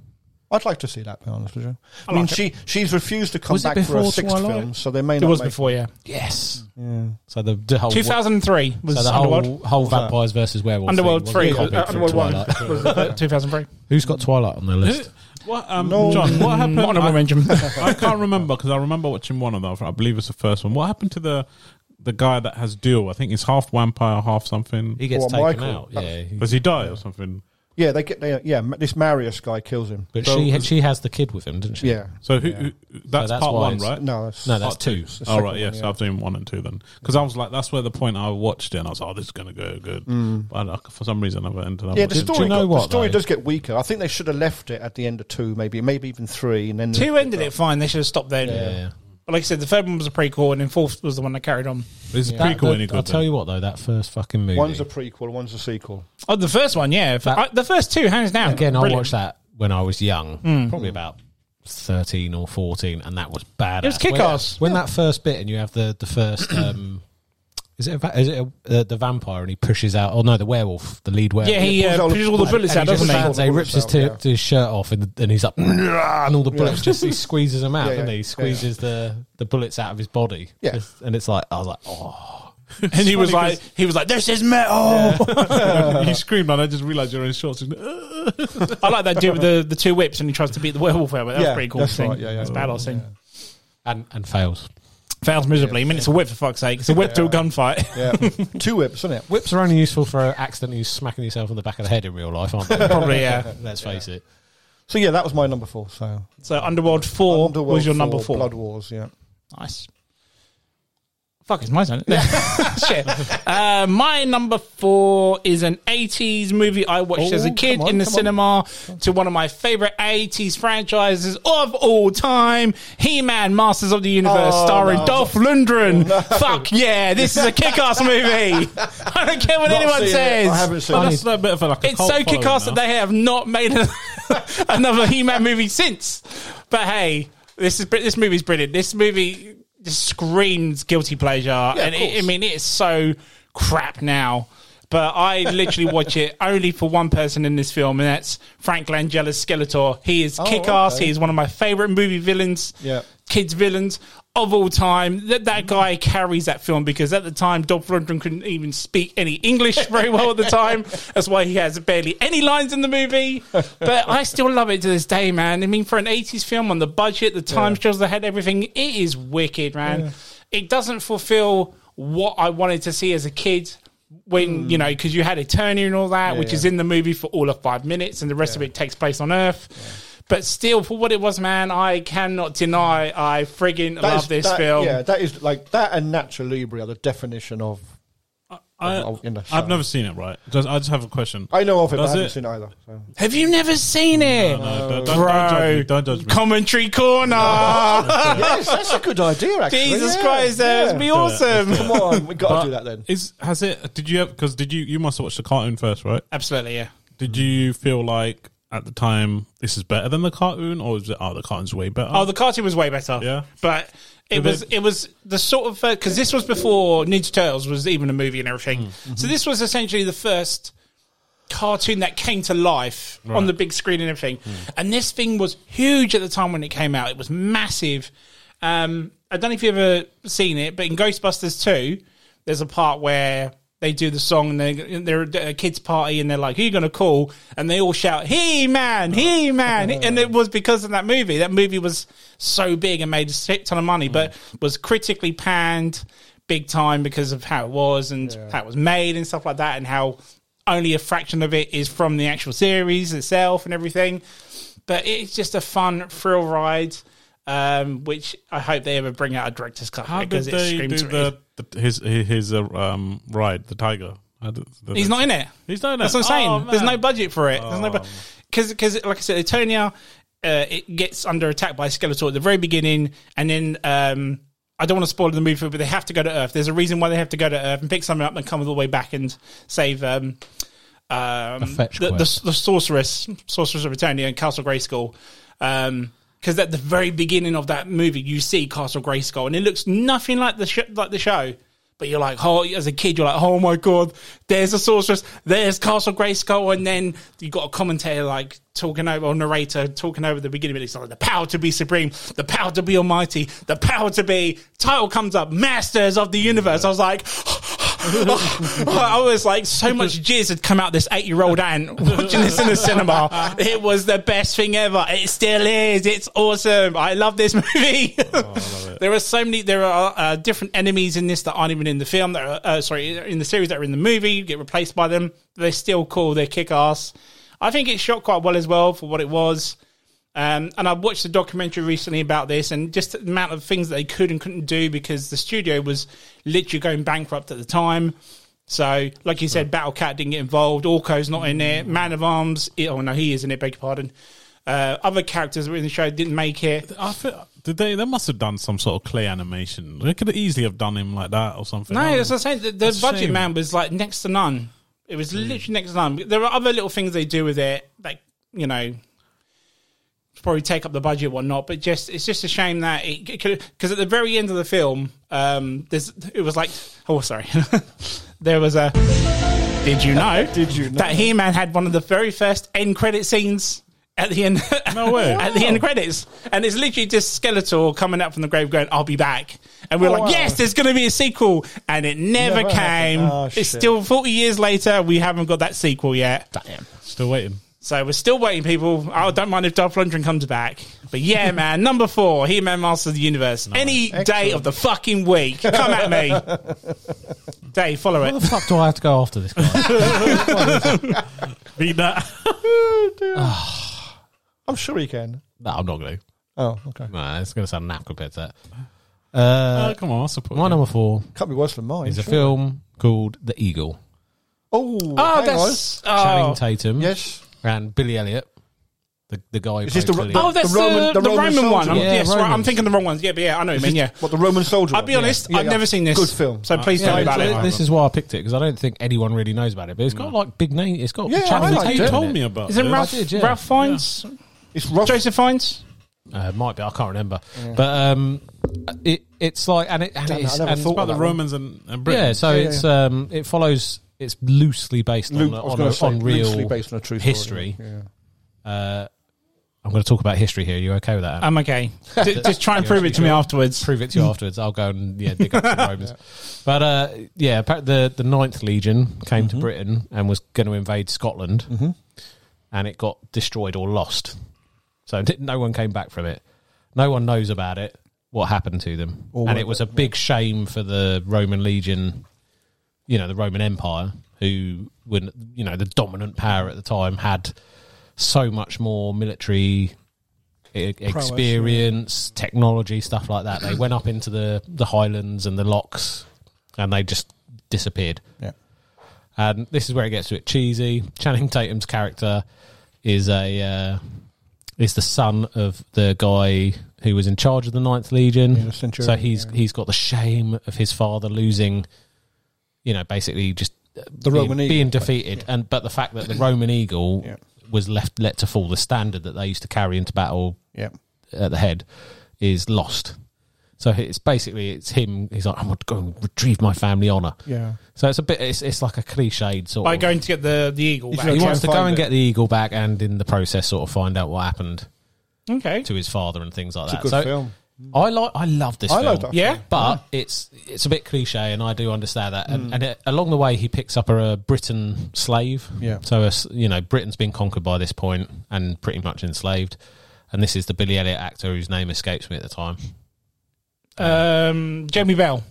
S3: I'd like to see that. To be honest with you. I, mean,
S2: like it.
S3: she she's refused to come
S5: Was it
S3: back for a
S5: before
S3: sixth
S5: Twilight?
S3: film, so they may
S2: It
S3: not.
S2: was
S3: make-
S2: before, yeah.
S5: Yes.
S3: Yeah.
S5: So the, the whole
S2: 2003 was
S5: so the
S2: Underworld.
S5: whole, whole vampires versus werewolves.
S2: Underworld
S5: thing
S2: 3.
S5: was copied
S2: Uh,
S5: from
S2: Underworld 1.
S5: Twilight.
S2: Was it 2003.
S5: Who's got Twilight on their
S4: Who-
S5: list?
S4: What, um,
S3: No.
S4: John? What happened?
S2: Not honorable
S4: I-
S2: mention.
S4: I can't remember because I remember watching one of them. I believe it's the first one. What happened to the the guy that has dual? I think he's half vampire, half something.
S5: He gets
S3: Or
S5: taken
S3: Michael.
S5: out. Yeah. he-
S4: Does he die or something?
S3: Yeah, they get. They, yeah, this Marius guy kills him.
S5: But
S4: So-
S5: she she has the kid with him, doesn't she?
S3: Yeah.
S4: So who, who that's,
S5: So that's
S4: part
S5: why
S4: one,
S5: it's-
S4: right?
S3: No, that's,
S5: No, that's two.
S3: the
S4: All
S3: second
S4: right, yes,
S3: one,
S4: yeah, so I've done one and two then, because I was like, that's where the point I watched it, and I was, like, oh, this is gonna go good. But I, for some reason, I've ended up.
S3: Yeah, the
S4: watching
S3: story,
S5: you know
S3: got-
S5: what,
S3: the story
S5: though?
S3: does get weaker. I think they should have left it at the end of two, maybe, maybe even three, and then
S2: Two ended it fine. They should have stopped there.
S5: Yeah.
S2: But like I said, the third one was a prequel, and then fourth was the one that carried on.
S4: it. Is the
S5: That-
S4: prequel
S5: that-
S4: any good?
S5: I'll tell you what though, that first fucking movie.
S3: One's a prequel, one's a sequel.
S2: Oh, the first one, yeah. F-
S5: That-
S2: I- the first two, hands down.
S5: Again, I
S2: Brilliant.
S5: watched that when I was young, probably about thirteen or fourteen, and that was badass.
S2: It was kick-ass.
S5: When, that- when that first bit, and you have the the first. Um, Is it, a, va- is it a, uh, the vampire and he pushes out? Oh no, the werewolf, the lead werewolf.
S2: Yeah, he
S3: Pulls
S2: uh,
S3: all the-
S2: pushes all the
S3: pulls
S2: bullets
S5: And
S2: out,
S5: he just
S2: doesn't
S5: stands
S2: he?
S5: there, he rips his, t-
S3: Yeah.
S5: his shirt off, and, and he's up, and all the bullets
S3: Yeah.
S5: just he squeezes them out,
S3: Yeah,
S5: doesn't
S3: yeah.
S5: he? He squeezes the, the bullets out of his body.
S3: Yeah.
S5: Just- and it's like I was like, oh,
S2: And he was like, he was like, "This is metal."
S4: he screamed, and I just realized you're in shorts. And,
S2: I like that dude with the, the two whips, and he tries to beat the werewolf. Out, but that was
S3: Yeah,
S2: pretty cool
S3: that's
S2: thing.
S3: right, yeah, yeah.
S2: that's a badass thing.
S5: and and fails.
S2: Fails miserably. I mean, it's a whip for fuck's sake. It's a whip to a gunfight.
S3: Yeah, two whips, isn't it?
S5: Whips are only useful for accidentally smacking yourself on the back of the head in real life, aren't they?
S2: Probably, yeah.
S5: Let's face it.
S3: So yeah, that was my number four. So
S2: So Underworld Four
S3: Underworld
S2: was your number four.
S3: Blood Wars. Yeah,
S2: Nice. Fuck, it's my turn. Shit. Uh, my number four is an 80s movie I watched
S3: Oh,
S2: as a kid
S3: come on,
S2: in the
S3: come
S2: cinema to one of my favorite 80s franchises of all time He Man Masters of the Universe,
S3: Oh,
S2: starring
S3: no. Oh,
S2: Dolph Lundgren. Fuck yeah, this is a kick ass movie. I don't care what
S3: Not
S2: anyone
S3: seen it.
S2: says.
S3: I haven't seen
S4: Well,
S3: it.
S4: that's a bit of like a
S2: It's so kick ass that they have not made a, another He Man movie since. But hey, this is br- this movie's brilliant. This movie just screams guilty pleasure, and
S3: of
S2: it, I
S3: course.
S2: mean it's so crap now. But I literally watch it only for one person in this film, and that's Frank Langella's Skeletor. He is kick ass.
S3: Oh, okay.
S2: He is one of my favorite movie villains
S3: Yeah.
S2: kids villains of all time. That that guy carries that film because at the time Dolph Lundgren couldn't even speak any English very well at the time. That's why he has barely any lines in the movie. But I still love it to this day, man. I mean, for an '80s film on the budget, the time shows they had everything. It is wicked, man. It doesn't fulfill what I wanted to see as a kid. When you know, because you had Eternia and all that, which
S3: yeah.
S2: is in the movie for all of five minutes, and the rest of it takes place on Earth. But still, for what it was, man, I cannot deny I friggin'
S3: That
S2: love
S3: is-
S2: this
S3: that-
S2: film.
S3: Yeah, that is like that and Natural Libre are the definition of.
S4: I,
S3: Oh, in the show.
S4: I've never seen it, right? Just, I just have a question.
S3: I know of it, but I
S4: Does
S3: haven't
S4: it-
S3: seen it either. So.
S2: Have you never seen it?
S4: No,
S2: Bro,
S4: don't, don't, don't judge me. Don't judge me.
S2: commentary corner.
S3: yes, that's a good idea. Actually,
S2: Jesus
S3: yeah,
S2: Christ, that would be
S3: yeah.
S2: awesome.
S3: Come on, we got to do that then.
S4: Is has it? Did you? Because did you? You must have watched the cartoon first, right?
S2: Absolutely, yeah.
S4: Did you feel like at the time this is better than the cartoon, or is it? Oh, the cartoon's way better.
S2: Oh, the cartoon was way better.
S4: Yeah.
S2: but it
S4: Did they-
S2: was it was the sort of because this was before Ninja Turtles was even a movie and everything.
S3: Mm.
S2: So this was essentially the first cartoon that came to life on the big screen and everything. And this thing was huge at the time when it came out. It was massive. Um, I don't know if you've ever seen it, but in Ghostbusters 2, there's a part where they do the song and they're, they're at a kids' party and they're like, who you going to call? And they all shout, He Man, He Man. and it was because of that movie. That movie was so big and made a shit ton of money, but was critically panned big time because of how it was and how it was made and stuff like that and how only a fraction of it is from the actual series itself and everything. But it's just a fun thrill ride. Um, which I hope they ever bring out a director's cut
S4: How did
S2: because it
S4: they do
S2: screams.
S4: the, the his his uh, um, ride, the tiger? How did- did
S2: He's
S4: they-
S2: not in it.
S4: He's not in
S2: That's
S4: it.
S2: what I'm saying.
S4: Oh,
S2: There's no
S4: man. Oh.
S2: budget for it. There's no because because like I said, Eternia, uh, it gets under attack by Skeletor at the very beginning, and then um, I don't want to spoil the movie, but they have to go to Earth. There's a reason why they have to go to Earth and pick something up and come all the way back and save um, um,
S5: fetch
S2: the, the,
S5: quest.
S2: the sorceress, sorceress of Eternia and Castle Grayskull. Um, because at the very beginning of that movie, you see Castle Grayskull, and it looks nothing like the sh- like the show. But you're like, oh, as a kid, you're like, oh my god, there's a sorceress, there's Castle Grayskull, and then you got a commentator like talking over or narrator talking over the beginning, but it's like the power to be supreme, the power to be almighty, the power to be. Title comes up, Masters of the Universe. I was like. Oh, I was like, so much jizz had come out this eight year old aunt watching this in the cinema. It was the best thing ever. It still is. It's awesome. I love this movie. there are so many, there are uh, different enemies in this that aren't even in the film, that are, uh, sorry, in the series that are in the movie. You get replaced by them. They're still cool. They kick ass. I think it shot quite well as well for what it was. Um, and I watched a documentary recently about this and just the amount of things that they could and couldn't do because the studio was literally going bankrupt at the time. So, like you said, Battle Cat didn't get involved. Orko's not in it. Man of Arms, it, oh no, he is in it, beg your pardon. Uh, other characters that were in the show didn't make it.
S4: I feel, did they? They must have done some sort of clay animation. They could have easily have done him like that or something.
S2: No,
S4: I
S2: as I was saying, the, the
S4: a
S2: budget
S4: shame. Hmm.
S2: man was like next to none. It was literally next to none. There are other little things they do with it, like you know, probably take up the budget and whatnot. But just it's just a shame that it because at the very end of the film, um, there's it was like oh sorry, there was a. Did you know?
S3: Did you know?
S2: that He Man had one of the very first end credit scenes? At the end,
S4: No way.
S2: at the end credits, and it's literally just Skeletor coming up from the grave, going, "I'll be back," and we're
S3: Oh,
S2: like,
S3: wow.
S2: "Yes, there's going to be a sequel," and it never,
S3: Never
S2: came.
S3: happened. Oh,
S2: it's
S3: shit.
S2: still 40 years later. We haven't got that sequel yet.
S4: Still waiting.
S2: So we're still waiting, people. I don't mind if Dolph Lundgren comes back. But yeah, man, number four, He Man Master of the Universe. Any day of the fucking week. Come at me. Dave, follow
S5: Why
S2: it.
S5: the fuck do I have to go after this guy?
S4: Beat that.
S3: I'm sure he can.
S5: no, I'm not going to.
S3: Oh, okay.
S5: Nah, it's going to sound naff compared to that. Uh,
S4: Oh, come on, I support
S5: my
S4: you.
S5: number four
S3: Can't be worse than mine.
S5: is a
S3: sure.
S5: film called The Eagle.
S3: Oh,
S2: Oh,
S3: hang
S2: that's.
S5: Channing
S2: Oh,
S5: Tatum
S3: Yes.
S5: and Billy Elliot, the the guy. who
S3: Is this
S5: played
S3: the-
S5: Billy
S3: the-
S2: oh
S5: Elliot.
S2: that's the
S3: The Roman-
S2: Roman, the,
S3: the Roman
S2: Roman, one.
S3: soldier.
S2: I'm,
S5: Yeah,
S2: yes, right. I'm
S5: Roman.
S2: thinking the wrong ones. Yeah, but yeah, I know what you mean. Yeah.
S3: What the Roman soldier?
S2: I'll be
S3: one?
S2: honest,
S3: Yeah.
S2: I've
S3: Yeah,
S2: never
S3: yeah.
S2: seen this.
S3: Good film.
S2: So please tell me
S5: Yeah,
S2: about
S5: so
S2: it.
S5: This is why I picked it because I don't think anyone really knows about it. But it's got like big name. It's got
S3: Yeah, I
S5: Channing
S3: liked
S5: Tatum.
S4: You
S3: it.
S5: in
S4: told me about
S2: Is it
S4: this.
S2: Ralph,
S5: did, yeah.
S2: Ralph Fiennes?
S3: It's rough.
S2: Joseph Fiennes?
S5: Uh, might be. I can't remember. But um, it it's like and it and
S3: Damn it,
S5: it's,
S3: I never
S5: and
S3: thought
S4: about the
S3: that one.
S4: Romans and, and Britain.
S5: yeah. So
S3: Yeah,
S5: it's um, it follows. It's loosely based on
S3: Luke,
S5: a-
S3: I was
S5: on,
S3: gonna
S5: a-
S3: say,
S5: on real
S3: loosely based on a true
S5: history.
S3: Story. Yeah.
S5: Uh, I'm going to talk about history here. You okay with that?
S2: I'm
S5: Adam?
S2: okay. Ju- Just try and prove it to me afterwards.
S5: prove it to you afterwards. I'll go and yeah, dig up some Romans. But uh, yeah, appa- the the Ninth Legion came
S3: Mm-hmm.
S5: to Britain and was going to invade Scotland, and it got destroyed or lost. So di- no one came back from it. No one knows about it. What happened to them?
S3: Or
S5: and
S3: what-
S5: it was a big shame for the Roman Legion, you know, the Roman Empire, who when you know the dominant power at the time had so much more military e- experience, technology, stuff like that. They went up into the, the highlands and the locks and they just disappeared.
S3: Yeah.
S5: And this is where it gets a bit cheesy. Channing Tatum's character is a uh, is the son of the guy who was in charge of the Ninth Legion.
S3: Yeah, the centurion,
S5: so he's
S3: yeah.
S5: he's got the shame of his father losing, you know, basically just the
S3: Roman
S5: being
S3: eagle,
S5: being
S3: like,
S5: defeated, and but the fact that the Roman eagle
S3: Yeah.
S5: was left let to fall, the standard that they used to carry into battle
S3: Yeah.
S5: at the head is lost. So it's basically it's him. He's like, I'm going to go and retrieve my family honor.
S3: Yeah.
S5: So it's a bit. It's, it's like a cliched sort.
S2: By
S5: of,
S2: going to get the, the eagle
S3: If
S2: back.
S3: you
S5: he
S3: try
S5: wants to
S3: and
S5: go
S3: find
S5: and
S3: it.
S5: get the eagle back, and in the process, sort of find out what happened
S2: Okay.
S5: to his father and things like
S3: It's a
S5: that.
S3: good
S5: so
S3: film.
S5: I like, I love this.
S3: I
S5: film.
S3: loved that
S2: Yeah? film.
S5: but it's it's a bit cliche, and I do understand that.
S3: Mm.
S5: And, and it, along the way, he picks up a, a Briton slave.
S3: Yeah.
S5: So a s you know, Britain's been conquered by this point and pretty much enslaved. And this is the Billy Elliot actor whose name escapes me at the time.
S2: Um, Jamie Bell.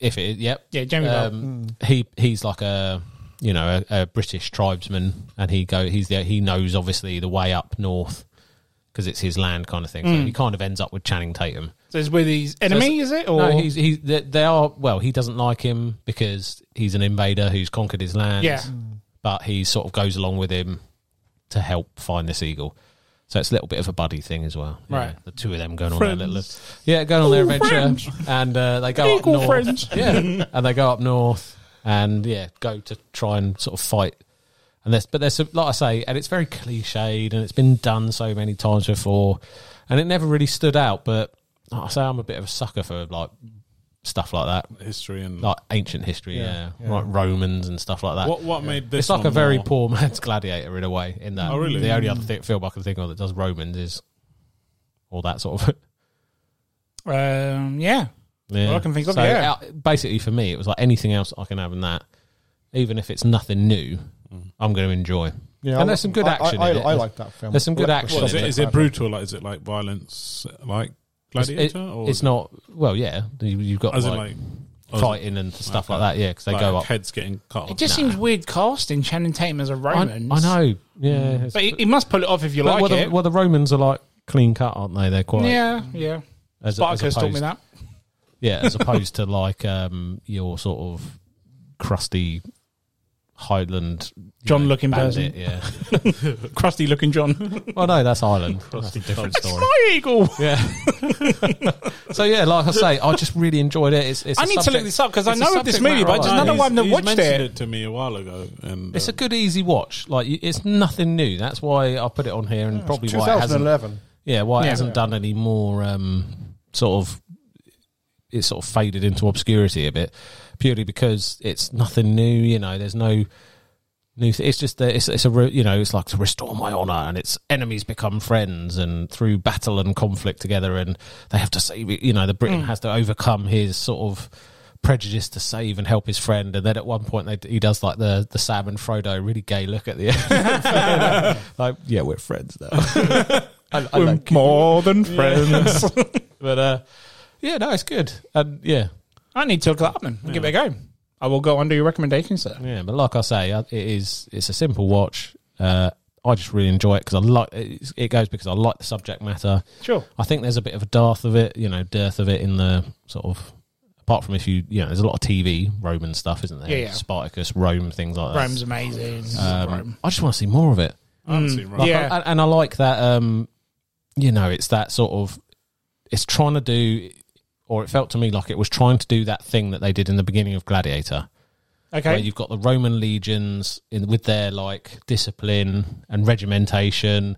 S5: If it, yep,
S2: Yeah, Jamie Bell.
S5: um, he he's like a you know a, a British tribesman, and he go he's the, he knows obviously the way up north because it's his land kind of thing. So he kind of ends up with Channing Tatum.
S2: So it's with his enemy, is it? Or
S5: No, he's he they, they are well. He doesn't like him because he's an invader who's conquered his land.
S2: Yeah.
S5: but he sort of goes along with him to help find this eagle. So it's a little bit of a buddy thing as well. you
S2: Right.
S5: know, the two of them going on their little
S2: Friends.
S5: yeah, going on their
S2: Ooh,
S5: adventure,
S2: friends.
S5: and uh, they
S2: Eagle
S5: go up north.
S2: friends.
S5: Yeah, and they go up north, and yeah, go to try and sort of fight. And there's, but there's some, like I say, and it's very cliched, and it's been done so many times before, and it never really stood out. But like I say I'm a bit of a sucker for like stuff like that,
S4: history and
S5: like ancient history, yeah,
S3: Yeah,
S5: like Romans and stuff like that.
S4: Mm. what what made this?
S5: It's like
S4: one
S5: a very
S4: more-
S5: poor man's gladiator in a way. In that,
S4: Oh, really?
S5: the only other thi- film I can think of that does Romans is all that sort of.
S2: um, yeah.
S5: yeah.
S2: Well, I can think of,
S5: So,
S2: yeah.
S5: uh, basically, for me, it was like anything else I can have in that, even if it's nothing new,
S4: Mm.
S5: I'm going to enjoy.
S3: Yeah,
S5: and
S3: I-
S5: there's some good
S3: I-
S5: action.
S3: I,
S5: in
S3: I,
S5: it.
S3: I like that film.
S5: There's some good
S3: Well,
S5: action.
S4: What, is it,
S5: Yeah.
S4: is it brutal? Like is it like violence? Like
S5: It's- it-
S4: gladiator? or
S5: it's not. Well, yeah, you, you've got
S4: As in
S5: like,
S4: like or is it
S5: fighting and stuff
S4: Okay.
S5: like that. Yeah, because they
S4: like
S5: go up.
S4: heads getting cut
S2: It
S4: off?
S2: just seems weird casting Channing Tatum as a
S5: I, I
S2: Roman.
S5: know.
S4: Mm.
S5: Yeah, it's-
S2: But he, he must pull it off if you
S5: but
S2: like
S5: well,
S2: it.
S5: The, well, the Romans are like clean cut, aren't they? They're quite.
S2: yeah, yeah.
S5: As,
S2: Spartacus taught me
S5: opposed-
S2: that.
S5: Yeah, as opposed to like um, your sort of crusty Highland you
S2: John looking person.
S5: bandit, Yeah.
S2: Crusty looking John.
S5: well, no, that's Ireland. That's a different story.
S2: My eagle.
S5: Yeah. so yeah, like I say, I just really enjoyed it. It's, it's
S2: I
S5: a
S2: need to look
S5: subject-
S2: this up 'cause I
S5: it's a
S2: know of this
S5: subject matter
S2: movie, but I just
S5: like-
S2: don't know
S4: he's-
S2: why I've never
S4: he's
S2: watched
S4: mentioned
S2: it.
S4: to me a while ago, and
S5: It's
S4: uh,
S5: a good, easy watch. Like you- it's nothing new. That's why I put it on here, and probably why it hasn't
S3: 2011.
S5: Yeah, why it
S2: Yeah.
S5: hasn't done any more um, sort of it's sort of faded into obscurity a bit, purely because it's nothing new. You know, there's no new. Th- it's just that it's it's a re- you know it's like to restore my honor, and it's enemies become friends, and through battle and conflict together, and they have to save. it. You know, the Briton has to overcome his sort of prejudice to save and help his friend and then at one point they, he does like the the sam and frodo really gay look at the end like yeah we're friends now I, I like you.
S2: more than friends.
S5: But uh, yeah, no, it's good. And yeah,
S2: I need to look that up then. Give it a go. I will go under your recommendation, sir.
S5: yeah. But like I say, I- it is it's a simple watch. Uh, I just really enjoy it because I like it, it goes because I like the subject matter.
S2: Sure.
S5: I think there's a bit of a dearth of it, you know, dearth of it in the sort of apart from if you you know, there's a lot of TV Roman stuff, isn't there?
S2: Yeah, yeah.
S5: Spartacus, Rome, things like that.
S2: Rome's amazing.
S5: Um,
S2: Rome.
S5: I just want to see more of it.
S4: I
S2: Hmm.
S4: haven't seen
S5: Like,
S4: Rome.
S2: Yeah.
S5: I- and, and I like that. Um, you know, it's that sort of. It's trying to do, or it felt to me like it was trying to do that thing that they did in the beginning of Gladiator, where
S2: Okay.
S5: you've got the Roman legions in with their like discipline and regimentation,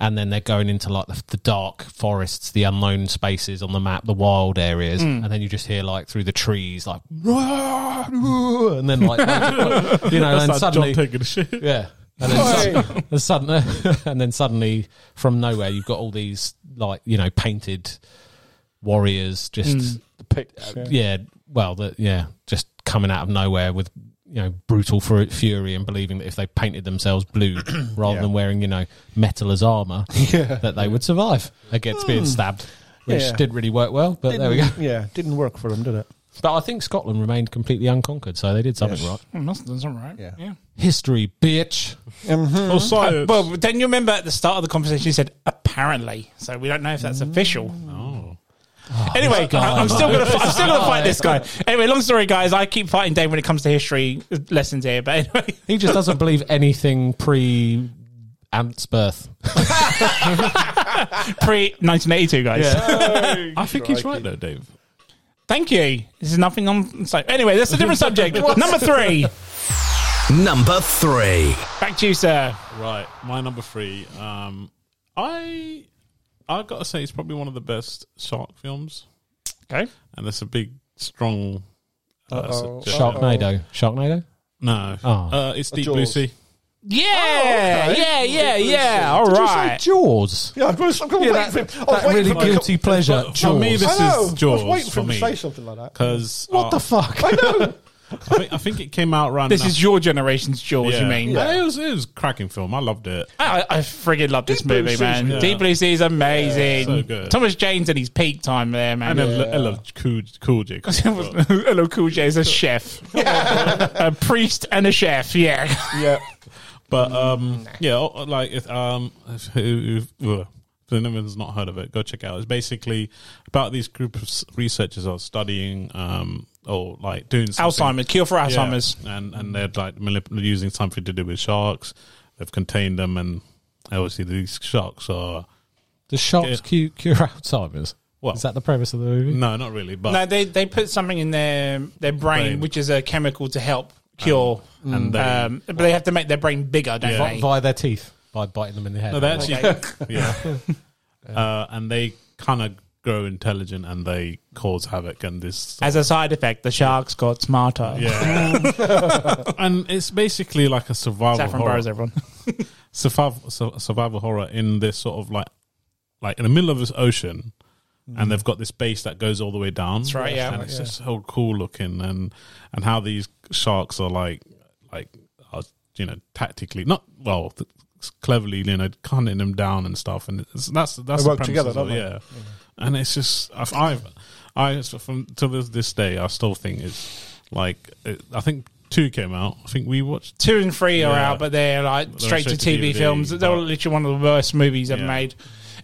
S5: and then they're going into like the, the dark forests, the unknown spaces on the map, the wild areas, and then you just hear like through the trees like, and then like, you know, and
S4: That's like
S5: suddenly
S4: John taking a shit.
S5: yeah. And then, sud- and suddenly, and then suddenly, from nowhere, you've got all these like you know painted warriors just
S3: Picks, yeah.
S5: yeah, well, the, yeah, just coming out of nowhere with you know brutal fu- fury and believing that if they painted themselves blue rather
S3: Yeah.
S5: than wearing you know metal as armor, that they would survive against being stabbed, which
S3: Hmm. Yeah.
S5: did really work well. But there we go.
S3: Didn't- Yeah, didn't work for them, did it?
S5: But I think Scotland remained completely unconquered, so they did something
S3: Yes.
S5: right.
S2: Hmm, that's, that's all right.
S3: Yeah.
S2: yeah. Uh,
S5: History, bitch.
S4: Oh, science.
S2: Well, then you remember at the start of the conversation, you said apparently, so we don't know if that's official.
S4: oh.
S2: anyway,
S5: guy.
S2: I, am still gonna, I'm still gonna
S5: guy.
S2: fight this guy. Anyway, long story, guys. I keep fighting Dave when it comes to history lessons here, but anyway,
S5: He just doesn't believe anything pre Ant's birth.
S2: pre 1982, guys.
S4: I think he's right though, Dave.
S2: Thank you. This is nothing on. So anyway, that's a different subject. Number three.
S1: Number three.
S2: Back to you, sir.
S4: Right, my number three. Um, I I gotta say it's probably one of the best shark films,
S2: Okay.
S4: and that's a big strong. Uh, suggestion.
S5: Sharknado. Sharknado?
S4: No,
S5: Oh.
S2: Ah.
S4: uh, it's Deep
S3: Jaws.
S4: Blue Sea.
S5: Yeah,
S3: okay.
S5: yeah, yeah, yeah. All
S2: Did you say
S5: right. Jaws.
S3: Yeah, I was, I was
S5: Yeah,
S3: waiting
S5: that,
S3: for him. I was
S5: that
S3: waiting
S5: really
S3: Oh, for him to-
S5: guilty pleasure.
S4: But
S5: Jaws.
S4: for me, this
S3: I know.
S4: is Jaws
S3: I was waiting for
S4: for
S3: him
S4: me
S3: to say something like that.
S4: because
S5: what the fuck?
S4: I think, I think it came out around.
S2: This
S4: enough-
S2: is your generation's Jaws,
S4: Yeah.
S2: you mean?
S4: Yeah, It was it was a cracking film. I loved it.
S2: I, I friggin' love this
S3: Deep Blue
S2: movie,
S3: Sea's
S2: man.
S4: good.
S2: Deep Blue Sea is amazing.
S4: Yeah, so good.
S2: Thomas Jane's at his peak time there, man.
S4: And I lo- I love Cool Cool J.
S2: Hello, Cool J is a chef, a priest, and a chef. Yeah,
S3: Yeah.
S4: But um, yeah, oh, like if, um, if, if, if anyone's not heard of it, go check it out. It's basically about these group of s- researchers who are studying um or like doing something.
S2: Alzheimer's cure for
S4: Yeah.
S2: Alzheimer's.
S4: and and they're like manip- using something to do with sharks. They've contained them, and obviously these sharks are
S5: the sharks
S4: Yeah.
S5: cure, cure Alzheimer's.
S4: Well-
S5: is that the premise of the movie?
S4: no, not really, but
S2: No, they they put something in their their brain,
S4: Brain.
S2: which is a chemical to help cure.
S4: and they-
S2: um, but they have to make their brain bigger, don't
S4: Yeah.
S5: Vi-
S2: they?
S5: via their teeth by biting them in the head.
S4: no, they actually yeah, uh, and they kind of grow intelligent and they cause havoc and this
S2: As a side effect, the sharks got smarter.
S4: yeah, and it's basically like a survival
S2: Saffron
S4: horror.
S2: Burrows, everyone.
S4: survival su- survival horror in this sort of like like in the middle of this ocean and they've got this base that goes all the way down that's
S2: Mm. right, yeah.
S4: and it's just so cool looking and and how these sharks are like like are, you know tactically not well th- cleverly you know hunting them down and stuff and it's, that's that's
S3: They work
S4: the premise
S3: together,
S4: as well,
S3: don't they? Mm-hmm.
S4: yeah and it's just I've, I've I from to this, this day I still think it's like it, I think two came out I think we watched
S2: Two and three are
S4: Yeah.
S2: out, but they're like
S4: They're
S2: straight,
S4: straight
S2: to
S4: to
S2: TV
S4: DVD,
S2: films. They're
S4: but-
S2: literally one of the worst movies ever
S4: Yeah.
S2: made,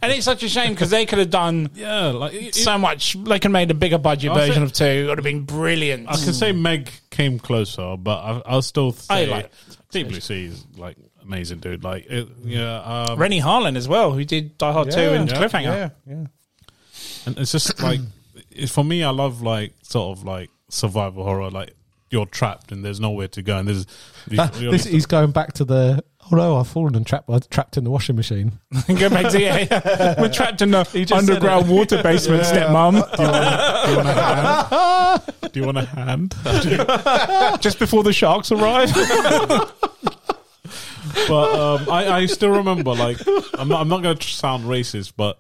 S2: and it's such a shame because they could have done
S4: yeah like it- it-
S2: so much. They could have made a bigger budget
S4: I think-
S2: version of two. It would have been brilliant.
S4: I can say Meg came closer, but I, I'll still say
S2: I like-
S4: Deep Blue Sea is like amazing, dude. Like, it, yeah, um,
S2: Rennie Harlan as well, who did Die Hard Two and
S4: Yeah.
S2: Cliffhanger.
S3: Yeah, yeah.
S4: and it's just like it, for me, I love like sort of like survival horror, like. You're trapped and there's nowhere to go, and there's
S5: That-
S4: you're-
S5: this, he's going back to the. Oh no! I've fallen and trapped. Trapped in the washing machine.
S2: Go back to yeah. We're trapped in the
S5: said
S2: underground water basement, stepmom,
S4: Do you want a hand?
S2: just before the sharks arrive.
S4: but um, I, I still remember, like, I'm not, I'm not going to sound racist, but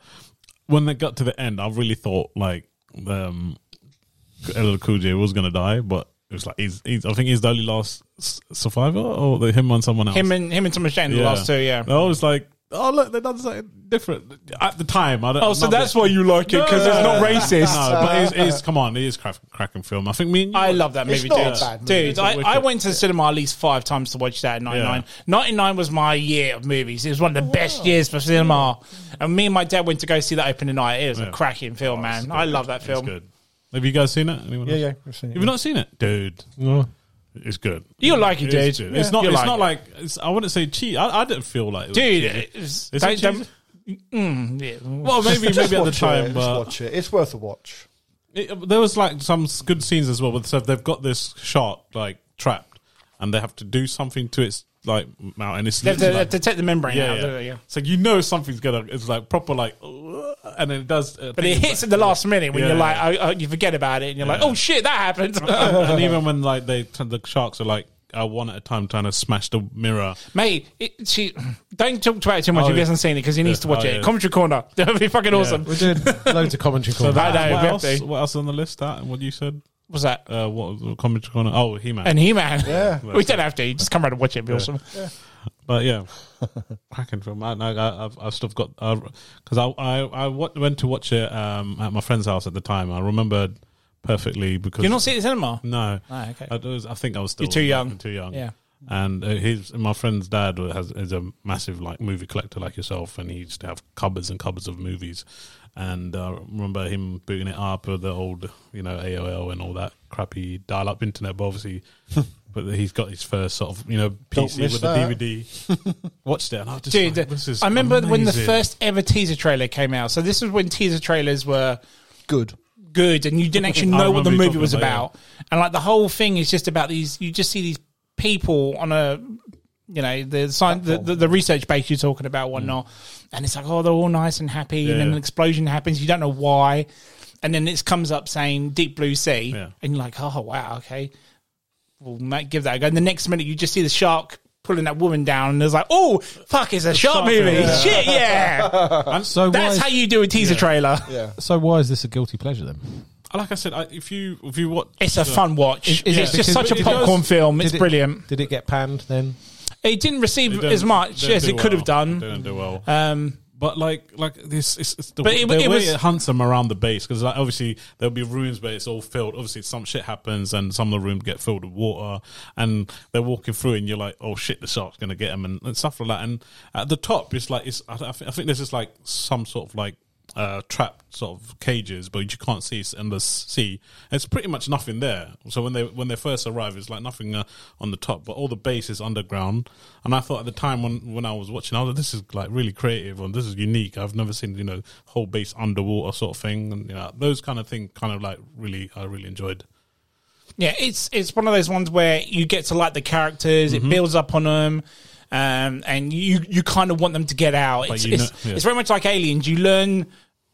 S4: when they got to the end, I really thought like um, LL Cool J was going to die, but it was like he's, he's I think he's the only last s- survivor, or the, him and someone else.
S2: him and him and Thomas Jane, the last two, yeah.
S4: And I was like, oh look, they've done something different at the time. I don't.
S2: Oh, so that's why you like it because
S4: No,
S2: it's
S4: no,
S2: not
S4: no,
S2: racist.
S4: No, but it's, it's come on, it is crack, cracking film. I think me. And you
S2: I love that movie,
S3: not
S2: dude.
S3: a bad movie.
S2: Dude,
S4: It's a
S2: I,
S4: wicked-
S2: I went to the cinema at least five times to watch that in 99. 99 was my year of movies. It was one of the best years for cinema. And me and my dad went to go see that opening night. It was a
S4: Yeah.
S2: cracking film, man. I love that
S4: It's
S2: film.
S4: good. Have you guys seen it? Anyone
S3: Yeah,
S4: else?
S3: yeah. I've seen it.
S4: Have you not seen it, dude?
S5: No.
S4: It's good.
S2: You'll like it,
S4: is
S2: dude.
S4: good. It's not.
S2: You'll
S4: it's
S2: like
S4: not
S2: it.
S4: like. It's, I wouldn't say cheat. I, I didn't feel like. It was
S2: Dude,
S4: cheesy.
S2: it was-
S4: Is
S2: don't-
S4: it cheesy?
S2: don't- Mm, yeah.
S4: Well, maybe
S3: Just
S4: maybe at the
S3: watch
S4: time,
S3: it, just
S5: uh,
S4: but
S3: watch it. It's worth a watch.
S4: it- there was like some s- good scenes as well. With so they've got this shark like trapped, and they have to do something to its like mouth, and it's
S2: They have to,
S4: literally
S2: they have
S4: like-
S2: to take the membrane
S4: yeah,
S2: out.
S4: yeah.
S2: don't they? yeah.
S4: So you know something's gonna. It's like proper like, and it does. uh,
S2: But it
S4: things
S2: hits
S4: like-
S2: at the last minute when
S4: Yeah.
S2: you're like, oh, oh, you forget about it, and you're like,
S4: Yeah.
S2: oh shit, that happened.
S4: and even when like they the sharks are like uh, one at a time trying to smash the mirror.
S2: Mate, it, she, don't talk about it too much
S4: Oh,
S2: if he
S4: yeah.
S2: hasn't seen it because he needs
S4: Yeah.
S2: to watch
S4: Oh,
S2: it.
S4: yeah.
S2: Commentary corner, that would be fucking awesome.
S5: We're doing loads of commentary.
S4: So
S5: corners.
S4: that-
S2: I know,
S4: what
S2: we
S4: else?
S2: have to.
S4: What else on the list? That what you said?
S2: What's that?
S4: Uh, what was the commentary corner? Oh, he man.
S2: and He Man.
S3: Yeah.
S2: we don't have to. You just come around and watch it. It'd be awesome.
S4: But yeah, cracking film. I, I, I've, I've still got because I I I wa- went to watch it um, at my friend's house at the time. I remember perfectly because
S2: You're not seeing it in the cinema?
S4: no.
S2: Ah, okay.
S4: I, was, I think I was still
S2: You're too young.
S4: Too young.
S2: Yeah.
S4: And uh, his my friend's dad has is a massive like movie collector like yourself, and he used to have cupboards and cupboards of movies. And uh, I remember him booting it up with the old, you know, AOL and all that crappy dial-up internet. But obviously, but he's got his first sort of, you know, PC
S3: miss
S4: with
S3: that.
S4: a DVD. Watched it, and I was just
S2: Dude,
S4: like, this is
S2: I remember when the
S4: amazing.
S2: first ever teaser trailer came out. So this was when teaser trailers were
S3: Good.
S2: good and you didn't actually
S4: I
S2: know what the
S4: remember you
S2: movie was
S4: talking
S2: about.
S4: about,
S2: And like the whole thing is just about these. You just see these people on a, you know, the science, the, the, the research base you're talking about, whatnot. And it's like, oh, they're all nice and happy, and then
S4: Mm. Yeah.
S2: an explosion happens. You don't know why, and then it comes up saying deep blue sea,
S4: Yeah.
S2: and you're like, oh wow, okay, we'll ma- give that a go. And the next minute, you just see the shark pulling that woman down, and it's like, oh, fuck, it's a shark
S4: shark
S2: movie.
S4: film.
S2: Shit, yeah.
S5: So why
S2: That's
S5: is-
S2: how you do a teaser trailer.
S3: Yeah.
S5: so why is this a guilty pleasure then?
S4: Like I said, I, if you if you watch,
S2: It's a fun watch.
S5: is
S2: it's
S5: it
S2: just
S5: because
S2: such a
S5: it goes-
S2: popcorn film. Mm, It's
S5: Did it-
S2: brilliant.
S5: Did it get panned then?
S2: It didn't receive
S4: It didn't-
S2: as much
S4: didn't
S2: as
S4: do
S2: it could
S4: well.
S2: have done.
S4: Didn't do well.
S2: Um,
S4: But like, like this, it's, it's the,
S2: But it-
S4: the
S2: it
S4: way
S2: was-
S4: it hunts them around the base because like, obviously there'll be rooms where it's all filled. Obviously, some shit happens and some of the rooms get filled with water, and they're walking through, and you're like, "Oh shit, the shark's gonna get them," and, and stuff like that. And at the top, it's like it's. I, th- I, think, I think this is like some sort of like uh, trapped sort of cages, but you can't see it and the sea. It's pretty much nothing there. So when they when they first arrive, it's like nothing uh, on the top, but all the base is underground. And I thought at the time when when I was watching, I was like, this is like really creative and this is unique. I've never seen you know whole base underwater sort of thing, and you know those kind of thing. Kind of like really, I really enjoyed.
S2: yeah, it's it's one of those ones where you get to like the characters,
S4: Mm-hmm.
S2: it builds up on them, um, and you you kind of want them to get out. It's,
S4: you
S2: it's,
S4: know- yeah.
S2: it's very much like Aliens. You learn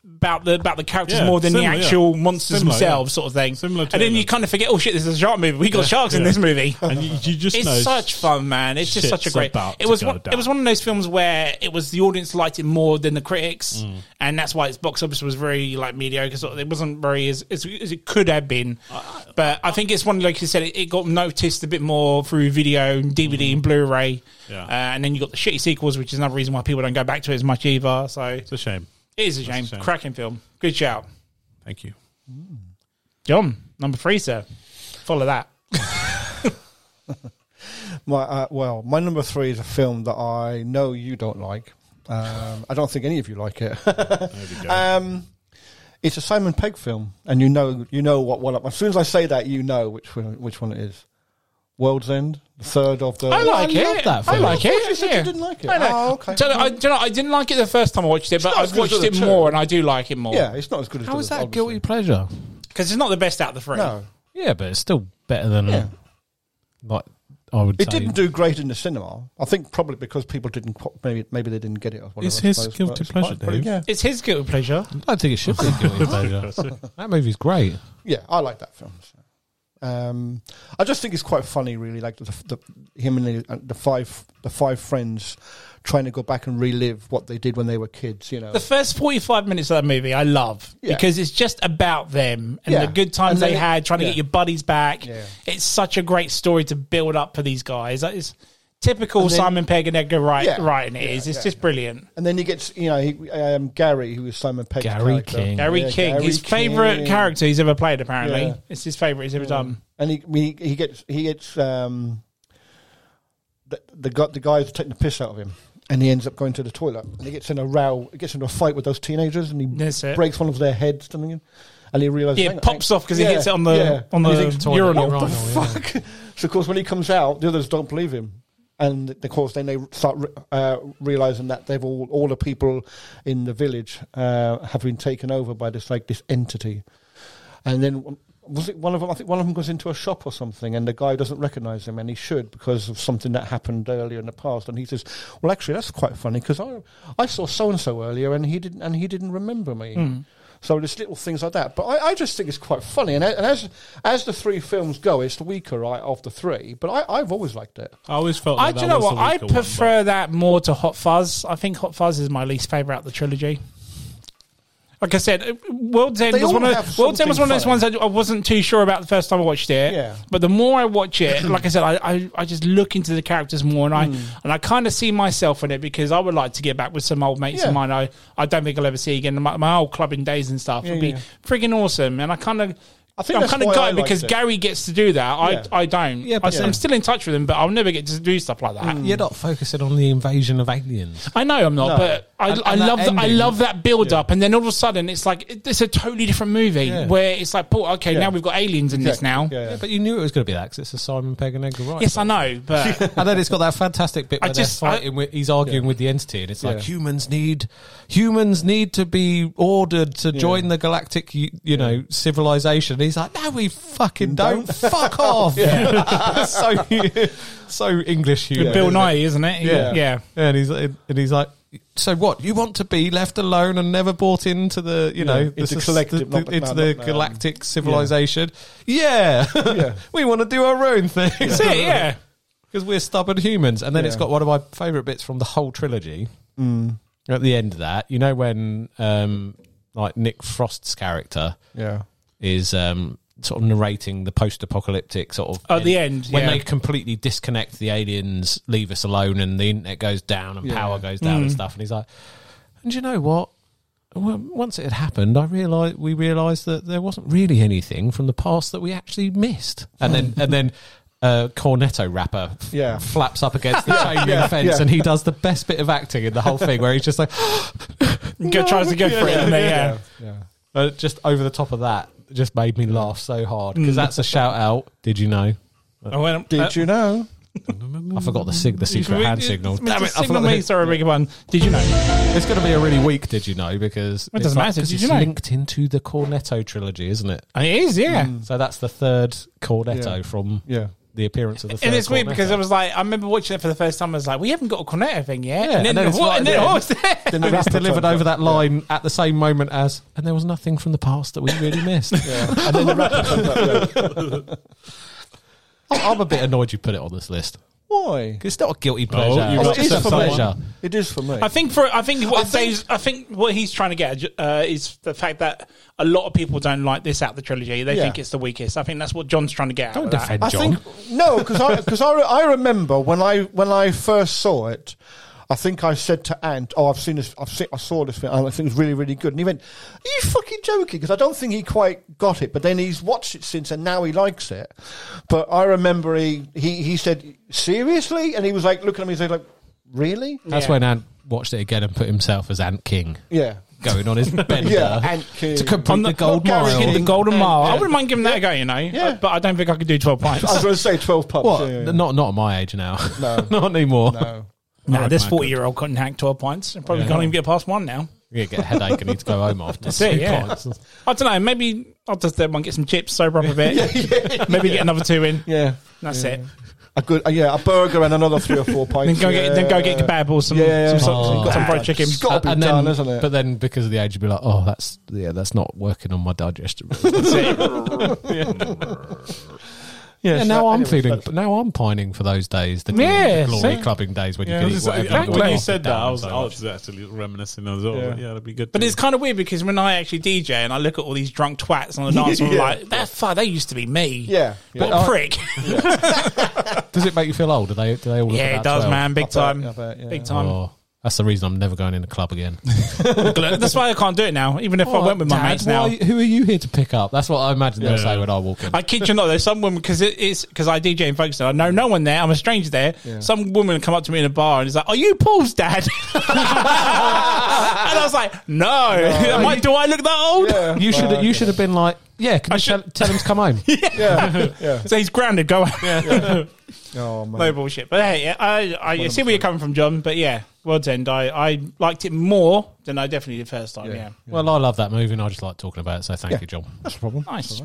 S2: about the about the characters
S4: Yeah,
S2: more than
S4: similar,
S2: the
S4: yeah.
S2: actual monsters
S4: Similar,
S2: themselves,
S4: yeah.
S2: sort of thing.
S4: Similar to
S2: and then you
S4: Alien.
S2: kind of forget, oh shit, this is a shark movie. We got sharks in
S4: yeah.
S2: this movie.
S4: And you, you just
S2: It's
S4: know
S2: such fun, man. It's just
S4: shit's
S2: such a great.
S4: about
S2: It
S4: to
S2: was
S4: go
S2: one, it
S4: down.
S2: was one of those films where it was the audience liked it more than the critics,
S4: Mm.
S2: and that's why its box office was very like mediocre. Sort of, it wasn't very as, as, as it could have been. But I think it's one like you said, it, it got noticed a bit more through video, and DVD, and Blu-ray.
S4: Mm. Yeah.
S2: Uh, and then you got the shitty sequels, which is another reason why people don't go back to it as much either. So it
S4: It's a shame.
S2: is a shame.
S4: shame.
S2: Cracking film. Good shout,
S4: Thank you.
S2: John. Number three, sir. Follow that.
S3: My uh, well, my number three is a film that I know you don't like. Um, I don't think any of you like it.
S4: There we go.
S3: um, it's a Simon Pegg film, and you know, you know what one. As soon as I say that, you know which one, which one it is. World's End, the third of the.
S2: I like
S5: I love
S2: it.
S5: that
S2: I
S5: film.
S2: like it.
S3: You said you
S2: yeah.
S3: didn't like it.
S2: I know.
S3: Oh, okay.
S2: Do you know, I, do you know, I didn't like it the first time I watched it, but
S3: not as
S2: I've
S3: good as
S2: watched
S3: the
S2: it
S3: two.
S2: more and I do like it more.
S3: Yeah, it's not as good as.
S5: How
S3: the
S5: is
S3: others,
S5: that guilty
S3: obviously.
S5: pleasure?
S2: Because it's not the best out of the three.
S3: No,
S5: Yeah, but it's still better than
S3: Yeah.
S5: like I would.
S3: it
S5: say.
S3: didn't do great in the cinema. I think probably because people didn't qu- maybe maybe they didn't get it. Or whatever,
S4: It's
S3: I
S4: his
S3: suppose,
S4: guilty
S3: but it's
S4: pleasure,
S3: quite- but
S4: Dave.
S3: Yeah,
S2: It's his guilty pleasure.
S5: I don't think it should be a guilty pleasure. that movie's great.
S3: yeah, I like that film. so. Um, I just think it's quite funny, really, like the, the him and the, uh, the five the five friends trying to go back and relive what they did when they were kids. You know,
S2: The first 45 minutes of that movie I love
S3: Yeah.
S2: because it's just about them and
S3: Yeah.
S2: the good times
S3: And then
S2: they
S3: it-
S2: had trying to
S3: yeah.
S2: get your buddies back.
S3: Yeah.
S2: It's such a great story to build up for these guys. That is typical
S3: And then-
S2: Simon Pegg and Edgar Wright
S3: Yeah.
S2: writing it is.
S3: Yeah,
S2: It's
S3: yeah,
S2: just brilliant.
S3: and then he gets you know he, um, Gary, who is Simon Pegg's
S5: Gary
S3: character.
S5: King.
S2: Gary
S3: Yeah,
S2: King,
S3: Gary
S2: his favorite
S3: King.
S2: character um, he's ever played apparently.
S3: Yeah.
S2: It's his favorite he's ever done.
S3: and he he, he gets he gets um, the the guy the guy's taking the piss out of him, and he ends up going to the toilet. And he gets in a row, he gets into a fight with those teenagers, and he
S2: That's it.
S3: breaks one of their heads. Something, and he realizes
S2: Yeah, it pops off 'cause he hits it on the- on
S3: And he
S2: the toilet.
S3: urinal. What the
S5: Urinal, yeah.
S3: fuck? So of course, when he comes out, the others don't believe him. And of course, then they start re- uh, realizing that they've all all the people in the village uh, have been taken over by this like this entity. And then was it one of them? I think one of them goes into a shop or something, and the guy doesn't recognise him, and he should because of something that happened earlier in the past. And he says, "Well, actually, that's quite funny because I I saw so and so earlier, and he didn't and he didn't remember me." So there's little things like that, but I, I just think it's quite funny. And, a- and as as the three films go, it's the weaker right, of the three. But I, I've always liked it.
S4: I always felt.
S2: I
S4: Like
S2: do
S4: that
S2: you know
S4: was
S2: what
S4: the
S2: I
S4: weaker one, but-
S2: prefer that more to Hot Fuzz. I think Hot Fuzz is my least favorite out of the trilogy. Like I said, uh, World's End
S3: They
S2: was
S3: all
S2: one of
S3: have
S2: World's End was
S3: something
S2: one of those
S3: funny.
S2: ones I, I wasn't too sure about the first time I watched it.
S3: Yeah.
S2: But the more I watch it, like I said, I, I, I just look into the characters more, and I
S3: Hmm.
S2: and I kind of see myself in it because I would like to get back with some old mates
S3: Yeah.
S2: of mine. I, I don't think I'll ever see again. My, my old clubbing days and stuff
S3: Yeah,
S2: would be
S3: yeah.
S2: friggin' awesome. And I kind of. I
S3: I think
S2: am
S3: that's
S2: kind of
S3: why I
S2: gutted
S3: liked
S2: because
S3: it.
S2: Gary gets to do that.
S3: Yeah.
S2: I, I don't.
S5: Yeah, but-
S2: I, am still in touch with him, but I'll never get to do stuff like that.
S5: You're not focusing on the invasion of aliens.
S2: I know I'm not,
S3: No.
S2: but I,
S5: And-
S2: I
S5: and that
S2: love that I
S5: ending-
S2: love that build up, and then all of a sudden it's like it- it's a totally different movie
S5: Yeah.
S2: where it's like, Paul, okay,
S3: Yeah.
S2: now we've got aliens in this
S3: Exactly.
S2: now.
S3: Yeah, yeah.
S5: Yeah, but you knew it was going to be that because it's a Simon Pegg and Edgar Wright.
S2: Yes, I know, but
S5: and then it's got that fantastic bit
S2: I
S5: where they're
S2: just- I-
S5: fighting with, he's arguing with the entity, and it's like
S3: Yeah.
S5: humans need humans need to be ordered to join the galactic, you, you know, civilization. And he's like, no, we fucking don't. Fuck off. so so English humor.
S2: Bill
S5: isn't it?
S2: Nye, isn't it?
S5: Yeah.
S2: yeah.
S5: Yeah, and he's and he's like, so what? You want to be left alone and never bought into the you know
S3: into
S5: soc-
S3: collective- not-
S5: into
S3: no,
S5: the
S3: not- no.
S5: galactic civilization? Yeah,
S3: Yeah.
S5: we want to do our own thing.
S2: That's it, yeah.
S5: because we're stubborn humans. And then it's
S3: Yeah.
S5: got one of my favourite bits from the whole trilogy. At the end of that, you know when um, like Nick Frost's character
S3: Yeah.
S5: is um, sort of narrating the post-apocalyptic sort of
S2: Oh, the end,
S5: when
S2: yeah.
S5: they completely disconnect the aliens, leave us alone, and the internet goes down and power goes down and stuff. And he's like, and you know what? Well, once it had happened, I realized we realized that there wasn't really anything from the past that we actually missed. And then and then. Uh, cornetto rapper f-
S3: Yeah.
S5: flaps up against the chain link fence
S3: yeah.
S5: and he does the best bit of acting in the whole thing where he's just like
S2: Go, tries to go for it, and they, yeah.
S3: Yeah.
S5: uh, just over the top of that just made me laugh so hard
S2: Mm.
S5: because that's a shout out. Did you know?
S2: I went,
S3: Did
S2: uh,
S3: you know?
S5: I forgot the sig the secret
S2: we-
S5: hand
S2: it-
S5: signal.
S2: Mm. it's-
S5: Damn it! I
S2: signal
S5: forgot the-
S2: me, sorry, big one. Did you know?
S5: it's going to be a really weak. Did you know? Because it's
S2: doesn't
S5: like-
S2: matter,
S5: 'cause
S2: did
S5: it's
S2: you know?
S5: linked into the Cornetto trilogy, isn't it?
S2: It is, yeah.
S5: So that's the third Cornetto
S3: Yeah.
S5: from
S3: Yeah.
S5: the appearance of the. Third
S2: And it's weird
S5: Cornetto.
S2: because I was like, I remember watching it for the first time. I was like, we haven't got a cornetto thing yet.
S5: Yeah,
S2: and then,
S5: and then it's
S2: what?
S5: right
S2: and then
S5: there.
S2: oh, it's there.
S3: Then
S5: And it's
S3: rapper
S5: delivered
S3: turns
S5: over
S3: up.
S5: that line at the same moment as, and there was nothing from the past that we really missed.
S3: Yeah. And then the rapper turns up. yeah.
S5: I'm I'm a bit annoyed you put it on this list.
S3: Why?
S5: 'Cause It's not a guilty
S3: Oh,
S5: pleasure.
S4: you've
S5: it's
S3: it is
S5: just
S3: for
S5: a pleasure.
S3: me. It is for me.
S2: I think for I think what I think, I think what he's trying to get uh, is the fact that a lot of people don't like this out of the trilogy. They
S3: Yeah.
S2: think it's the weakest. I think that's what John's trying to get.
S5: Don't
S2: out of
S5: defend
S2: That.
S3: I
S5: John.
S3: think no, because I because I, re- I remember when I when I first saw it, I think I said to Ant, "Oh, I've seen this. I've seen, I saw this film. and I think it's really really good." And he went, "Are you fucking joking?" Because I don't think he quite got it. But then he's watched it since, and now he likes it. But I remember he he, he said, "Seriously?" And he was like looking at me, he's like, "Really?"
S5: That's
S2: Yeah.
S5: when Ant watched it again and put himself as Ant King,
S3: Yeah.
S5: going on his bender
S3: Yeah, Ant King.
S5: to complete
S2: On
S5: the,
S2: the-
S5: gold
S3: Gary
S5: mile.
S2: Hit the
S3: King.
S2: golden
S3: Yeah.
S2: mile. I wouldn't mind giving that a go, you know.
S3: Yeah.
S2: But I don't think I could do twelve pints.
S3: I was going to say twelve pubs.
S5: What?
S3: yeah, yeah, yeah.
S5: Not not at my age now.
S3: No.
S5: not anymore.
S3: No.
S2: no, this
S4: I could.
S2: forty-year-old couldn't hack twelve pints. I Probably can't even get past one now.
S5: You get a headache and need to go home after.
S2: That's it,
S5: two
S2: yeah.
S5: pints.
S2: I don't know. Maybe I'll just then one get some chips, sober up a bit. maybe get another two in.
S3: Yeah.
S2: That's it.
S3: A good, uh, yeah, a burger and another three or four
S2: Then
S3: pints.
S2: go get then go get
S3: Yeah.
S2: kebab or some
S3: uh, Yeah.
S2: some, some,
S5: Oh.
S2: some fried chicken.
S3: It's got to be
S5: And
S3: done,
S5: then,
S3: isn't it?
S5: But then because of the age, you'd be like, oh, that's yeah, that's not working on my digestion.
S2: That's it.
S3: yeah,
S5: yeah,
S3: so
S5: now
S3: that-
S5: I'm
S3: anyway,
S5: feeling.
S3: that's-
S5: Now I'm pining for those days, the glory,
S2: Yeah,
S5: glory
S2: see?
S5: clubbing days when
S4: Yeah, I
S5: you
S4: was
S5: can eat
S4: just-
S5: whatever.
S4: like,
S5: you
S4: when
S5: want.
S4: you said that, I was,
S5: So
S4: I
S5: much.
S4: was actually reminiscing as well.
S3: Yeah.
S4: Yeah, that'd be good.
S2: But
S4: to-
S2: it's kind of weird because when I actually DJ and I look at all these drunk twats on the dance floor, I'm
S3: Yeah.
S2: like that fuck, they used to be me.
S3: Yeah, yeah.
S2: What a prick.
S5: Does it make you feel old? Do they? Do they all? Look
S2: yeah,
S5: about
S2: it does,
S5: 12?
S2: man. Big
S3: bet,
S2: time.
S3: I bet, yeah.
S2: Big time.
S5: Oh, that's the reason I'm never going in a club again.
S2: That's why I can't do it now. Even if
S3: Oh,
S2: I went with my
S5: Dad,
S2: mates now.
S5: why- who are you here to pick up? That's what I imagine they'll
S4: Yeah.
S5: say when I walk in.
S2: I kid you not, there's some woman because it is because I DJ in Folkestone. I know no one there. I'm a stranger there. Some woman come up to me in a bar and is like, "Are you Paul's dad?" and I was like, "No." Am I- do I look that old?
S3: Yeah.
S5: you should. You should have been like, yeah. Can
S2: I
S5: you tell,
S2: should-
S5: tell him to come home?
S3: yeah, yeah.
S2: So he's grounded. Go on.
S3: Oh man.
S2: No bullshit. But hey, I, I, I see where you're coming from, John. But yeah, World's End, I, I liked it more than I definitely did first time. Yeah.
S5: Well, I love that movie, and I just like talking about it. So thank you, John.
S3: That's a problem.
S2: Nice.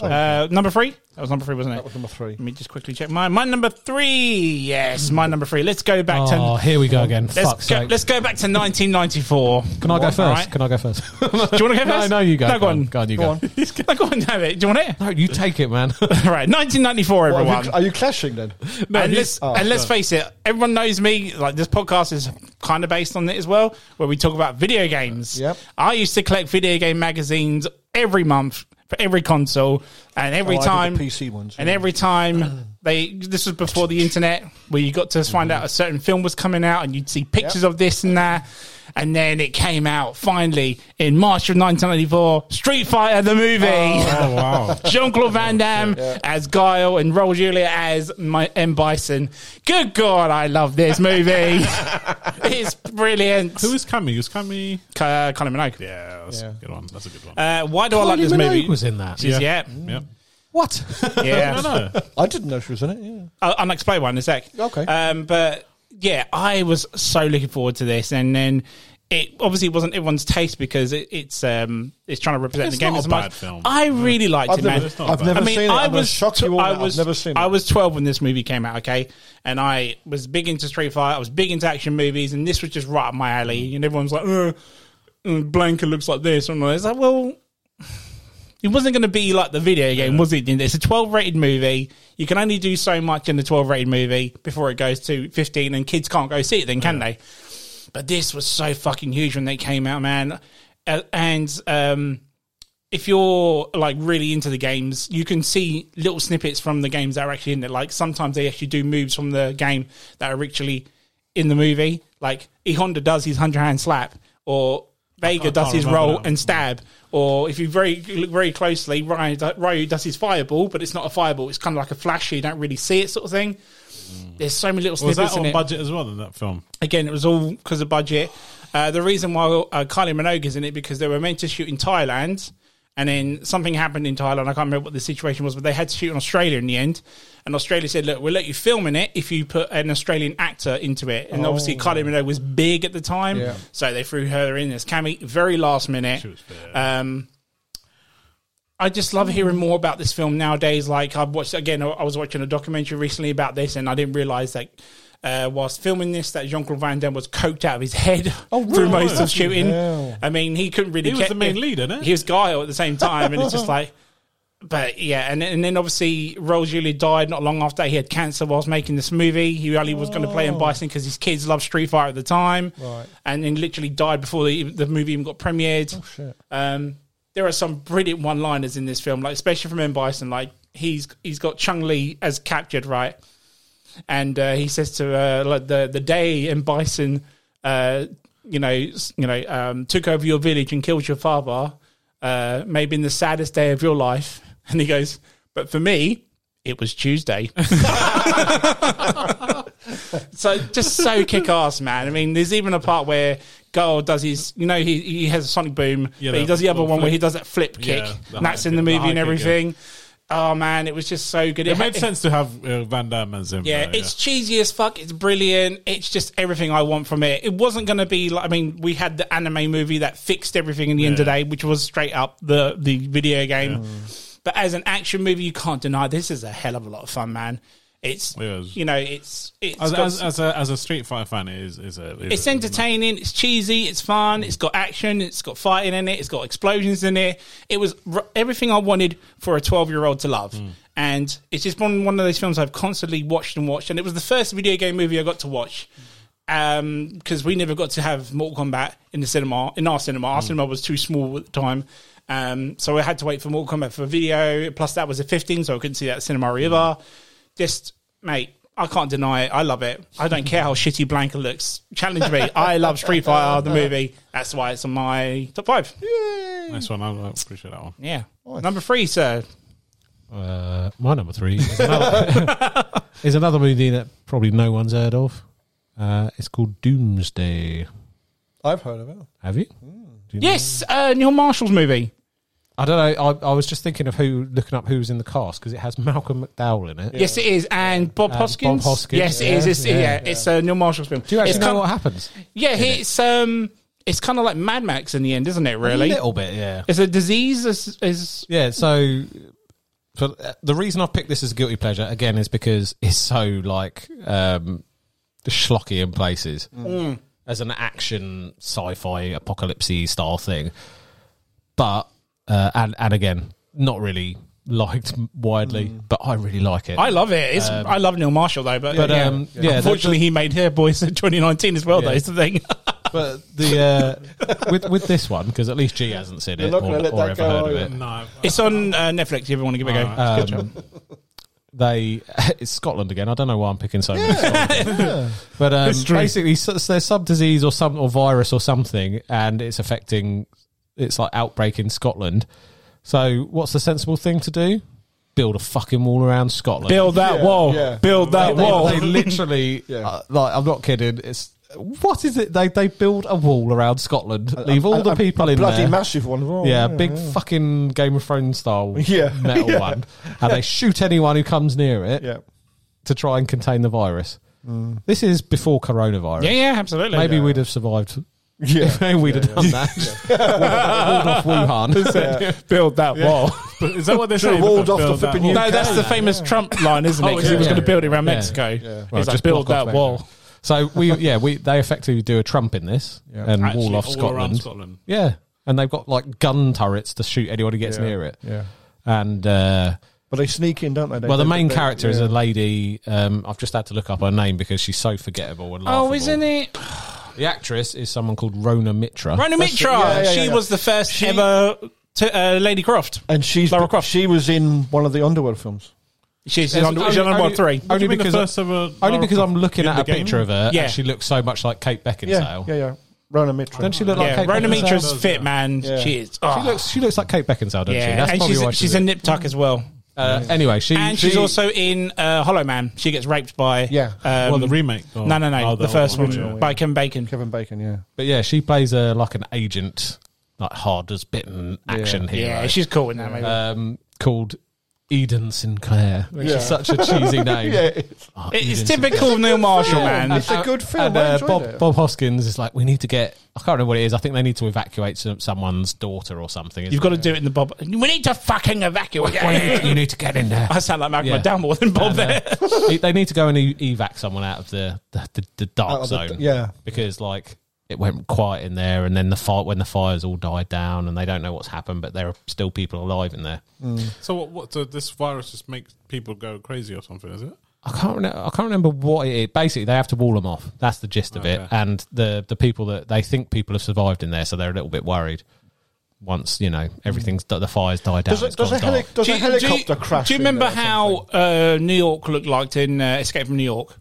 S2: Uh, number three. That was number three, wasn't it?
S3: That was number three.
S2: Let me just quickly check my my number three. Yes, my number three. Let's go back
S5: Oh,
S2: to
S5: here we go again.
S2: let's
S5: Fuck's
S2: go,
S5: sake.
S2: let's go back to 1994.
S5: Can I go first?
S2: Alright.
S5: Can I go first?
S2: Do you want to go
S5: no,
S2: first?
S5: no, you go.
S2: No, go on.
S5: Go on, you
S3: Go
S5: go.
S3: on.
S2: No, go on, have it. Do you want it?
S5: No, you take it, man.
S2: right, 1994,
S3: What,
S2: everyone.
S3: are, you, are you clashing then?
S2: and
S5: you-
S2: let's,
S3: oh,
S2: and let's face it, everyone knows me. Like this podcast is kind of based on it as well, where we talk about video games.
S3: Yep.
S2: I used to collect video game magazines every month for every console, and every
S3: Oh, I did the
S2: time
S3: PC ones,
S2: And
S3: yeah.
S2: every time they, this was before the internet, where you got to find out a certain film was coming out, and you'd see pictures of this and that. And then it came out finally in March of 1994, Street Fighter the movie.
S4: oh wow,
S2: Jean Claude Van Damme as Guile and Raul Julia as my M Bison. Good God, I love this movie. it's brilliant.
S4: who is Cammy? Is Cammy?
S2: uh, Kylie Minogue?
S4: Yeah, that's
S3: Yeah.
S4: a good one. That's a good one.
S2: Uh, why do I like this
S5: Kylie Minogue
S2: movie?
S5: was in that.
S2: She's, yeah,
S4: yeah.
S5: What?
S2: yeah.
S4: No,
S3: I didn't know she was in it. Yeah.
S2: I'll, I'll explain why in a sec.
S3: Okay.
S2: Um, but yeah, I was so looking forward to this, and then it obviously wasn't everyone's taste because it, it's um it's trying to represent
S4: It's
S2: the game
S4: not
S2: as
S4: a
S2: much.
S4: bad film.
S2: I really liked
S3: I've
S2: it,
S3: never,
S2: man.
S4: not
S3: I've
S4: bad.
S3: never
S2: I mean,
S3: seen it.
S2: I
S3: I'm gonna
S2: was,
S3: shock you all.
S2: I
S3: now.
S2: was,
S3: I've never seen it.
S2: I was 12 when this movie came out, okay? And I was big into Street Fighter, I was big into action movies, and this was just right up my alley. And everyone's like, uh, uh, Blanca looks like this. And I was like, well, It wasn't going to be like the video game, was it? It's a 12 rated movie. You can only do so much in the 12 rated movie before it goes to 15, and kids can't go see it then, can they? But this was so fucking huge when they came out, man. Uh, and um, if you're like really into the games, you can see little snippets from the games that are actually in there. Like sometimes they actually do moves from the game that are actually in the movie. Like E Honda does his hundred hand slap, or Vega
S4: can't
S2: does his
S4: remember
S2: roll
S4: that.
S2: and stab, or if you very look very closely, Ryu, Ryu does his fireball, but it's not a fireball. It's kind of like a flash. You don't really see it, sort of thing. There's so many little
S4: Was
S2: snippets
S4: Mm. that
S2: in
S4: on
S2: it
S4: budget as well? That film.
S2: again, it was all because of budget. Uh, the reason why uh, Kylie Minogue is in it because they were meant to shoot in Thailand, and then something happened in Thailand. I can't remember what the situation was, but they had to shoot in Australia in the end. And Australia said, "Look, we'll let you film in it if you put an Australian actor into it." And
S4: Oh.
S2: obviously, Kylie Minogue was big at the time,
S3: Yeah.
S2: so they threw her in as Cammy, very last minute.
S4: She was fair.
S2: Um, I just love
S3: Mm-hmm.
S2: hearing more about this film nowadays. Like I've watched again, I was watching a documentary recently about this, and I didn't realize that uh, whilst filming this, that Jean Claude Van Damme was coked out of his head through most of shooting.
S3: Oh, hell.
S2: I mean, he couldn't really.
S4: He was
S2: ke-
S4: the main lead, innit?
S2: He was Guile at the same time, and it's just like. But yeah, and and then obviously Rose Julia died not long after he had cancer whilst making this movie. He only was going to play him Bison because his kids loved Street Fighter at the time,
S3: Oh. Right. Oh,
S2: and then literally died before the, the movie even got premiered.
S3: shit.
S2: Um, there are some brilliant one-liners in this film, like especially from M Bison. Like he's he's got Chung Li as captured, right? And uh, he says to uh, like the the day M Bison, uh, you know, s- you know, um, took over your village and killed your father. Uh, may have been the saddest day of your life. And he goes, but for me, it was Tuesday. so just so kick ass, man. I mean, there's even a part where Goal does his, you know, he he has a sonic boom,
S4: Yeah,
S2: but he
S4: that
S2: does the other
S4: little
S2: one where
S4: flip.
S2: he does that flip kick.
S4: Yeah, the
S2: and that's
S4: high
S2: in the
S4: kick, the
S2: movie
S4: high
S2: and
S4: kick, yeah.
S2: everything. Oh man, it was just so good.
S4: It made
S2: had-
S4: sense to have uh, Van Damme as him.
S2: yeah,
S4: though,
S2: it's cheesy as fuck. It's brilliant. It's just everything I want from it. It wasn't going to be like I mean, we had the anime movie that fixed everything in the end of the day, which was straight up the the video game. But as an action movie, you can't deny this is a hell of a lot of fun, man. It's
S4: It was.
S2: you know, it's it's
S4: As,
S2: got-
S4: as, as, a, as a Street Fighter fan, it is, is a. is
S2: it's
S4: a-
S2: entertaining, it's cheesy, it's fun, it's got action, it's got fighting in it, it's got explosions in it. It was r- everything I wanted for a 12 year old to love. And it's just one, one of those films I've constantly watched and watched. And it was the first video game movie I got to watch because Um, we never got to have Mortal Kombat in the cinema, in our cinema.
S5: Hmm.
S2: Our cinema was too small at the time. Um, so I had to wait for Mortal Kombat for video. Plus, that was a 15, so I couldn't see that at cinema
S5: Hmm.
S2: either just mate I can't deny it. I love it. I don't care how shitty Blanca looks. Challenge me. I love Street Fighter, the movie. That's why it's on my top five.
S4: Nice one. I I appreciate that one.
S2: Yeah. Number three, sir.
S5: Uh, my number three is another, is another movie that probably no one's heard of. Uh, it's called Doomsday.
S3: I've heard of it.
S5: Have you? Do you know?
S2: Yes, uh, Neil Marshall's movie.
S5: I don't know. I, I was just thinking of who looking up who was in the cast because it has Malcolm McDowell in it.
S2: Yes, it is. And Bob
S5: And
S2: Hoskins.
S5: Bob Hoskins.
S2: Yes, it is. It's, yeah,
S5: Yeah.
S2: it's uh, Neil Marshall's film.
S5: Do you actually
S2: it's
S5: know
S2: kind
S5: what happens?
S2: yeah, he- it's um, it's kind of like Mad Max in the end, isn't it? Really,
S5: A little bit, yeah.
S2: it's a disease. Is, is
S5: Yeah, so for uh, the reason I've picked this as a guilty pleasure again is because it's so like um schlocky in places
S3: Mm.
S2: Mm.
S5: as an action sci-fi apocalypse style thing. But uh, and and again, not really liked widely,
S3: Mm.
S5: but I really like it.
S2: I love it. It's, I love Neil Marshall though, but,
S5: Um, but
S2: yeah.
S5: um yeah, the-
S2: unfortunately, he made Hair Boys in 2019 as well.
S5: Yeah.
S2: Though is the thing.
S5: but the uh, with with this one because at least G hasn't seen it
S3: not
S5: or,
S3: gonna let
S5: or
S3: that
S5: ever
S3: go,
S5: heard
S3: are
S5: of
S3: you?
S5: it.
S4: No.
S2: It's on uh, Netflix. If you want to give it a go,
S4: Alright.
S5: Um, they it's Scotland again. I don't know why I'm picking so many. Scotland. But um,
S2: History.
S5: basically, so, so there's some disease or some or virus or something, and it's affecting. It's like outbreak in Scotland. So what's the sensible thing to do? Build a fucking wall around Scotland.
S2: build that
S3: Yeah,
S2: wall,
S3: yeah.
S2: build that
S5: they,
S2: wall.
S5: They literally,
S3: Yeah.
S5: uh, like, I'm not kidding. It's what is it? They they build a wall around Scotland. Leave all
S3: A-
S5: the
S3: a-
S5: people
S3: a
S5: in
S3: bloody
S5: there.
S3: massive one. Oh,
S5: Yeah, big fucking Game of Thrones style
S3: Yeah.
S5: metal
S3: Yeah.
S5: one. And they shoot anyone who comes near it
S3: Yeah. Mm.
S5: to try and contain the virus. This is before coronavirus.
S2: Yeah, yeah, absolutely.
S5: Maybe we'd have survived
S3: Yeah.
S5: if we'd have done that. Walled off Wuhan.
S2: build that wall.
S4: But is that what they say?
S3: walled off the
S4: Build that
S3: flipping
S4: wall. Oh,
S2: no,
S3: You
S2: that's the famous Trump line, isn't it? 'Cause he was
S5: it?
S2: going to
S5: Yeah.
S2: build it around
S5: Yeah.
S2: Mexico.
S3: Well,
S2: He's
S5: Well,
S2: like,
S5: just
S2: build
S5: block off
S2: that wall.
S5: So we, yeah, we they effectively do a Trump in this and
S4: Actually,
S5: wall off
S4: all around
S5: Scotland.
S4: Scotland.
S5: Yeah, and they've got like gun turrets to shoot anyone who gets
S3: Yeah.
S5: near it.
S3: Yeah.
S5: And uh,
S3: But they sneak in, don't they? They-
S5: well, the
S3: they-
S5: main
S3: they-
S5: character is
S3: yeah.
S5: a lady. Um, I've just had to look up her name because she's so forgettable and laughable.
S2: Oh, isn't it?
S5: The actress is someone called Rona Mitra.
S2: Rona
S3: That's
S2: Mitra.
S3: it. Yeah, yeah,
S2: she
S3: yeah.
S2: was the first
S3: She-
S2: ever to, uh, Lady Croft.
S3: And she's
S2: Lara Croft.
S3: she was in one of the Underworld films.
S2: She's, she's
S5: There's
S2: on,
S5: only-
S2: she's on number
S5: only-
S2: three.
S5: only
S4: you mean the
S5: because
S4: first ever uh,
S5: only
S4: Lara
S5: because I'm
S4: Croft
S5: looking
S4: in
S5: at
S4: the
S5: a
S4: game?
S5: picture of her.
S2: Yeah.
S5: and she looks so much like Kate
S3: Yeah,
S5: Beckinsale.
S3: yeah, yeah. Rona Mitra.
S5: Don't she look like
S2: yeah,
S5: Kate
S2: Rona
S5: Beckinsale?
S2: Mitra's fit, man.
S3: Yeah.
S2: She is.
S5: She
S2: Oh,
S5: looks she looks like Kate Beckinsale, doesn't she?
S2: yeah,
S5: That's
S2: and
S5: probably
S2: she's,
S5: why
S2: a, she's a nip tuck as well.
S5: Uh, anyway, she
S2: And she's also in uh, Hollow Man. She gets raped by.
S3: Yeah.
S2: Um,
S4: well, the remake. or-
S2: No, no, no.
S4: oh,
S2: the first one.
S4: original,
S2: By Kim Bacon.
S3: Kevin Bacon, yeah.
S5: But yeah, she plays a like an agent, like hard as bitten action hero.
S2: Yeah, she's cool in that movie.
S5: um, called Eden Sinclair, which
S3: Yeah.
S5: is such a cheesy name.
S3: it's,
S5: Oh,
S2: It- it's
S5: Eden
S2: typical Neil Marshall, man.
S3: it's a good film.
S5: And
S3: I
S5: uh,
S3: enjoyed
S5: Bob,
S3: it.
S5: Bob Hoskins is like, we need to get. I can't remember what it is. I think they need to evacuate some, someone's daughter or something.
S2: You've got to do it in the Bob. We need to fucking evacuate.
S5: you need to get in there.
S2: I sound like Malcolm
S5: Yeah.
S2: McDowell more than Bob
S5: And, uh,
S2: there.
S5: they- they need to go and e- evac someone out of the the, the, the dark
S3: Out of the-
S5: zone.
S3: yeah.
S5: because like it went quiet in there, and then the fire when the fires all died down, and they don't know what's happened, but there are still people alive in there.
S4: So what? what so this virus just makes people go crazy or something, is it?
S5: I can't remember. I can't remember what it. Basically, they have to wall them off. That's the gist of
S4: Okay.
S5: it. And the the people that they think people have survived in there, so they're a little bit worried. Once you know everything's the fires die down,
S3: does it,
S5: it's
S3: does a,
S5: gone
S3: heli-
S5: dark.
S3: does
S2: Do
S3: a
S2: you- do you-
S3: helicopter crash?
S2: Do you
S3: in
S2: remember
S3: there or
S2: how
S3: something?
S2: uh, New York looked like in uh, Escape from New York?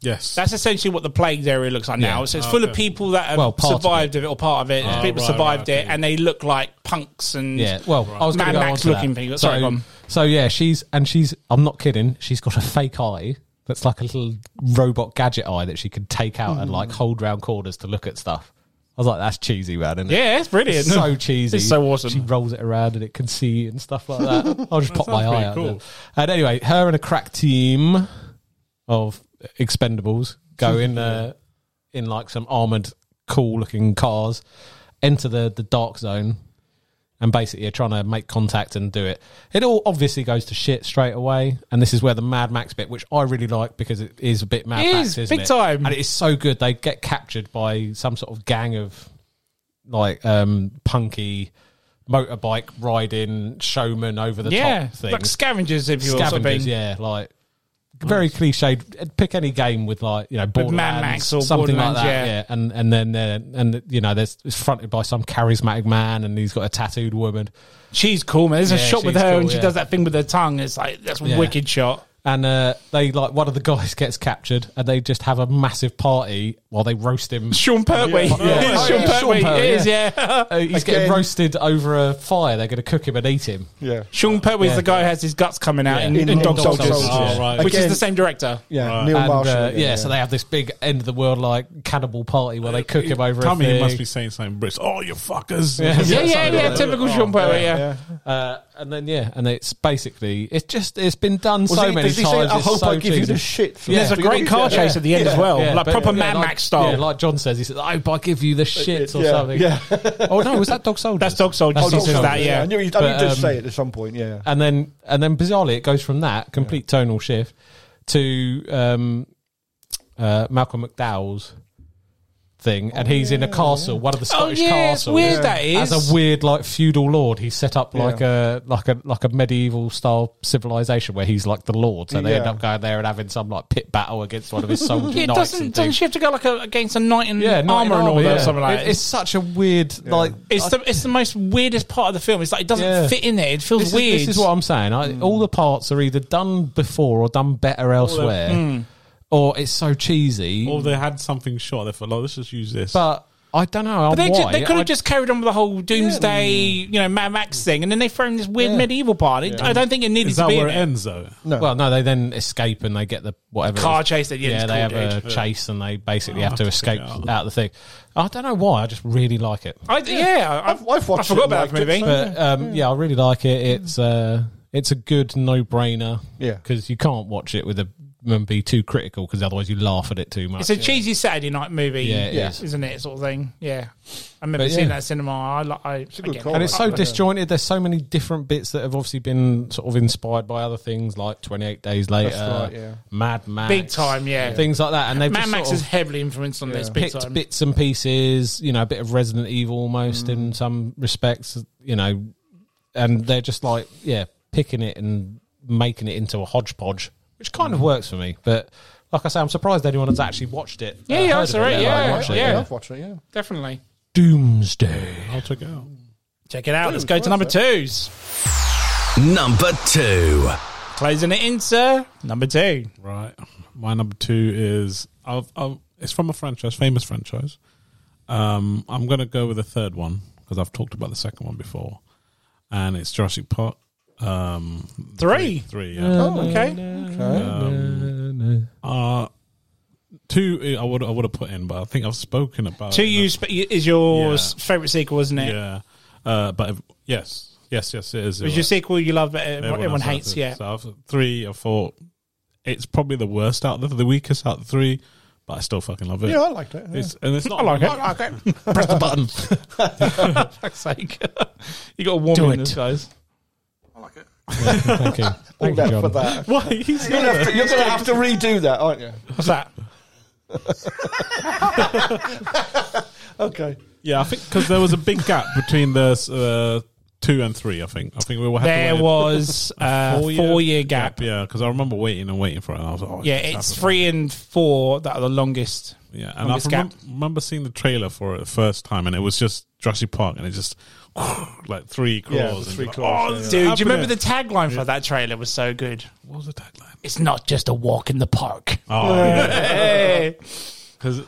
S4: Yes.
S2: That's essentially what the plagues area looks like now. So it's
S4: Oh,
S2: full of
S4: okay.
S2: people that have
S5: Well, part of
S2: survived of it. or part of it.
S4: Oh,
S2: people
S4: right,
S2: survived
S4: right,
S2: it,
S4: okay.
S2: and they look like punks and
S5: Yeah, well, I was
S2: Mad
S5: going to go
S2: Max
S5: on to that.
S2: looking people.
S5: So,
S2: Sorry, go on.
S5: so yeah, she's and she's. I'm not kidding. She's got a fake eye that's like a little robot gadget eye that she can take out
S2: Hmm.
S5: and like hold round corners to look at stuff. I was like, that's cheesy, man. Isn't it?
S2: yeah, it's brilliant.
S5: It's so cheesy.
S2: It's so awesome.
S5: She rolls it around and it can see and stuff like that. I'll just pop my
S4: sounds pretty
S5: eye out.
S4: cool.
S5: there. And anyway, her and a crack team of expendables go in uh, in like some armored, cool looking cars, enter the, the dark zone, and basically are trying to make contact and do it. It all obviously goes to shit straight away, and this is where the Mad Max bit, which I really like because it is a bit Mad
S2: It
S5: Max,
S2: is,
S5: isn't
S2: big
S5: it?
S2: time.
S5: and it is so good. They get captured by some sort of gang of like um punky motorbike riding showman over the
S2: yeah,
S5: top thing
S2: like scavengers, if you will. Sort of
S5: scavengers,
S2: thing.
S5: yeah, like very cliched. Pick any game with like you know Borderlands,
S2: Max or
S5: something like
S2: Borderlands,
S5: that,
S2: yeah.
S5: And and then they're and you know there's it's fronted by some charismatic man, and he's got a tattooed woman,
S2: She's cool, man. There's a
S5: Yeah,
S2: shot with
S5: she's
S2: her,
S5: cool,
S2: and she
S5: yeah.
S2: does that thing with her tongue. It's like that's a
S5: Yeah.
S2: wicked shot.
S5: and uh, they like one of the guys gets captured, and they just have a massive party while they roast him.
S2: Sean Pertwee.
S3: Yeah.
S2: It is
S5: Oh,
S2: Sean
S5: yeah, Sean
S2: Pertwee.
S5: Pertwee,
S2: It is, yeah.
S5: Uh, he's getting
S3: Again.
S5: roasted over a fire. They're going to cook him and eat him.
S3: Yeah.
S2: Sean Pertwee's
S5: Yeah.
S2: the guy who has his guts coming out
S5: Yeah.
S2: in, in,
S3: In
S2: Dog,
S5: Dog
S2: Soldiers,
S5: Soldiers,
S4: Oh, right.
S2: which is
S3: Again-
S2: the same director.
S3: Yeah,
S4: Right.
S3: Neil
S5: And,
S3: Marshall.
S5: uh, yeah,
S3: again,
S5: so they have this big end of the world like cannibal party where they cook him over.
S4: Tell
S5: a
S4: me,
S5: thing.
S4: he must be saying something British. Oh, you fuckers!
S5: Yeah.
S2: Yeah,
S5: Oh,
S2: yeah,
S5: something
S2: yeah.
S5: like that.
S2: typical Sean Pertwee, yeah.
S3: yeah.
S5: Uh, and then yeah, and it's basically it's just it's been done
S3: Was
S5: so
S3: he-
S5: many
S3: does he say,
S5: times.
S3: I
S5: it's
S3: hope
S5: so
S3: I give you
S5: cheesy."
S3: the shit. for
S5: Yeah.
S3: this?"
S2: There's a great
S3: Yeah,
S2: car
S3: yeah,
S2: chase at the end
S3: yeah.
S2: as well,
S5: Yeah,
S2: like
S5: but-
S2: proper
S5: yeah,
S2: Mad
S5: like-
S2: Max style.
S5: Yeah, like John says, he says, "I hope I give you the shit" or
S3: Yeah,
S5: something.
S3: yeah.
S5: Oh no, was that Dog Soldier?
S2: That's Dog Soldier.
S5: That's
S2: He
S5: Dog
S2: says that,
S5: Soldier.
S2: yeah.
S3: I knew you
S5: But,
S3: did
S5: um, uh,
S3: say it at some point, yeah.
S5: and then and then bizarrely it goes from that complete tonal shift to um, uh, Malcolm McDowell's thing, and he's in a castle, one of the
S2: Oh
S5: Scottish
S2: yeah, it's
S5: castles.
S2: weird that is.
S5: As a weird, like feudal lord, he's set up like a like a like a medieval style civilization where he's like the lord. So they end
S3: Yeah.
S5: up going there and having some like pit battle against one of his soldiers.
S2: yeah, it
S5: knights
S2: doesn't
S5: and
S2: doesn't
S5: things.
S2: she have to go like a, against a knight in
S5: yeah, knight in
S2: armor and all that
S5: yeah.
S2: or something like
S5: It-
S2: that?
S5: It's such a weird like.
S2: It's the it's the most weirdest part of the film. It's like it doesn't
S5: Yeah.
S2: fit in there. It feels
S5: this,
S2: weird. Hmm.
S5: Is, this is what I'm saying. I, All the parts are either done before or done better elsewhere,
S2: hmm.
S5: or it's so cheesy.
S4: Or they had something shot. They thought, "Oh, let's just use this."
S5: but I don't know.
S2: But they, ju-
S5: why.
S2: they could
S5: I-
S2: have just carried on with the whole Doomsday, you know, Mad Max thing, and then they thrown this weird
S5: Yeah.
S2: medieval part. It- I don't think it needed
S4: is
S2: to
S4: that
S2: be
S4: where
S2: in
S4: it
S2: there.
S4: ends, though?
S5: Well, no, they then escape and they get the whatever it
S2: car
S5: is.
S2: chase. That yeah,
S5: Yeah,
S2: it's
S5: they have
S2: called, Ah, dude.
S5: a chase and they basically
S4: Oh,
S5: have to
S4: I'll
S5: escape
S4: check it
S5: out
S4: out.
S5: of the thing. I don't know why. I just really like it.
S2: I, yeah, I've,
S3: I've- I've watched
S2: I forgot
S3: it,
S2: about
S3: liked
S2: that
S3: it,
S2: movie.
S3: so-
S5: But um, yeah, I
S2: Hmm.
S5: really like it. uh, It's uh, it's a good no brainer.
S3: Yeah.
S5: because you can't watch it with a and be too critical because otherwise you laugh at it too much.
S2: It's a cheesy Saturday night movie,
S5: Yeah, it
S3: Yeah.
S5: is.
S2: isn't it? Sort of thing. Yeah, I remember
S5: But,
S2: seeing
S5: yeah.
S2: that at cinema. I, li- I, it's
S3: a good call.
S5: And it's so
S3: Yeah.
S5: disjointed. There's so many different bits that have obviously been sort of inspired by other things, like 28 Days Later,
S3: right, yeah.
S5: Mad Max,
S2: Big time, yeah.
S5: things like that. And they've
S2: Mad
S5: just
S2: Max
S5: sort
S2: is
S5: of
S2: heavily influenced on this big
S5: picked
S2: time.
S5: bits and pieces. You know, a bit of Resident Evil almost
S2: Mm.
S5: in some respects. You know, and they're just like yeah, picking it and making it into a hodgepodge, which kind
S2: Mm.
S5: of works for me. But like I say, I'm surprised anyone has actually watched it.
S2: Yeah,
S5: uh,
S2: yeah,
S5: heard
S2: that's
S5: of it,
S2: alright,
S5: let alone
S2: yeah,
S5: watched it,
S2: yeah.
S3: I've watched it. Yeah,
S2: Definitely
S5: Doomsday.
S4: I'll check it out.
S2: check it out. Let's
S3: Ooh,
S2: go to number
S3: worth
S2: twos.
S1: Number two.
S2: Closing it in, sir. Number two.
S4: Right. My number two is I've, I've, it's from a franchise, famous franchise. Um, I'm going to go with the third one because I've talked about the second one before, and it's Jurassic Park. Um,
S2: Three.
S4: three. Yeah.
S2: Oh, okay.
S4: Uh, two. I would I would have put in, but I think I've spoken about
S2: Two
S4: it in the-
S2: you sp- is your
S4: Yeah.
S2: s favorite sequel, isn't it?
S4: Yeah. Uh, but if- yes, yes, yes, it is.
S2: It was your sequel you love, but everyone, everyone
S4: else has
S2: hates.
S4: it.
S2: Yeah,
S4: So I've, three or four. It's probably the worst out of the, the weakest out of the three, but I still fucking love it.
S3: yeah, I liked it. Yeah.
S4: It's, and it's not
S2: I like it.
S5: Press the button.
S2: fuck's sake. you got a warm in this, guys.
S5: Thank you.
S3: All
S5: Thank you,
S3: that for
S5: John.
S3: that.
S4: Why? He's
S3: You're gonna, have to, you're gonna have to redo that, aren't you?
S2: What's that?
S3: Okay.
S4: Yeah, I think because there was a big gap between the uh, two and three. I think. I think we were. had to
S2: There
S4: wait a
S2: was a four-year, gap.
S4: Yeah, because I remember waiting and waiting for it. And I was like, oh,
S2: Yeah,
S4: it's
S2: it's
S4: happening.
S2: three and four that are the longest.
S4: Yeah, and I
S2: longest
S4: remem-
S2: gap.
S4: remember seeing the trailer for it the first time, and it was just Jurassic Park, and it just like three
S3: Yeah,
S4: claws.
S3: the
S4: and
S3: three
S4: you're like,
S3: claws,
S4: oh, this
S2: Dude,
S4: is
S2: do you
S4: happening.
S2: remember the tagline for that trailer was so good?
S4: what was the tagline?
S2: It's not just a walk in the park.
S4: Oh, yeah.
S2: Hey.
S4: because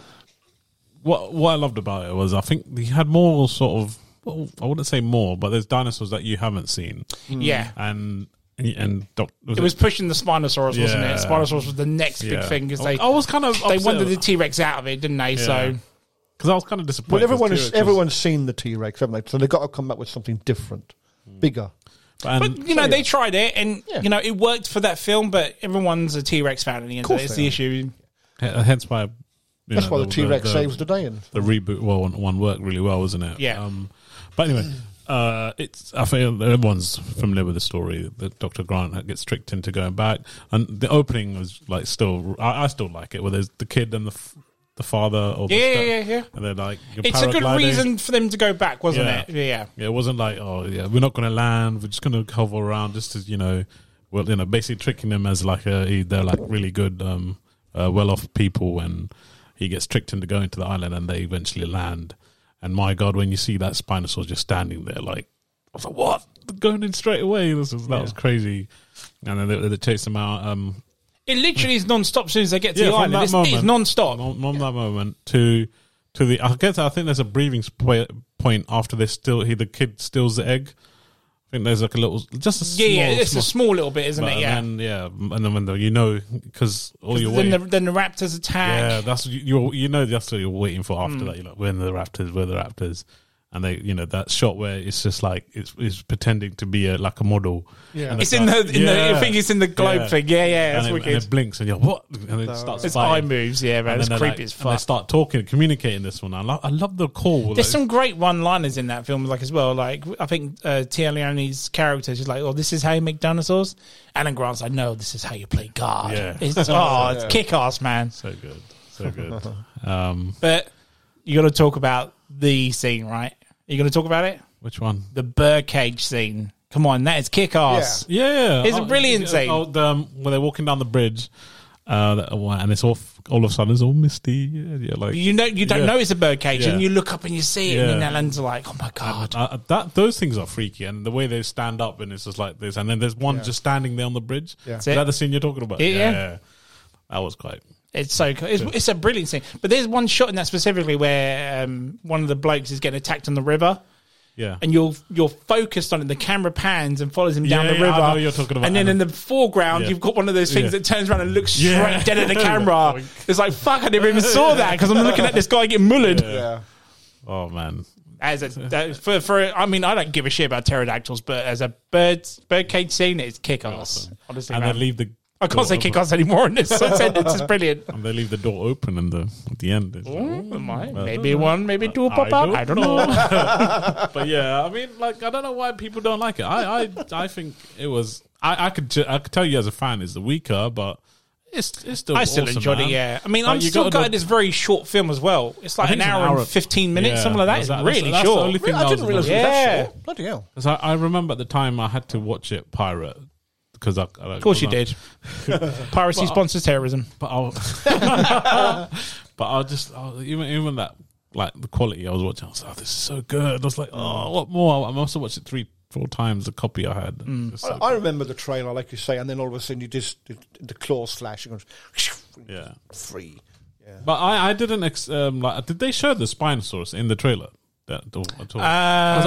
S4: what what I loved about it was I think you had more sort of well, I wouldn't say more, but there's dinosaurs that you haven't seen,
S2: Yeah.
S4: and and doc,
S2: It was pushing the Spinosaurus, wasn't it?
S4: Yeah.
S2: Spinosaurus was the next big
S4: Yeah.
S2: thing because
S4: I-
S2: they,
S4: I was kind of
S2: they
S4: upset
S2: wanted the
S4: with-
S2: T Rex out of it, didn't they? So
S4: because I was kind of disappointed.
S3: Well, everyone
S4: 'cause
S3: has,
S4: T-Rex was-
S3: everyone's seen the T Rex, haven't they? So they've got to come up with something different, bigger.
S4: and,
S2: But you know, they tried it, and
S3: Yeah.
S2: you know, it worked for that film. But everyone's a T Rex fan, and
S3: course
S2: it's
S3: they
S2: the
S3: are.
S2: issue.
S4: h- hence why you
S3: That's
S4: know,
S3: why the T Rex saves the day. And
S4: the reboot well, one, one worked really well, wasn't it?
S2: Yeah.
S4: Um, but anyway, uh, it's I think everyone's familiar with the story that Doctor Grant gets tricked into going back, and the opening was like still I, I still like it where there's the kid and the f- the father or the
S2: Yeah, yeah,
S4: step-
S2: yeah, yeah.
S4: and they're like you're
S2: It's a good
S4: paragliding.
S2: reason for them to go back, wasn't
S4: Yeah.
S2: it? Yeah.
S4: Yeah, it wasn't like oh yeah we're not going to land we're just going to hover around just to you know well you know basically tricking them as like a they're like really good um uh, well off people and he gets tricked into going to the island and they eventually land and my god when you see that spinosaurus just standing there like I was like what They're going in straight away this was that was crazy and then they, they chase him out um
S2: It literally is non-stop as soon as they get to
S4: Yeah,
S2: the
S4: from
S2: island.
S4: that
S2: It's, it's
S4: moment.
S2: non-stop.
S4: from, from that moment to to the I guess I think there's a breathing sp- point after they still he the kid steals the egg. I think there's like a little just a
S2: yeah,
S4: small,
S2: yeah. It's
S4: small,
S2: a small little bit, isn't
S4: but-
S2: it? Yeah.
S4: and then, yeah, and then when the, you know because all you're
S2: then,
S4: waiting
S2: the, then the raptors attack.
S4: yeah, that's you. You're, you know, that's what you're waiting for
S2: Hmm.
S4: after that. You're like, we're the Raptors, we're the Raptors, and they, you know, that shot where it's just like it's, it's pretending to be a like a model.
S3: Yeah.
S4: And
S2: It's in the- in the- I
S4: Yeah.
S2: think it's in the globe thing. Yeah, yeah,
S4: And
S2: that's
S4: it, and
S2: wicked.
S4: it blinks, and you're what? And it starts.
S2: It's eye
S4: biting.
S2: moves. Yeah, man.
S4: And
S2: It's
S4: then
S2: creepy
S4: they're
S2: as
S4: like- And
S2: fuck.
S4: they start talking, communicating this one. I love, I love the call.
S2: There's
S4: like,
S2: some great one-liners in that film, like as well. Like I think uh, Tia Leone's character, she's like, "Oh, this is how you make dinosaurs." Alan Grant's like, "No, this is how you play God."
S4: Yeah.
S2: It's, oh, it's kick-ass, man.
S4: so good, so good. um,
S2: But you got to talk about the scene, right? Are you going to talk about it?
S4: which one?
S2: The birdcage scene. Come on, that is kick ass.
S4: Yeah,
S2: It's a brilliant
S4: yeah,
S2: scene.
S4: Oh, the, um, when they're walking down the bridge, uh, that- oh, and it's all all of a sudden it's all misty. Yeah, yeah, like
S2: You know, you don't
S4: Yeah.
S2: know it's a birdcage,
S4: Yeah.
S2: and you look up and you see it, and then
S4: Yeah.
S2: Alan's like, "Oh my god!"
S4: Uh, that those things are freaky, and the way they stand up, and it's just like this, and then there's one just standing there on the bridge. Yeah. Is
S2: it.
S4: that the scene you're talking about?
S2: Yeah, yeah.
S4: That was quite.
S2: It's so cool. It's, it's a brilliant scene. But there's one shot in that specifically where um, one of the blokes is getting attacked on the river.
S4: Yeah,
S2: and you're you're focused on it. The camera pans and follows him down
S4: Yeah,
S2: the
S4: yeah, I
S2: river.
S4: know you're talking about
S2: and then
S4: Adam.
S2: in the foreground,
S4: Yeah.
S2: you've got one of those things
S4: Yeah.
S2: that turns around and looks
S4: Yeah.
S2: straight dead at the camera. it's like fuck, I never even saw that because I'm looking at this guy getting mullered.
S3: yeah,
S4: oh man,
S2: As a that, for for I mean, I don't give a shit about pterodactyls, but as a bird birdcage scene, it's kick ass. Honestly,
S4: and
S2: man.
S4: then leave the
S2: I can't say kick ass anymore in this sentence. It's brilliant.
S4: And they leave the door open in the at the end. It's like,
S2: Ooh, might- maybe one, maybe two pop up. I don't know.
S4: but yeah, I mean, like, I don't know why people don't like it. I, I, I think it was. I, I could, ju- I could tell you as a fan, it's the weaker, but it's, it's still.
S2: I still
S4: awesome,
S2: enjoyed
S4: man.
S2: it. Yeah, I mean,
S4: Like,
S2: I'm
S4: you
S2: still
S4: gotta
S2: glad
S4: do-
S2: it's very short film as well. It's like
S4: I
S2: an
S4: think it's
S2: hour, and fifteen minutes,
S4: yeah,
S2: something like that. It's
S4: that's-
S2: really
S4: that's the
S2: short.
S4: only thing
S3: I
S4: that
S3: didn't realize
S4: was annoying.
S3: it was
S2: Yeah.
S3: that short. Bloody hell!
S4: Because I, I remember at the time I had to watch it pirate because I, I
S2: Of course, you did. Piracy sponsors terrorism.
S4: But I'll, but I'll just I'll, even even that like the quality I was watching. I was like, oh, this is so good. I was like, oh, what more? I must have watched it three, four times. The copy I had.
S2: Mm.
S4: It's so
S3: I, I remember the trailer, like you say, and then all of a sudden you just the, the claw slash and goes
S4: Yeah.
S3: free. Yeah.
S4: But I, I didn't ex- um, like. Did they show the Spinosaurus in the trailer? That at all? Because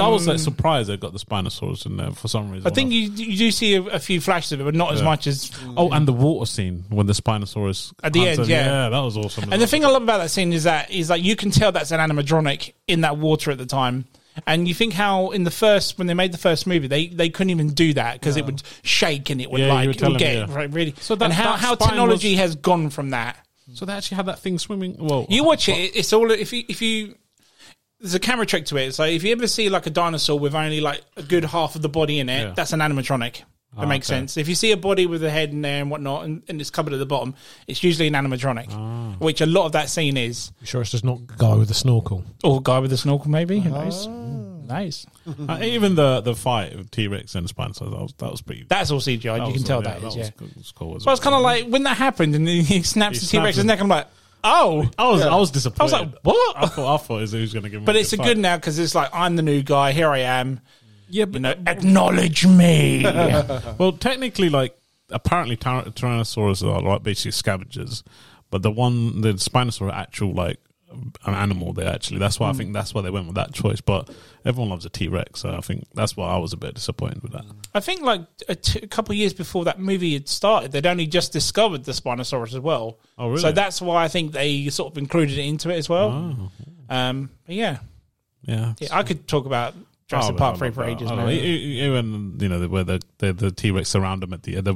S4: I was like surprised they got the Spinosaurus in there for some reason.
S2: Um, I think you you do see a, a few flashes of it, but not as much as.
S4: Oh, and the water scene when the Spinosaurus
S2: At the
S4: comes
S2: end,
S4: in.
S2: yeah.
S4: that was awesome.
S2: And the thing I love about that scene is that is like you can tell that's an animatronic in that water at the time. And you think how in the first when they made the first movie they, they couldn't even do that because it would shake and it would
S4: Yeah, you
S2: like
S4: were
S2: it would
S4: telling
S2: get
S4: me, yeah.
S2: right, really.
S4: So
S2: So
S4: that-
S2: and how,
S4: that
S2: how
S4: spine
S2: technology
S4: was-
S2: has gone from that.
S4: so they actually had that thing swimming. Well,
S2: You watch it, it's all if you if you there's a camera trick to it. So if you ever see like a dinosaur with only like a good half of the body in it,
S4: Yeah. Ah,
S2: that's an animatronic. That makes
S4: okay.
S2: sense. If you see a body with a head in there and whatnot, and, and it's covered at the bottom, it's usually an animatronic,
S4: Ah.
S2: which a lot of that scene is.
S5: You sure it's just not guy with the snorkel?
S2: Or a guy with a snorkel, maybe. Who knows? Nice.
S4: Uh, even the the fight of T Rex and Spinosaurus that was that was pretty.
S2: That's all CGI. you
S4: was-
S2: can tell
S4: yeah,
S2: that is.
S4: was
S2: yeah.
S4: cool- was cool as
S2: But it's
S4: well.
S2: kind of like when that happened, and then he snaps
S4: He
S2: the T
S4: snaps
S2: Rex's
S4: his-
S2: neck. I'm like, oh,
S4: I was I was disappointed.
S2: I was like, what?
S4: I thought I thought is who's going to give. him
S2: But it's a
S4: fight.
S2: good now because it's like I'm the new guy. Here I am.
S4: yeah.
S2: You
S4: But
S2: know, acknowledge me.
S4: Uh-huh. well, technically, like apparently, tyr- Tyrannosaurus are like basically scavengers, but the one the Spinosaurus are actual like an animal. They actually that's
S2: Hmm.
S4: why I think that's why they went with that choice. But everyone loves a T Rex, so I think that's why I was a bit disappointed with that.
S2: I think like a, t- a couple of years before that movie had started, they'd only just discovered the Spinosaurus as well.
S4: Oh, really?
S2: So that's why I think they sort of included it into it as well. Um, but yeah,
S4: Yeah,
S2: yeah, I could talk about Jurassic
S4: Oh,
S2: Park
S4: no,
S2: three
S4: no,
S2: for
S4: no,
S2: ages.
S4: no.
S2: man.
S4: E- e- Even you know the- where the the the T Rex surround them at the the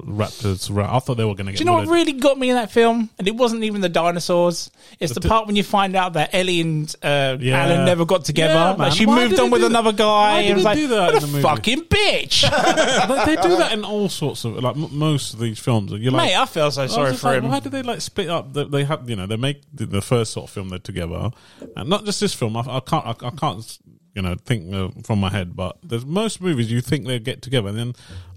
S4: Velociraptors. surround- I thought they were going to get.
S2: Do you know what
S4: mullered.
S2: really got me in that film? And it wasn't even the dinosaurs. It's the, part when you find out that Ellie and uh,
S4: Yeah.
S2: Alan never got together.
S4: Yeah, man.
S2: like she
S4: Why
S2: moved
S4: did
S2: on
S4: they
S2: with
S4: do that?
S2: another guy.
S4: Why
S2: and
S4: did
S2: it was
S4: they
S2: like,
S4: do that
S2: what
S4: in
S2: a
S4: the movie?
S2: fucking bitch.
S4: they, they do that in all sorts of like m- most of these films. You're like,
S2: Mate, I feel so
S4: I was
S2: sorry
S4: just
S2: for
S4: like,
S2: him.
S4: Why do they like split up? They, they have you know they make the, the first sort of film they're together, and not just this film. I, I can't I, I can't you know think uh, from my head, but there's most movies you think they get together and then.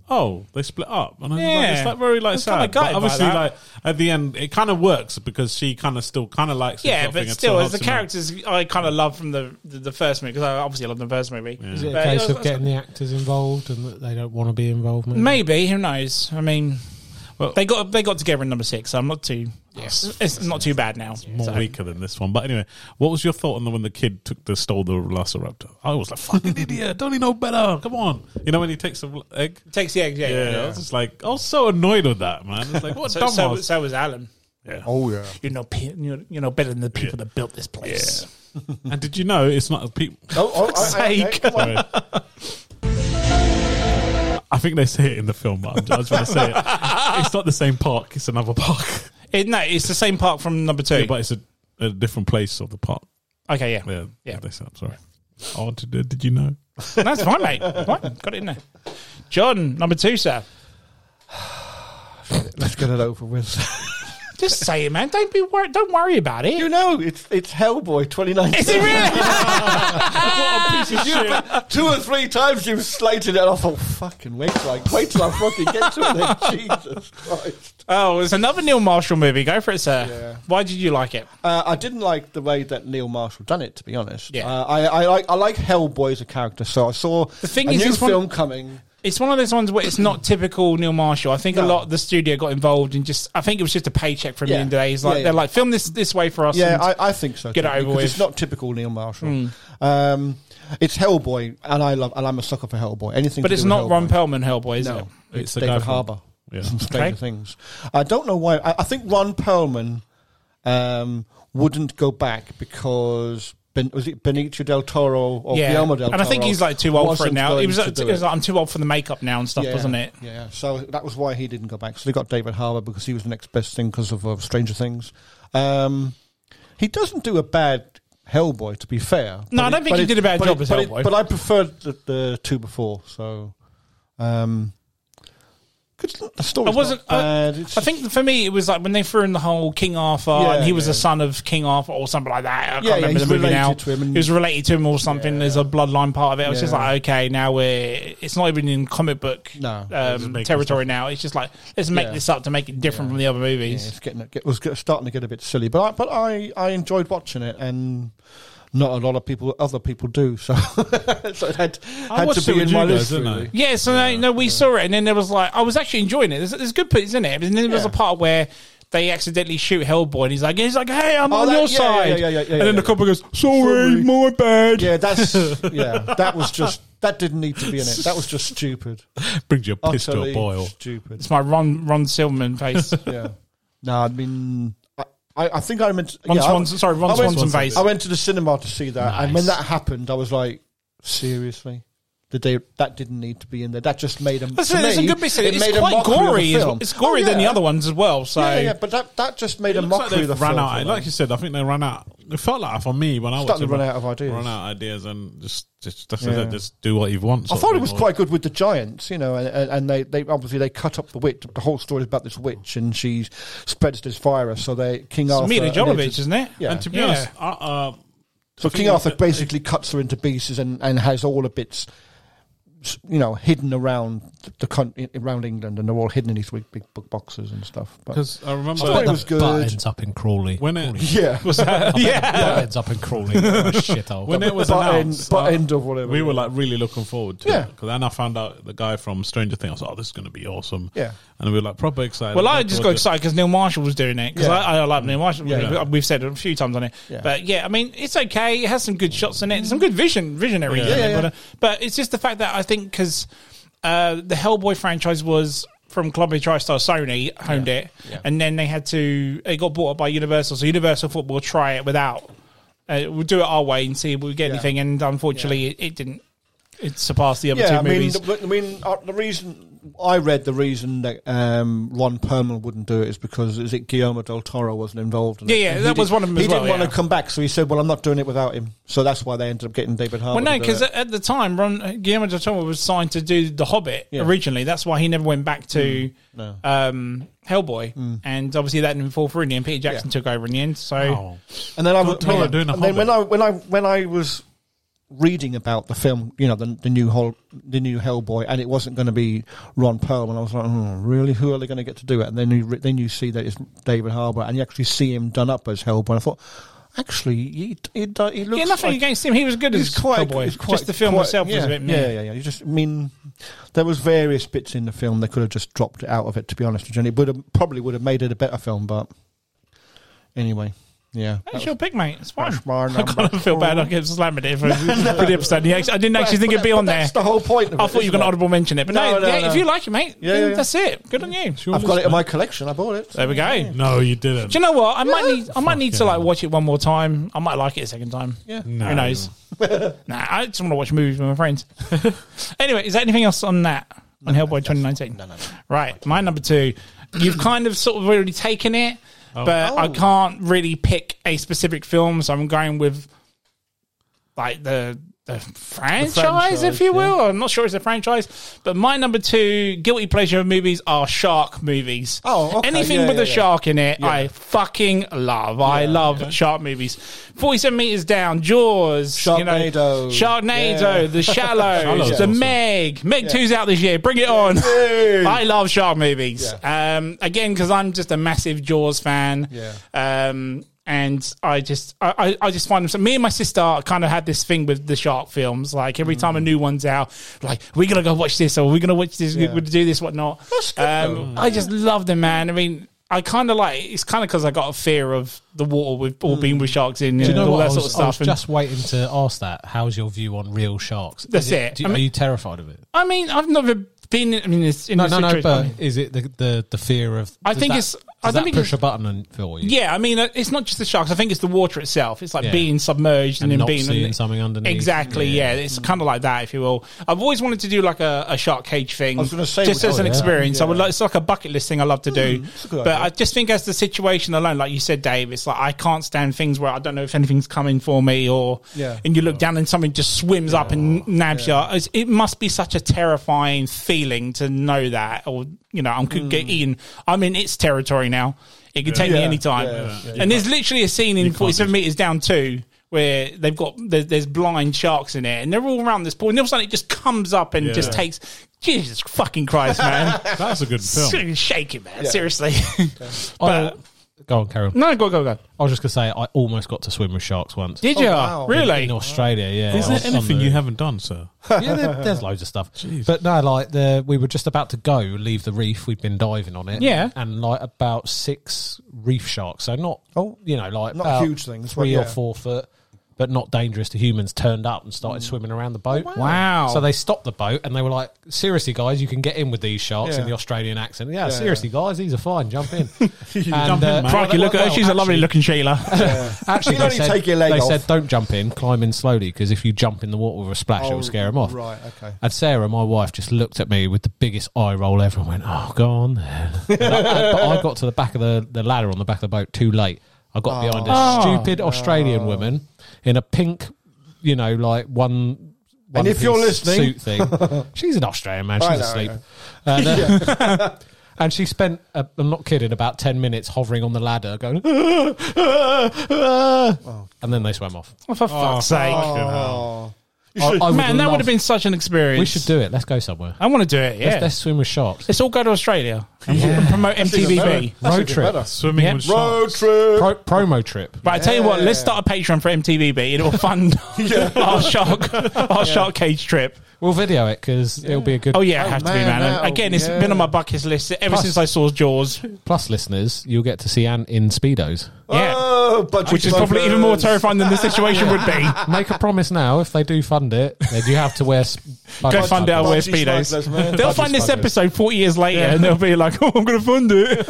S4: Oh, they split up, and I was like,
S2: Yeah.
S4: it's like very like
S2: I'm kinda
S4: sad. But
S2: gutted by
S4: obviously,
S2: that.
S4: like at the end, it kind of works because she kind of still kind of likes. him sort
S2: Yeah,
S4: of
S2: but
S4: thing. It
S2: still, it's the
S4: helps him
S2: characters
S4: out.
S2: I kind of love from the, the the first movie because I obviously love the first movie.
S5: Is it a
S2: But
S5: case
S2: was-
S5: of getting the actors involved and that they don't want to be involved? Maybe?
S2: Maybe who knows? I mean, they got they got together in number six, so I'm not too. Yes, it's not too bad now.
S4: more
S2: So.
S4: weaker than this one. But anyway, what was your thought on the when the kid took the stole the Velociraptor? I was like, fucking idiot! Don't he know better? Come on! You know when he takes the egg?
S2: Takes the egg, yeah.
S4: Yeah,
S2: yeah,
S4: I
S2: yeah.
S4: was just like, I was so annoyed with that man. It's like what
S2: So, so,
S4: dumbass.
S2: so was Alan.
S3: Oh yeah.
S2: You know, pe- you know- you know better than the people that built this place.
S4: and did you know it's not a people?
S3: Oh, oh, I- I- I-
S2: sake.
S3: come on.
S4: Sorry. I think they say it in the film, but I'm just, I just want to say it. It's not the same park; it's another park,
S2: It, no, it's the same park from number two.
S4: Yeah, but it's a, a different place of the park.
S2: okay, yeah.
S4: Yeah,
S2: Yeah.
S4: They said, sorry. Oh, did, did you know?
S2: That's fine, mate. Fine. Got it in there. John, number two, sir.
S3: Let's get it over with.
S2: Just say it, man. Don't be worried. Don't worry about it.
S3: you know, it's it's Hellboy 2019.
S2: Is it really?
S3: Two or three times you've slated it. I thought, fucking wait till I wait till I fucking get to it. Then. Jesus Christ.
S2: oh, it's another Neil Marshall movie. Go for it, sir.
S3: Yeah.
S2: Why did you like it?
S3: Uh, I didn't like the way that Neil Marshall done it. To be honest,
S2: Yeah.
S3: Uh, I, I like I like Hellboy as a character. So I saw the
S2: thing
S3: a
S2: is,
S3: new
S2: this one-
S3: film coming.
S2: It's one of those ones where it's not typical Neil Marshall. I think a
S3: No.
S2: lot of the studio got involved in just. I think it was just a paycheck from the
S3: Yeah.
S2: end of the day. It's like
S3: Yeah, yeah.
S2: they're like, film this this way for us.
S3: Yeah,
S2: and-
S3: I, I think so.
S2: Get
S3: too,
S2: it over
S3: because
S2: with. Hmm.
S3: It's not typical Neil Marshall. Um, it's Hellboy, and I love, and I'm a sucker for Hellboy. Anything,
S2: but
S3: to
S2: it's
S3: do with
S2: not Ron
S3: Hellboy.
S2: Perlman Hellboy, is it?
S3: No, it's,
S4: the guy
S3: David
S4: from-
S3: Harbour
S4: Yeah.
S3: from Stranger
S2: Okay.
S3: Things. I don't know why. I, I think Ron Perlman um, wouldn't go back because ben, was it Benicio del Toro or Guillermo del Toro?
S2: and I think he's like too old for it
S3: wasn't
S2: now. He
S3: going
S2: was,
S3: to
S2: like,
S3: do
S2: it was like, I'm too old for the makeup now and stuff,
S3: Yeah,
S2: wasn't it?
S3: Yeah, so that was why he didn't go back. So they got David Harbour because he was the next best thing because of uh, Stranger Things. Um, he doesn't do a bad Hellboy, to be fair.
S2: No, I don't think he did a bad
S3: but
S2: job
S3: it-
S2: as
S3: but it-
S2: Hellboy.
S3: but I preferred the, the two before. So, um, good, the
S2: I
S3: story's
S2: wasn't-
S3: not bad. It's
S2: I think for me it was like when they threw in the whole King Arthur and he was
S3: yeah.
S2: the son of King Arthur or something like that. I can't
S3: Yeah, yeah,
S2: remember
S3: he's
S2: the movie
S3: related
S2: now.
S3: to him and-
S2: it was related to him or something. There's a bloodline part of it. I was just
S3: Yeah.
S2: like, okay, now we're it's not even in comic book
S3: No.
S4: Just
S2: um,
S4: make
S2: territory now. It's just like let's make
S3: Yeah.
S2: this up to make it different from the other
S3: yeah,
S2: movies.
S3: it's getting it was get- starting to get a bit silly, but I, but I, I enjoyed watching it, and not a lot of people other people do. So, so it had had
S4: watched
S3: to
S4: it
S3: be
S4: with
S3: in my
S4: you guys,
S3: list.
S4: didn't I?
S3: really.
S2: Yeah, so no, no, we saw it, and then there was like I was actually enjoying it. There's, there's good bits in it, and then there was a
S3: Yeah.
S2: part where they accidentally shoot Hellboy, and he's like, he's like, hey, I'm
S3: Oh,
S2: on
S3: that-
S2: your
S3: yeah, yeah,
S2: side,
S3: yeah, yeah, yeah,
S2: and
S3: yeah,
S2: then the
S3: yeah.
S2: cop goes, sorry,
S3: Sorry.
S2: my bad.
S3: Yeah, that's yeah. That was just that didn't need to be in it. That was just stupid.
S4: Brings your piss to
S3: Utterly
S4: a boil.
S3: Stupid.
S2: It's my Ron Ron Silverman face.
S3: Yeah. No, I mean, I, I I think I meant.
S2: Ron
S3: yeah, I-
S2: Swanson, sorry, Ron
S3: I went-
S2: Swanson face.
S3: I went to the cinema to see that, and when
S5: Nice.
S3: that happened, I was like, seriously. Did they, that didn't need to be in there. That just made a
S2: That's
S3: to
S2: it, it's
S3: me,
S2: a good bit.
S3: It made
S2: It's
S3: a
S2: quite
S3: mockery of the
S2: gory.
S3: film.
S2: It's, it's gorier
S3: Oh,
S2: than the
S3: yeah.
S2: other ones as well. So
S3: Yeah, yeah, yeah, but that, that just made
S4: It
S3: a
S4: looks like
S3: mockery
S4: they've
S3: of the
S4: run
S3: film.
S4: out.
S3: for
S4: Like
S3: me.
S4: you said, I think they ran out. It felt like for me when I watched
S3: Starting
S4: it,
S3: to run out of ideas.
S4: Run out of ideas and just just that's
S3: Yeah.
S4: it. Just do what you want.
S3: I
S4: sort of
S3: thought it
S4: thing.
S3: was
S4: Or-
S3: quite good with the giants, you know, and, and and they, they obviously they cut up the witch. The whole story is about this witch, and she spreads this virus. So they King Arthur,
S2: it's Mila
S3: and
S2: Jovovich,
S3: it's-
S2: isn't it?
S3: Yeah.
S4: And to be
S2: Yeah.
S4: honest, I, uh,
S3: so
S4: I think
S3: King Arthur
S4: that-
S3: basically cuts her into pieces and, and has all the bits, you know, hidden around the con- around England, and they're all hidden in these big, big book boxes and stuff. But
S4: because I
S5: I
S3: thought
S5: bet
S3: it
S4: remember
S3: was
S5: that butt
S3: good.
S5: ends up in Crawley.
S4: when it
S3: yeah,
S5: yeah, butt ends up in Crawley. Oh, shit, oh.
S4: when it was
S3: butt end,
S4: announced,
S3: butt
S4: I-
S3: end of whatever.
S4: we were like really looking forward to it. 'Cause
S3: Yeah.
S4: it. Because then I found out the guy from Stranger Things. I was like, oh, this is going to be awesome.
S3: Yeah.
S4: And we were like proper excited.
S2: Well, I
S4: Looking
S2: just got
S4: forward to it.
S2: excited because Neil Marshall was doing it because
S3: Yeah.
S2: I, I like Neil Marshall.
S3: Yeah.
S2: We- We've said it a few times on it,
S3: Yeah.
S2: but yeah, I mean, it's okay. It has some good shots in it, some good vision, visionary.
S4: Yeah.
S2: in
S3: Yeah,
S2: it,
S3: yeah,
S2: But, uh, but it's just the fact that I think because uh, the Hellboy franchise was from Columbia TriStar, Sony owned it, and then they had to it got bought up by Universal, so Universal thought we'll try it without. Uh, we'll do it our way and see if we get
S3: Yeah.
S2: anything, and unfortunately, it, it didn't. It surpassed the other two
S3: yeah, I mean,
S2: movies.
S3: the, I mean, uh, the reason I read the reason that um, Ron Perlman wouldn't do it is because is it Guillermo del Toro wasn't involved in
S2: Yeah,
S3: it.
S2: yeah,
S3: And he
S2: that was
S3: did-
S2: one of them
S3: He
S2: as
S3: didn't
S2: well,
S3: want
S2: yeah.
S3: to come back, so he said, "Well, I'm not doing it without him." So that's why they ended up getting David
S2: Well,
S3: Harbour.
S2: no,
S3: to do
S2: because
S3: it.
S2: at at the time, Ron uh, Guillermo del Toro was signed to do The Hobbit
S3: Yeah. Mm.
S2: originally. That's why he never went back to
S3: no. Mm.
S2: um, Hellboy, and obviously that didn't fall through in the end. Peter Jackson took over in the end. So
S4: Oh.
S3: and then I was
S4: Del Toro doing a
S3: and then when I
S4: Hobbit.
S3: when I when I was reading about the film, you know, the, the new whole the new Hellboy, and it wasn't going to be Ron Perlman. I was like, "Hmm, really, who are they going to get to do it? And then you re- then you see that it's David Harbour, and you actually see him done up as Hellboy. And I thought, actually, he he, do- he looks
S2: yeah, nothing
S3: like
S2: against him. He was good as
S3: It's quite,
S2: Hellboy.
S3: it's quite,
S2: Just the film
S3: quite-
S2: itself
S3: yeah,
S2: was a bit.
S3: Yeah,
S2: meh.
S3: yeah, yeah. You just, I mean, there was various bits in the film they could have just dropped it out of it. To be honest, with you, and it would have probably would have made it a better film. But anyway, yeah.
S2: That's your pick, mate. It's fine.
S3: That's my
S2: I kind
S3: number
S2: of feel bad. I
S3: four.
S2: get slammed it for, for the episode. Yeah, I didn't actually think it'd be
S3: But
S2: on there.
S3: That's the whole point. Of
S2: I
S3: it,
S2: thought you were
S3: isn't
S2: going to
S3: it?
S2: audible mention it, but no,
S3: No, no,
S2: yeah,
S3: no.
S2: if you like it, mate,
S3: Yeah,
S2: then
S3: yeah, yeah.
S2: that's it. Good on you.
S3: I've got it in my collection. I bought it.
S2: There we go.
S4: No, you didn't.
S2: Do you know what? I might need. I might need to like watch it one more time. I might like it a second time.
S3: Yeah.
S4: No.
S2: Who knows? nah, I just want to watch movies with my friends. anyway, is there anything else on that on Hellboy 2019? No, no, no. Right, my number two. You've kind of sort of already taken it, but I can't really pick a specific film, so I'm going with like the the franchise, if you will. I'm not sure it's a franchise, but my number two guilty pleasure movies are shark movies.
S3: Oh, okay.
S2: anything
S3: Yeah,
S2: with
S3: yeah,
S2: a
S3: yeah.
S2: shark in it, I fucking love. I love shark movies. Forty Seven Meters Down, Jaws, You know,
S3: Sharknado.
S2: Sharknado,
S3: Yeah.
S2: The Shallows,
S4: Shallows
S2: The
S4: awesome.
S2: Meg, Meg Two's out this year. Bring it on!
S3: Yay.
S2: I love shark movies. Um, again, because I'm just a massive Jaws fan.
S3: Yeah.
S2: Um, and I just, I, I I just find them. So me and my sister kind of had this thing with the shark films. Like every time a
S5: Mm.
S2: new one's out, like we're gonna go watch this, or we're gonna watch this, we're gonna do this, whatnot. um, I just love them, man. I mean, I kind of like. It's kind of because I got a fear of the water with or being with sharks in,
S5: Mm. Do you
S2: and
S5: know
S2: all
S5: what?
S2: that
S5: I was,
S2: sort of
S5: I
S2: stuff.
S5: was
S2: and-
S5: just waiting to ask that. How's your view on real sharks? Is
S2: That's it.
S5: do you-
S2: I mean-
S5: are you terrified of it?
S2: I mean, I've never been. in- I mean, it's in
S5: No,
S2: a
S5: no, no.
S2: situation-
S5: But is it the the, the fear of?
S2: I
S5: does
S2: think
S5: that-
S2: it's. I
S5: Does
S2: don't
S5: that
S2: think
S5: push a
S2: it's-
S5: button and for you?
S2: Yeah, I mean, uh, it's not just the sharks. I think it's the water itself. It's like
S5: Yeah.
S2: being submerged and,
S5: And
S2: then
S5: not
S2: being
S5: seeing something underneath.
S2: Exactly. Yeah, it's kind of like that, if you will. I've always wanted to do like a, a shark cage thing.
S3: I was gonna say,
S2: just
S3: we-
S2: as
S3: oh,
S2: an
S3: yeah.
S2: experience. I would.
S3: Yeah.
S2: Like, it's like a bucket list thing I love to do.
S3: that's a good
S2: but
S3: idea.
S2: I just think as the situation alone, like you said, Dave, it's like I can't stand things where I don't know if anything's coming for me or
S3: Yeah.
S2: and you look down and something just swims up and nabs you. It's, it must be such a terrifying feeling to know that, or you know, I'm could get eaten. I'm in its territory now. It could take me
S3: Mm. Yeah,
S2: any time.
S3: yeah, yeah.
S2: And there's literally a scene in 47 meters down two where they've got there's, there's blind sharks in there, and they're all around this pool, and all of a sudden it just comes up and
S4: Yeah.
S2: just takes. Jesus fucking Christ, man!
S4: That's a good film.
S2: Seriously, Shake it, man. Seriously.
S5: I-
S2: But-
S5: go on, Karen.
S2: Oh, no, go go go.
S5: I was just gonna say I almost got to swim with sharks once.
S2: Did
S3: Oh,
S2: you
S3: wow.
S2: really?
S5: in Australia? Yeah.
S4: Is
S5: I
S4: there
S5: was on
S4: anything
S5: the-
S4: you haven't done, sir?
S5: yeah, there, there's loads of stuff. But no, like the we were just about to go leave the reef. We'd been diving on it.
S2: Yeah.
S5: and like about six reef sharks. So not
S3: Oh,
S5: you know like
S3: not
S5: about
S3: huge things, but
S5: three or
S3: yeah.
S5: four foot, but not dangerous to humans. Turned up and started
S3: Mm.
S5: swimming around the boat.
S3: Oh,
S2: Wow.
S5: So they stopped the boat and they were like, "Seriously, guys, you can get in with these sharks." In
S3: Yeah.
S5: the Australian accent, yeah, seriously, guys, these are fine. Jump in. and, uh,
S4: Jump in, mate.
S2: Crikey, look at her. She's a lovely looking Sheila.
S5: Actually,
S3: You
S5: they,
S3: only
S5: said,
S3: take your leg
S5: they
S3: off.
S5: said don't jump in, climb in slowly because if you jump in the water with a splash, it will scare them off.
S3: Oh, Right, okay.
S5: And Sarah, my wife, just looked at me with the biggest eye roll ever and went, "Oh, go on then." And I- but I got to the back of the, the ladder on the back of the boat too late. I got behind a
S2: Oh.
S5: stupid Australian woman in a pink, you know, like one.
S3: And if you're
S5: one-piece
S3: listening-
S5: suit thing. she's an Australian man. She's
S3: I know, I
S5: asleep.
S3: know.
S5: And, uh, and she spent, uh, I'm not kidding, about 10 minutes hovering on the ladder going, "Ah, ah, ah," and then they swam off.
S2: Oh, for fuck's sake.
S3: Oh. You
S5: I-
S3: should-
S5: I would
S2: man, that
S5: love-
S2: would have been such an experience.
S5: We should do it. Let's go somewhere.
S2: I want to do it, yeah.
S5: Let's, let's swim with sharks.
S2: Let's all go to Australia and promote
S3: even better.
S2: MTVB.
S3: That's
S5: Road
S3: even
S5: trip.
S3: better.
S4: Swimming
S2: Yeah.
S4: with
S3: Road
S4: sharks.
S3: trip.
S5: Pro- promo trip.
S2: Right, I tell you what, let's start a Patreon for MTVB. It'll fund our shark, our shark cage trip.
S5: We'll video it because it'll be a good.
S2: Oh yeah, it
S3: Oh,
S2: has to be,
S3: man,
S2: man.
S3: that- oh,
S2: Again, it's
S3: yeah.
S2: been on my bucket list ever
S5: Plus-
S2: since I saw Jaws,
S5: Plus, listeners, you'll get to see Ant in speedos.
S2: yeah.
S3: Oh, budgie
S2: which is probably even more
S3: buggers.
S2: terrifying than the situation would be.
S5: Make a promise now. If they do fund it, then you have to wear. Sp-
S2: Go fund out where
S3: Budgie
S2: speedos.
S3: smugglers, man.
S2: They'll
S5: Budgie
S2: find this
S5: smugglers.
S2: episode forty years later, and they'll be like, "Oh, I'm going to fund it."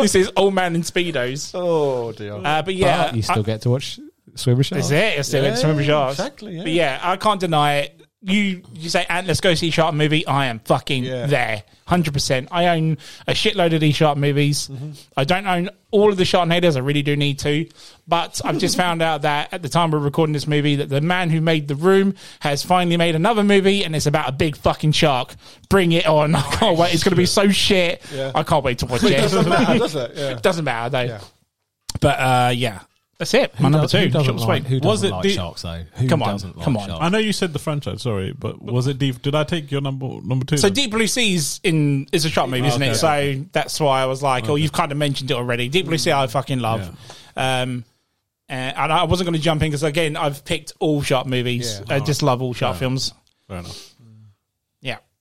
S2: this is old man in speedos.
S3: Oh dear.
S2: Uh, but yeah,
S5: Yeah, you
S2: I-
S5: still get to watch swim with sharks.
S2: Is it? It's still
S3: Yeah,
S2: in Swim Sharks.
S3: exactly, yeah.
S2: But yeah, I can't deny it. You you say, Ant, let's go see Shark movie. I am fucking
S3: Yeah.
S2: there. 100%. I own a shitload of these Shark movies.
S3: Mm-hmm.
S2: I don't own all of the Sharknados. I really do need to. But I've just found out that at the time we're recording this movie, that the man who made The Room has finally made another movie and it's about a big fucking shark. Bring it on. I can't wait. It's going to be so shit.
S3: Yeah.
S2: I can't wait to watch
S3: it doesn't
S2: it.
S3: matter, does it? Yeah.
S2: It doesn't matter, though.
S3: Yeah.
S2: But uh, yeah, that's it. My number
S5: Who
S2: two.
S5: doesn't
S2: Short and
S5: like,
S2: sweet.
S5: who
S4: Was
S5: doesn't
S4: it
S5: like
S4: the-
S5: sharks though? Who
S2: Come on,
S5: doesn't like
S2: come on.
S5: sharks?
S4: I know you said the franchise, sorry, but was it deep? Did I take your number number two?
S2: So
S4: then?
S2: Deep Blue Sea's in is a shark movie, isn't
S4: Okay.
S2: it? So that's why I was like, oh, you've kind of mentioned it already. Deep Blue Sea, I fucking love. Um, uh, and I wasn't going to jump in because again, I've picked all shark movies.
S4: Yeah.
S2: I just love all shark films.
S4: Fair enough.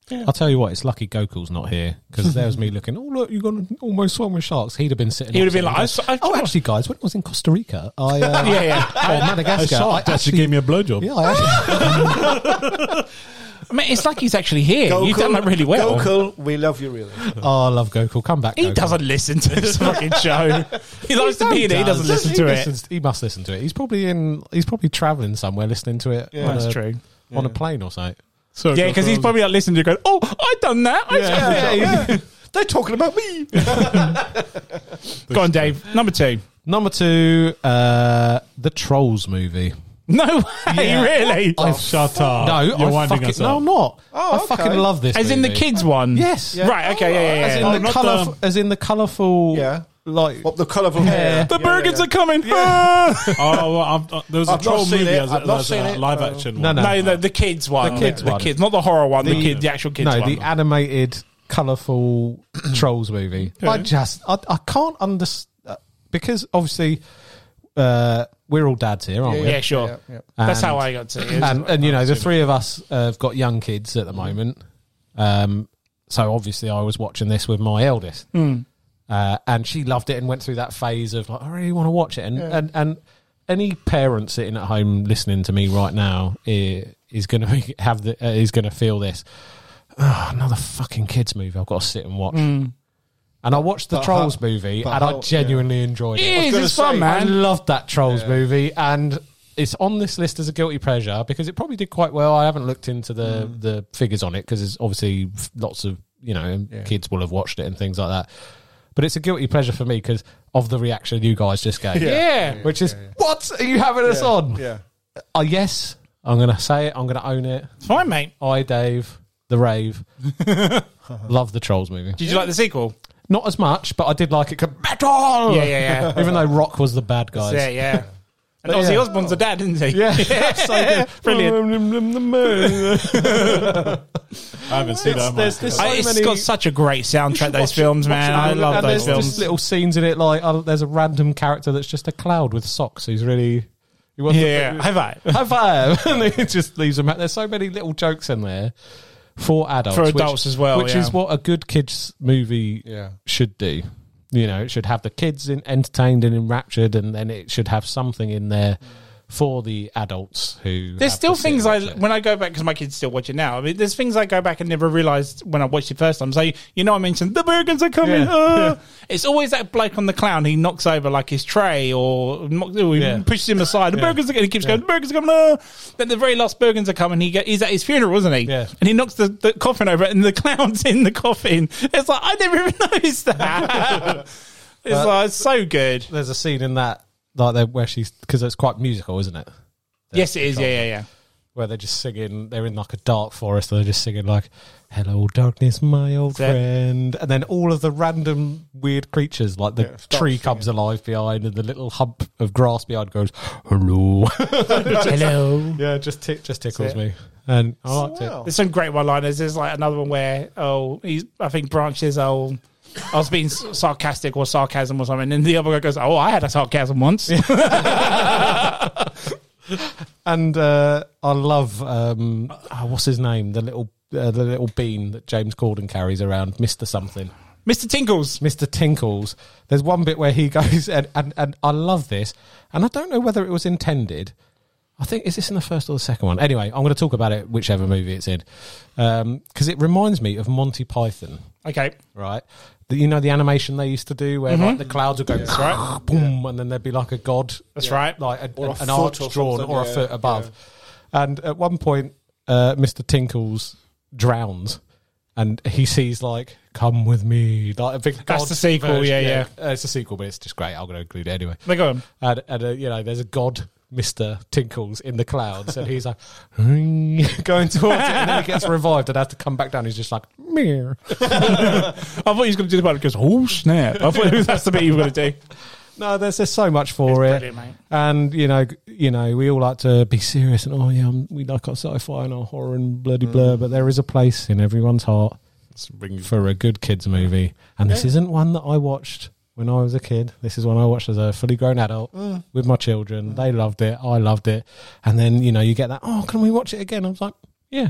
S2: Yeah.
S5: I'll tell you what. It's lucky Gokul's not here because there was me looking. Oh look, you got almost swam with sharks. He'd have been sitting.
S2: He would have
S5: opposite
S2: been like, I,
S5: me going,
S2: saw- I,
S5: Oh, actually, guys, when I was in Costa Rica, I uh,
S2: yeah, yeah.
S5: or Madagascar, I
S4: Shark actually gave me a blowjob.
S5: yeah, I actually
S2: I mean, it's like he's actually here. You've done that really well.
S3: Gokul, we love you really.
S5: Oh, I love Gokul. Come back.
S2: He
S5: Gokul.
S2: doesn't listen to this fucking show. He likes to be in it. He E doesn't
S5: does.
S2: listen
S5: He
S2: to it.
S5: listens- he must listen to it. He's probably in. He's probably traveling somewhere listening to it. on
S2: That's
S5: a-
S2: true.
S5: On a plane or something.
S4: So
S2: Yeah, because he's probably like listening to it going, oh, I done that. I done that.
S3: Yeah, yeah. They're talking about me.
S2: Go on, Dave. Number two.
S5: Number two, uh, the Trolls movie.
S2: No way, really?
S4: shut up.
S5: no,
S4: you're
S5: I
S4: winding
S5: fucking,
S4: us
S5: no,
S4: up.
S5: I'm not.
S3: Oh,
S5: I fucking
S3: okay.
S5: love this.
S2: As in the
S5: movie.
S2: kids one?
S5: Yes.
S2: Right, okay, yeah, yeah, yeah.
S5: As in
S4: Oh,
S5: the
S4: not
S5: colorful. As in the colorful.
S3: Yeah.
S5: Like
S3: What the colourful hair.
S2: The
S3: Yeah,
S2: burgers
S3: yeah,
S2: are coming. Ah!
S4: Oh, well, I've, uh, there was a
S3: I've not
S4: troll
S3: seen
S4: movie
S3: it.
S4: as,
S3: I've not
S4: as
S3: seen
S4: a
S3: it.
S4: live
S3: Oh.
S4: action one.
S5: No, no.
S2: no, no, the kids one.
S5: The kids
S2: the
S5: one.
S2: kids, not the horror one. The, kid, the actual kids
S5: no,
S2: one.
S5: the animated, colourful trolls movie. I just, I, I can't understand because obviously uh, we're all dads here, aren't we?
S2: yeah, sure.
S3: Yeah, yeah.
S2: That's
S5: And-
S2: how I got to it.
S5: and, and you know the three of us uh, have got young kids at the moment um, so obviously i was watching this with my eldest uh, and she loved it and went through that phase of like i really want to watch it and, and and any parent sitting at home listening to me right now i- is going to be have the uh, is going to feel this "Ah, another fucking kids movie i've got to sit and watch And I watched the
S3: But
S5: Trolls
S3: how-
S5: movie,
S3: but
S5: and I
S3: how-
S5: genuinely enjoyed it.
S2: It is,
S3: gonna
S2: it's fun,
S3: say,
S5: I
S2: man.
S5: loved that Trolls movie, and it's on this list as a guilty pleasure because it probably did quite well. I haven't looked into the
S2: Hmm.
S5: the figures on it because there's obviously f- lots of you know kids will have watched it and things like that. But it's a guilty pleasure for me because of the reaction you guys just gave.
S2: Yeah.
S5: which is what are you having us on?
S3: Yeah.
S5: Uh, yes, I'm gonna say it. I'm gonna own it.
S2: It's fine, mate.
S5: I Dave the rave. Love the Trolls movie.
S2: Did you like the sequel?
S5: Not as much, but I did like it. 'cause Metal.
S2: Yeah, yeah,
S5: Even though Rock was the bad guy.
S2: Yeah, yeah. And Ozzy
S5: yeah.
S2: Osbourne's a dad, isn't he?
S5: Yeah, so good. Brilliant.
S4: I haven't seen
S2: uh,
S4: that. There's
S5: there's this-
S4: this.
S5: So
S2: I, it's
S5: many-
S2: got such a great soundtrack. Those films, man, I love
S5: and
S2: those
S5: there's
S2: films.
S5: just little scenes in it. Like uh, there's a random character that's just a cloud with socks. Who's really he wants
S2: yeah, have I?
S5: high five, and it just leaves them. out. There's so many little jokes in there for adults,
S2: For adults as well,
S5: which
S2: yeah.
S5: is what a good kids movie uh,
S3: Yeah.
S5: should do. You know, it should have the kids in, entertained and enraptured, and then it should have something in there for the adults who.
S2: There's
S5: have
S2: still
S5: to sit and
S2: things I
S5: watch it.
S2: when I go back because my kids still watch it now. I mean, there's things I go back and never realised when I watched it first time. So you know, I mentioned the Bergens are coming.
S5: Yeah.
S2: ah." It's always that bloke on the clown. He knocks over like his tray or, knock- or he
S5: Yeah.
S2: pushes him aside. The Bergens are and he keeps going. The Bergens are coming. ah." Then the very last Bergens are coming. He get, he's at his funeral, isn't he?
S5: Yeah.
S2: And he knocks the, the coffin over, and the clown's in the coffin. It's like I never even noticed that. it's like it's so good.
S5: there's a scene in that like they- where she's because it's quite musical, isn't it?
S2: yes, it is. Yeah, yeah, yeah.
S5: Where they're just singing, they're in like a dark forest, and they're just singing like "Hello, darkness, my old
S2: That's it.
S5: friend," and then all of the random weird creatures, like the
S3: stop
S5: tree comes alive behind, and the little hump of grass behind goes "Hello."
S2: Hello.
S5: yeah, just tick, just tickles me, and I liked
S3: Wow.
S5: it.
S2: There's some great one-liners. There's like another one where oh, he's I think Branch is oh, I was being s- sarcastic or sarcasm or something, and the other guy goes, "Oh, I had a sarcasm once."
S5: And uh, I love um, oh, what's his name, the little uh, the little bean that James Corden carries around, Mister Something.
S2: Mr. Tinkles.
S5: Mr. Tinkles, there's one bit where he goes, and, and, and I love this, and I don't know whether it was intended. I think, is this in the first or the second one? Anyway, I'm going to talk about it, whichever movie it's in, because it reminds me of Monty Python,
S2: Okay,
S5: right? The, you know, the animation they used to do where like, the clouds would go
S2: Mm-hmm. right.
S5: boom, and then there'd be like a god
S2: that's right.
S5: like a,
S3: Or a
S5: an
S3: foot
S5: arch
S3: or
S5: drawn
S3: something,
S5: or a
S3: yeah,
S5: foot above. And at one point, uh, Mr. Tinkles drowns and he sees, like, come with me. Like a big
S2: That's
S5: god
S2: the sequel, yeah,
S5: Uh, it's a sequel, but it's just great. I'm going to include it anyway.
S2: They go on.
S5: And, and uh, you know, there's a god. Mr. Tinkles in the clouds, and he's like going towards it, and then he gets revived and has to come back down. He's just like, Meow.
S2: I thought he was going to do the part because oh snap! I thought that's the bit you were going to do.
S5: No, there's there's so much for
S2: It's
S5: it,
S2: brilliant, mate.
S5: and you know, g- you know, we all like to be serious and oh yeah, um, we like our sci-fi and our horror and bloody
S2: Mm.
S5: blur, but there is a place in everyone's heart for a good kids movie, and this isn't one that I watched when I was a kid. This is one I watched as a fully grown adult
S2: Mm.
S5: with my children. They loved it, I loved it, and then you know, you get that oh, can we watch it again? I was like, yeah,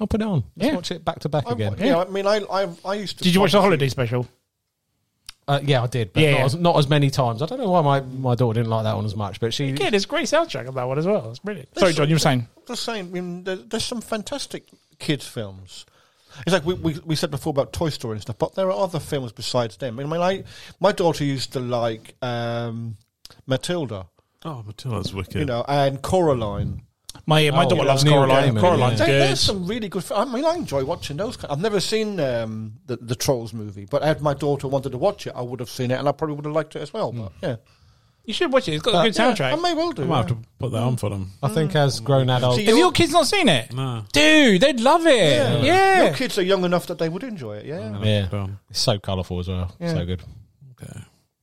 S5: I'll put it on. Let's
S2: Yeah.
S5: watch it back to back
S3: I,
S5: again.
S3: yeah. I mean, I, I, I used to.
S2: Did you watch the
S3: probably-
S2: holiday special?
S5: Uh, yeah, I did, but
S2: Yeah,
S5: not,
S2: yeah.
S5: As, not as many times. I don't know why my, my daughter didn't like that one as much, but she
S2: Yeah, there's a great soundtrack on that one as well. It's brilliant. Sorry, John, you were saying.
S3: the same. I mean, there, there's some fantastic kids films. It's like we, we we said before about Toy Story and stuff, but there are other films besides them. I mean, I, my daughter used to like um, Matilda,
S4: Oh, Matilda's wicked.
S3: you know, and Coraline.
S2: My my
S5: Oh,
S2: daughter
S5: yeah,
S2: loves
S5: Neil
S2: Coraline.
S5: Gaiman,
S2: Coraline's
S5: yeah.
S3: There,
S2: good.
S3: there's some really good. fi- I mean, I enjoy watching those. kind- I've never seen um, the the Trolls movie, but had my daughter wanted to watch it, I would have seen it, and I probably would have liked it as well. But yeah,
S2: You should watch it. It's got a
S5: But-
S2: good
S3: Yeah,
S2: soundtrack.
S3: I may well do.
S4: Hmm. I might have
S3: yeah.
S4: to put that on for them.
S5: I think as grown adults,
S3: See,
S2: Have
S3: your-
S2: your kids not seen it?
S4: No.
S2: Dude, they'd love it. Yeah.
S3: Your kids are young enough that they would enjoy it. Yeah,
S4: Mm-hmm.
S5: yeah,
S4: Well,
S5: it's so colourful as well, so good.
S4: okay.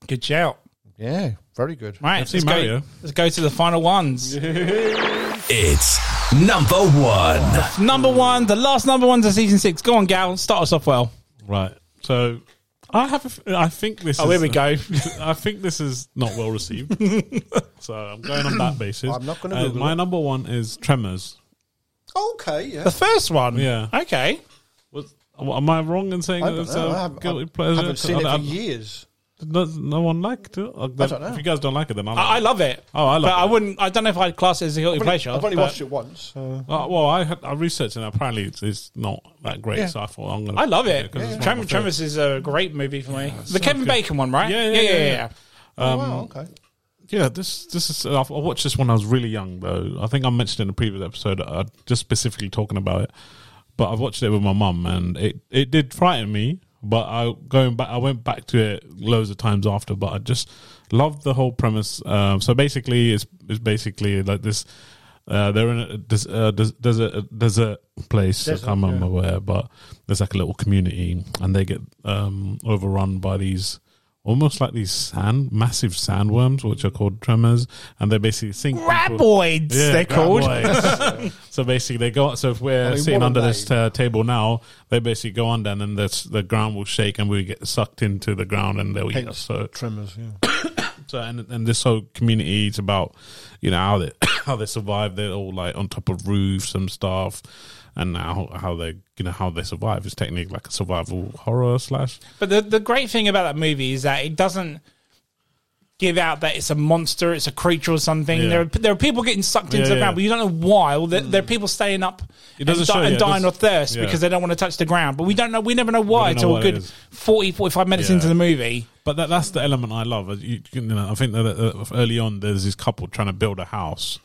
S2: Good shout.
S3: yeah, very good.
S2: Right,
S4: I've seen Mario.
S2: Go, let's go to the final ones.
S1: It's number one.
S2: Number
S4: Hmm.
S2: one, the last number one's of season six. Go on, Gal, start us off well.
S4: Right. So I have. A, f- I think this.
S2: Oh,
S4: is,
S2: here we go.
S4: I think this is not well received. so I'm going on that basis. Uh,
S3: I'm not gonna Google
S4: my
S3: it.
S4: number one is Tremors.
S3: Okay, yeah.
S2: The first one.
S4: Yeah.
S2: Okay.
S4: Was, am I wrong in saying
S3: I
S4: that
S3: don't
S4: it's
S3: know. I
S4: a
S3: haven't,
S4: guilty
S3: I
S4: pleasure?
S3: haven't seen it
S4: I-
S3: for
S4: I'm-
S3: years.
S4: Does no one liked it? I
S3: don't know.
S4: If you guys don't like it, then I, like
S2: I, I love it.
S4: Oh, I love
S2: but I
S4: it.
S2: wouldn't. I don't know if I'd class it as a guilty pleasure.
S3: I've only
S2: but
S3: watched it once. so-
S4: it. Uh, well, I had, I researched it. and Apparently, it's, it's not that great.
S3: Yeah.
S4: So I thought I'm gonna.
S2: I love it.
S4: because it's one of my
S2: Trem-
S4: favorites.
S2: Tremors is a great movie for me. the Kevin
S4: good.
S2: Bacon one, right?
S4: Yeah, yeah, yeah, yeah.
S3: oh, wow, okay.
S4: yeah, this this is. I watched this when I was really young, though. I think I mentioned in a previous episode, uh, just specifically talking about it. But I've watched it with my mum, and it it did frighten me. But I going back, I went back to it loads of times after. But I just loved the whole premise. Um, so basically, it's it's basically like this. Uh, they're in a des- uh, des- desert, a desert place. I can't remember where, but there's like a little community, and they get um, overrun by these almost like these sand, massive sandworms, which are called tremors, and they basically sink. people-
S2: Graboids,
S4: Yeah,
S2: they're called.
S4: graboids. so basically, they go. So if we're
S3: I mean,
S4: sitting
S3: what
S4: under
S3: are
S4: this uh, table now, they basically go under, and then the the ground will shake, and we get sucked into the ground, and they'll eat us. So
S3: Tremors, yeah.
S4: so and and this whole community is about you know how they how they survive. They're all like on top of roofs and stuff, and how how they you know how they survive. It's technically like a survival horror slash.
S2: But the, the great thing about that movie is that it doesn't give out that it's a monster, it's a creature or something.
S4: Yeah.
S2: There, are, there are people getting sucked into
S4: Yeah,
S2: the
S4: yeah.
S2: ground, but you don't know why. Or there, there are people staying up and,
S4: doesn't show you,
S2: and
S4: it
S2: dying
S4: doesn't-
S2: of thirst
S4: yeah.
S2: because they don't want to touch the ground. But we don't know. We never know why.
S4: don't
S2: It's
S4: know
S2: all
S4: what it
S2: good
S4: is.
S2: 40, 45 minutes
S4: Yeah.
S2: into the movie.
S4: But that that's the element I love. As You, you know, I think that uh, early on there's this couple trying to build a house.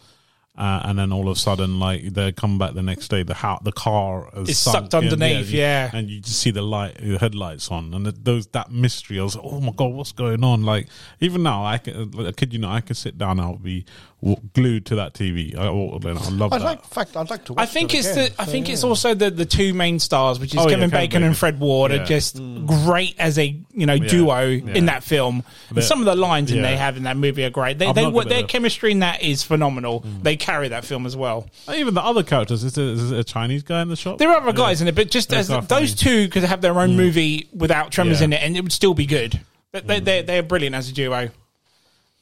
S4: Uh, and then all of a sudden, like they come back the next day, the how the car has
S2: It's
S4: sunk
S2: sucked
S4: in,
S2: underneath,
S4: you-
S2: yeah.
S4: and you just see the light, the headlights on, and that those that mystery. I was like, oh my god, what's going on? Like even now, I can, I kid you not, I could sit down, I'll be w- glued to that TV. I, will- I love
S3: I'd
S4: that.
S3: like, in fact, I'd like to
S2: I
S3: watch
S2: think
S3: that
S2: it's
S3: again,
S2: the. I
S3: so,
S2: think it's
S3: yeah.
S2: also the the two main stars, which is
S4: Oh, yeah,
S2: Kevin
S4: Kevin
S2: Bacon, and
S4: Bacon.
S2: Fred Ward,
S4: Yeah. Mm.
S2: are just great as a you know duo in that film. And some of the lines in
S4: yeah.
S2: they have in that movie are great. They,
S4: I'm
S2: they
S4: not
S2: what
S4: gonna-
S2: their chemistry in that is phenomenal.
S4: Mm.
S2: They carry that film as well.
S4: even the other characters. Is there, is there a Chinese guy in the shop?
S2: There are other
S4: Yeah.
S2: guys in it, but just
S4: They're
S2: as
S4: quite
S2: those two could have their own movie without Tremors
S4: Mm. Yeah. Mm.
S2: in it, and it would still be good. They, they, they're, they're brilliant as a duo.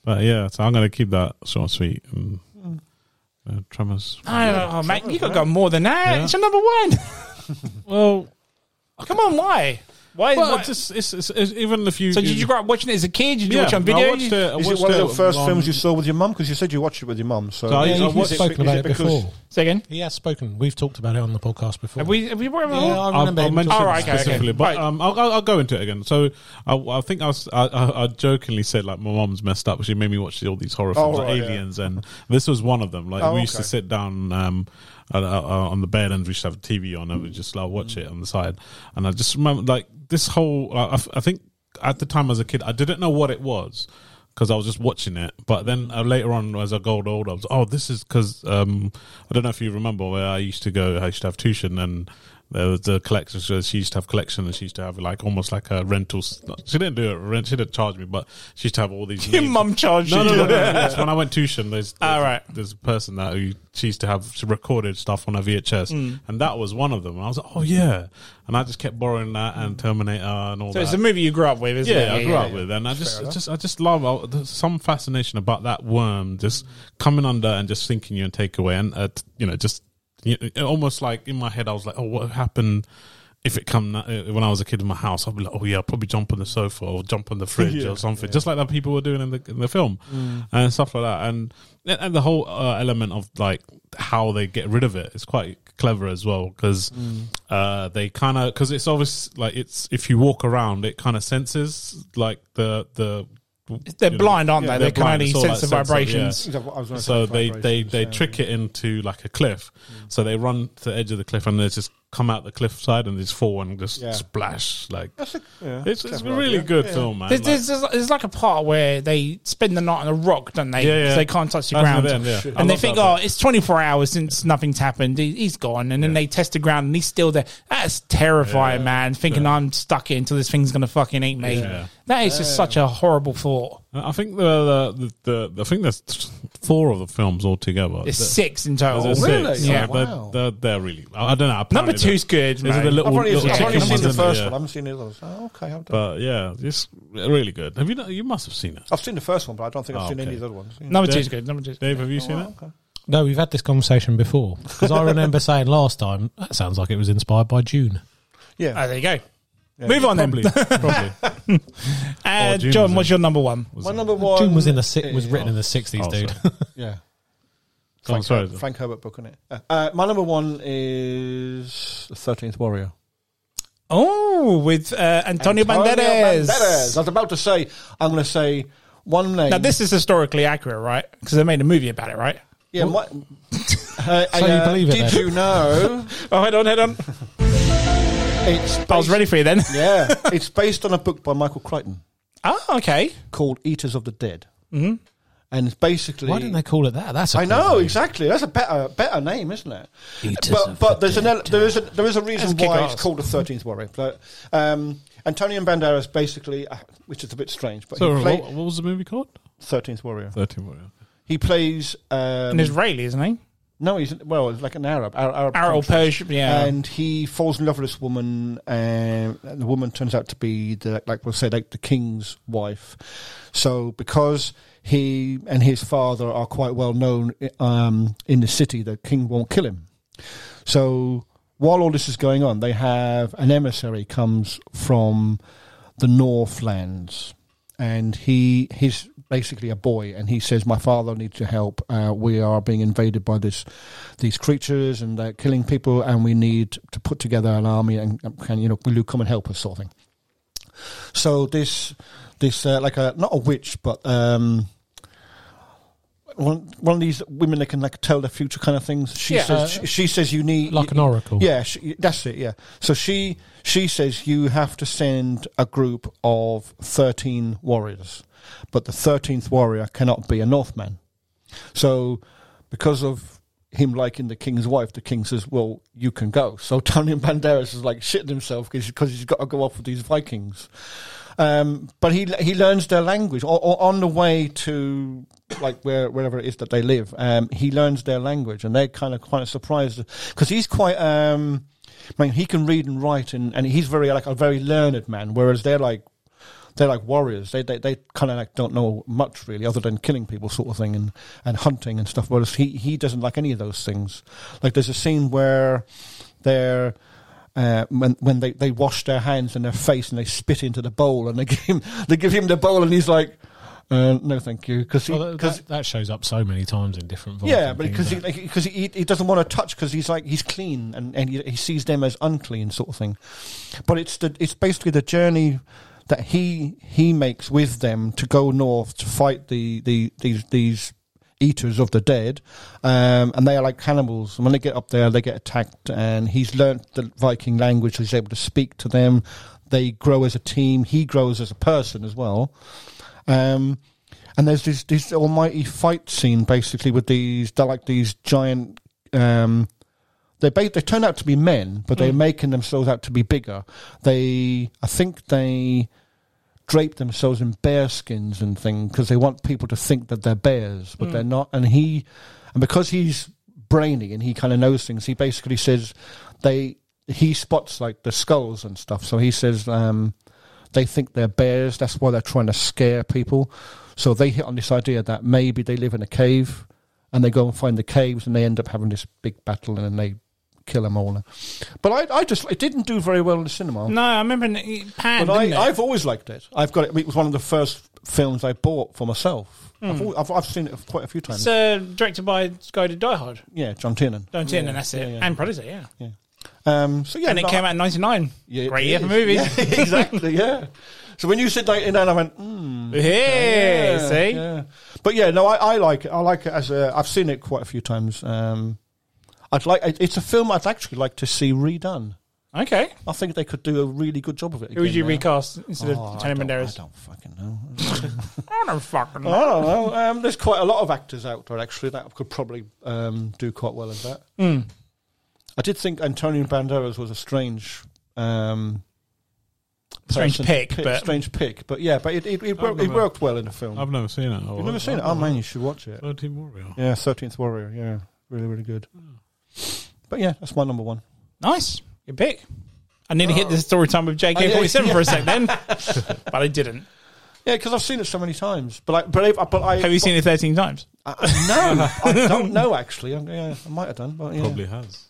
S4: But yeah, so I'm gonna keep that short and sweet. And,
S2: Mm.
S4: uh, tremors.
S2: I don't know, oh, mate, you could go more than that. It's your number one.
S4: Well,
S2: Come on, why? Why?
S4: Well,
S2: why?
S4: it's, just, it's, it's, it's even if you.
S2: so did you grow up watching it as a kid? Did you
S4: Yeah,
S2: watch it on
S4: no,
S2: video?
S4: I watched it. I
S3: Is it
S4: watched
S3: one of the
S4: it
S3: first
S4: on- um,
S3: films you saw with your mum? Because you said you watched it with your mum. So,
S4: So I-
S5: Yeah,
S4: I
S5: you've
S4: watched-
S5: spoken
S3: is
S5: about
S3: it
S5: it
S3: because-
S5: before.
S2: Say again.
S5: He has spoken. We've talked about it on the podcast before.
S2: Have we? Have we? Were,
S5: yeah, I
S4: I'll,
S5: remember.
S4: I'll
S5: him
S4: mention
S2: All
S5: talking
S2: right,
S5: about
S2: okay, okay.
S4: specifically, but
S2: Right.
S4: um, I'll, I'll, I'll go into it again. So I, I think I, was, I, I, I jokingly said like my mom's messed up. She made me watch all these horror films,
S3: Oh,
S4: like
S3: right, yeah.
S4: Aliens, and this was one of them. Like
S3: Oh,
S4: we used
S3: okay.
S4: to sit down um, uh, uh, on the bed and we used to have a TV on and we just like watch it on the side. And I just remember like this whole. Uh, I, f- I think at the time as a kid, I didn't know what it was. Because I was just watching it, but then uh, later on, as I got older, I was oh, this is because um, I don't know if you remember where I used to go. I used to have tuition, and there was the collection. So she used to have collection, and she used to have like almost like a rental. s- She didn't do it rent. She didn't charge me, but she used to have all these.
S2: Your
S4: names.
S2: mum charged
S4: No,
S2: you.
S4: no, no, no, no, no. It's when I went tuition, there's, there's
S2: All right.
S4: There's a person that who she used to have she recorded stuff on her VHS, and that was one of them. And I was like, oh yeah, and I just kept borrowing that and Terminator and all
S2: So
S4: that.
S2: it's the movie you grew up with, isn't
S4: yeah,
S2: it?
S4: I grew up with, and I just, I just, I just love uh, there's some fascination about that worm just coming under and just sinking you and take away, and uh, t- you know, just you know, almost like in my head, I was like, oh, what happened? If it come na- uh, when I was a kid in my house, I'd be like, "Oh yeah, I'll probably jump on the sofa or jump on the fridge or something," just like that people were doing in the in the film and stuff like that. And and the whole uh, element of like how they get rid of it is quite clever as well because
S3: Mm.
S4: uh, they kind of because it's obvious like it's if you walk around, it kind of senses like the the
S2: They're
S4: you know,
S2: blind, aren't they? They
S4: they're
S2: can
S4: blind.
S2: only
S4: It's all, like,
S2: sense the
S4: sensory, yeah.
S2: vibrations.
S3: Exactly what I was gonna
S4: So
S3: say,
S4: they, they,
S3: vibrations,
S4: they
S3: yeah. Mm.
S4: trick it into like a cliff. So they run to the edge of the cliff and they just come out the cliff side and they just fall and just
S3: Yeah.
S4: splash. Like
S3: yeah,
S4: it's, it's a
S3: clever
S4: really
S3: idea.
S4: good
S3: Yeah.
S4: film, man.
S2: There's,
S4: Like,
S2: there's, there's, there's like a part where they spend the night on a rock, don't they?
S4: Yeah, yeah.
S2: 'Cause They can't touch the
S4: That's
S2: ground.
S4: them, yeah. I
S2: And they
S4: love
S2: think,
S4: that
S2: oh,
S4: bit.
S2: it's 24 hours since nothing's happened. He, he's gone. And then they test the ground and he's still there. That's terrifying, man. Thinking I'm stuck here until this thing's going to fucking eat me.
S4: Yeah.
S2: That is just such a horrible thought.
S4: I think the the, the, the I think there's four of the films altogether.
S2: It's
S4: The-
S2: six in total.
S4: there's
S3: Really? Oh,
S4: six.
S2: Yeah.
S4: So they're,
S3: Wow.
S4: they're, they're really. I I don't know.
S2: Number
S4: apparently
S2: two's good,
S4: Those are
S2: man.
S4: the little,
S3: I've only,
S4: little
S3: I've only
S4: chicken
S3: seen
S4: ones,
S3: the
S4: isn't it?
S3: first
S4: Yeah.
S3: one. I haven't seen the others. Oh, okay, I've, done.
S4: But yeah, it's really good. Have you not, you must have seen it.
S3: I've seen the first one, but I don't think I've
S4: Oh,
S3: seen any
S4: okay.
S3: of the other ones. Yeah.
S2: Number
S4: They're-
S2: two's good. Number two's good.
S4: Dave, have you seen it?
S3: Okay.
S5: No, we've had this conversation before because I remember saying last time that sounds like it was inspired by June.
S3: Yeah, Oh,
S2: Oh, there you go. Move on
S4: Probably,
S2: then.
S4: probably.
S2: Uh,
S4: Or June
S2: John,
S4: was
S2: what's
S4: in.
S2: your number one?
S3: My number one
S5: June was in the si- was
S3: is-
S5: written in the sixties,
S4: Oh,
S5: dude.
S4: sorry.
S3: Yeah.
S4: Go on,
S3: Frank,
S4: Oh, sorry.
S3: Her- Frank Herbert book on it. Uh, uh, my number one is the Thirteenth Warrior.
S2: Oh, with uh, Antonio, Banderas.
S3: Banderas. I was about to say. I'm going to say one name.
S2: Now this is historically accurate, right? Because they made a movie about it, right?
S3: Yeah. My, uh,
S5: So you believe it
S3: Did
S5: then?
S3: you know?
S2: Oh, head on, head on.
S3: It's
S2: I was
S3: based-
S2: ready for you then.
S3: Yeah. It's based on a book by Michael Crichton
S2: Oh, okay.
S3: called Eaters of the Dead. Mm-hmm. And it's basically.
S5: Why didn't they call it that? That's a
S3: I
S5: cool
S3: know
S5: name.
S3: exactly. That's a better better name, isn't it?
S5: Eaters
S3: but
S5: of
S3: but
S5: the
S3: there's an ele- there is a, there is a reason
S2: Let's kick
S3: why
S2: ass.
S3: it's called the Thirteenth Warrior. But, um, Antonio Banderas basically, uh, which is a bit strange, but
S4: So,
S3: he
S4: what,
S3: played
S4: what was the movie called?
S3: Thirteenth Warrior.
S4: 13 Warrior.
S3: He plays um,
S2: An Israeli, isn't he?
S3: no, he's well, he's like an Arab, Arab, Arab
S2: Arrow
S3: country.
S2: Persian, yeah.
S3: And he falls in love with this woman, um, and the woman turns out to be the like we'll say like the king's wife. So because he and his father are quite well known um, in the city, the king won't kill him. So while all this is going on, they have an emissary comes from the Northlands, and he he's basically a boy, and he says, "My father needs your help. Uh, we are being invaded by this these creatures, and they're killing people, and we need to put together an army. And, and can you know, will you come and help us?" Sort of thing. So this this uh, like a not a witch, but um, one one of these women that can like tell the future kind of things. She
S2: Yeah.
S3: says she, she says you need
S5: Like an oracle.
S3: yeah, she, that's it. Yeah. So she she says you have to send a group of thirteen warriors, but the thirteenth warrior cannot be a Northman. So because of him liking the king's wife, the king says, "Well, you can go." So Tony Banderas is like shitting himself because he's got to go off with these Vikings. Um, but he he learns their language or, or on the way to like where wherever it is that they live. Um, he learns their language, and they're kind of quite surprised because he's quite. Um, I mean, he can read and write, and, and he's very like a very learned man. Whereas they're like they're like warriors. They they, they kind of like don't know much really, other than killing people, sort of thing, and, and hunting and stuff. Whereas he he doesn't like any of those things. Like there's a scene where they're uh, when when they, they wash their hands and their face and they spit into the bowl and they give him they give him the bowl and he's like, uh, no, thank you, because
S5: Oh, that, that- that shows up so many times in different. Volks
S3: yeah,
S5: and
S3: but
S5: things,
S3: because he
S5: like-
S3: like, 'cause he, he doesn't want to touch because he's like he's clean and, and he, he sees them as unclean sort of thing. But it's the it's basically the journey that he he makes with them to go north to fight the the these these eaters of the dead, um, and they are like cannibals. And when they get up there, they get attacked. And he's learnt the Viking language. So he's able to speak to them. They grow as a team. He grows as a person as well. Um, and there's this this almighty fight scene basically with these they're like these giant um they ba- they turn out to be men but they're making themselves out to be bigger they i think they drape themselves in bear skins and things because they want people to think that they're bears but they're not and he and because he's brainy and he kind of knows things he basically says they he spots like the skulls and stuff so he says um they think they're bears. That's why they're trying to scare people. So they hit on this idea that maybe they live in a cave, and they go and find the caves, and they end up having this big battle, and then they kill them all. But I, I just it didn't do very well in the cinema.
S2: no, I remember it panned,
S3: but I,
S2: didn't it?
S3: I've always liked it. I've got it. I mean, it was one of the first films I bought for myself.
S2: Hmm.
S3: I've, al- I've, I've seen it quite a few times.
S2: It's uh, directed by this guy who did Die Hard.
S3: yeah, John Tiernan.
S2: Don't you? and that's it. And Predator, yeah.
S3: Um, so yeah,
S2: And it
S3: no,
S2: came out in 99.
S3: yeah, it
S2: Great year for
S3: is.
S2: movies.
S3: Yeah, exactly. Yeah. So when you said like, and then I went, mm,
S2: Hey,
S3: Yeah,
S2: see?
S3: yeah. But yeah, no, I, I like it. I like it as a. I've seen it quite a few times. Um, I'd like. it- It's a film I'd actually like to see redone.
S2: Okay.
S3: I think they could do a really good job of it.
S2: Who would
S3: again
S2: you
S3: now.
S2: recast instead
S3: Oh,
S2: of
S3: I,
S2: Tony
S3: don't, I
S2: Banderas?
S3: don't fucking know.
S2: I don't fucking know.
S3: I don't know. Um, there's quite a lot of actors out there actually that could probably um, do quite well as that.
S2: Hmm.
S3: I did think Antonio Banderas was a strange. Um,
S2: Strange
S3: person-
S2: pick, but-
S3: strange pick, but yeah, but it it, it, worked, it
S4: remember.
S3: worked well in the film.
S4: I've never seen it.
S3: Mm. You've never seen it? Oh man, you should watch it.
S4: 13 Warrior.
S3: Yeah, Thirteenth Warrior. Yeah, really, really good. But yeah, that's my number one.
S2: Nice. Good pick. I nearly hit the story time with JK47
S3: Oh, yeah,
S2: for a sec then, but I didn't.
S3: Yeah, because I've seen it so many times. But like, but I, but I
S2: Have you seen it 13 times?
S3: I- no, I don't know actually. i yeah, I might have done, but yeah,
S4: Probably has.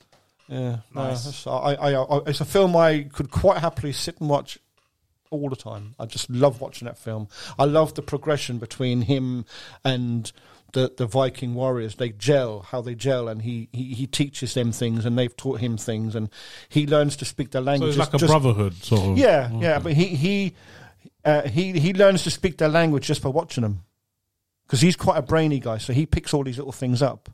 S3: Yeah, no,
S2: Nice.
S3: that's- I, I, I, it's a film I could quite happily sit and watch all the time. I just love watching that film. I love the progression between him and the the Viking warriors. They gel, how they gel, and he, he, he teaches them things, and they've taught him things, and he learns to speak their
S4: So
S3: language.
S4: it's like a
S3: just-
S4: brotherhood sort of.
S3: Yeah, yeah, but he he uh, he he learns to speak their language just by watching them, because he's quite a brainy guy. So he picks all these little things up,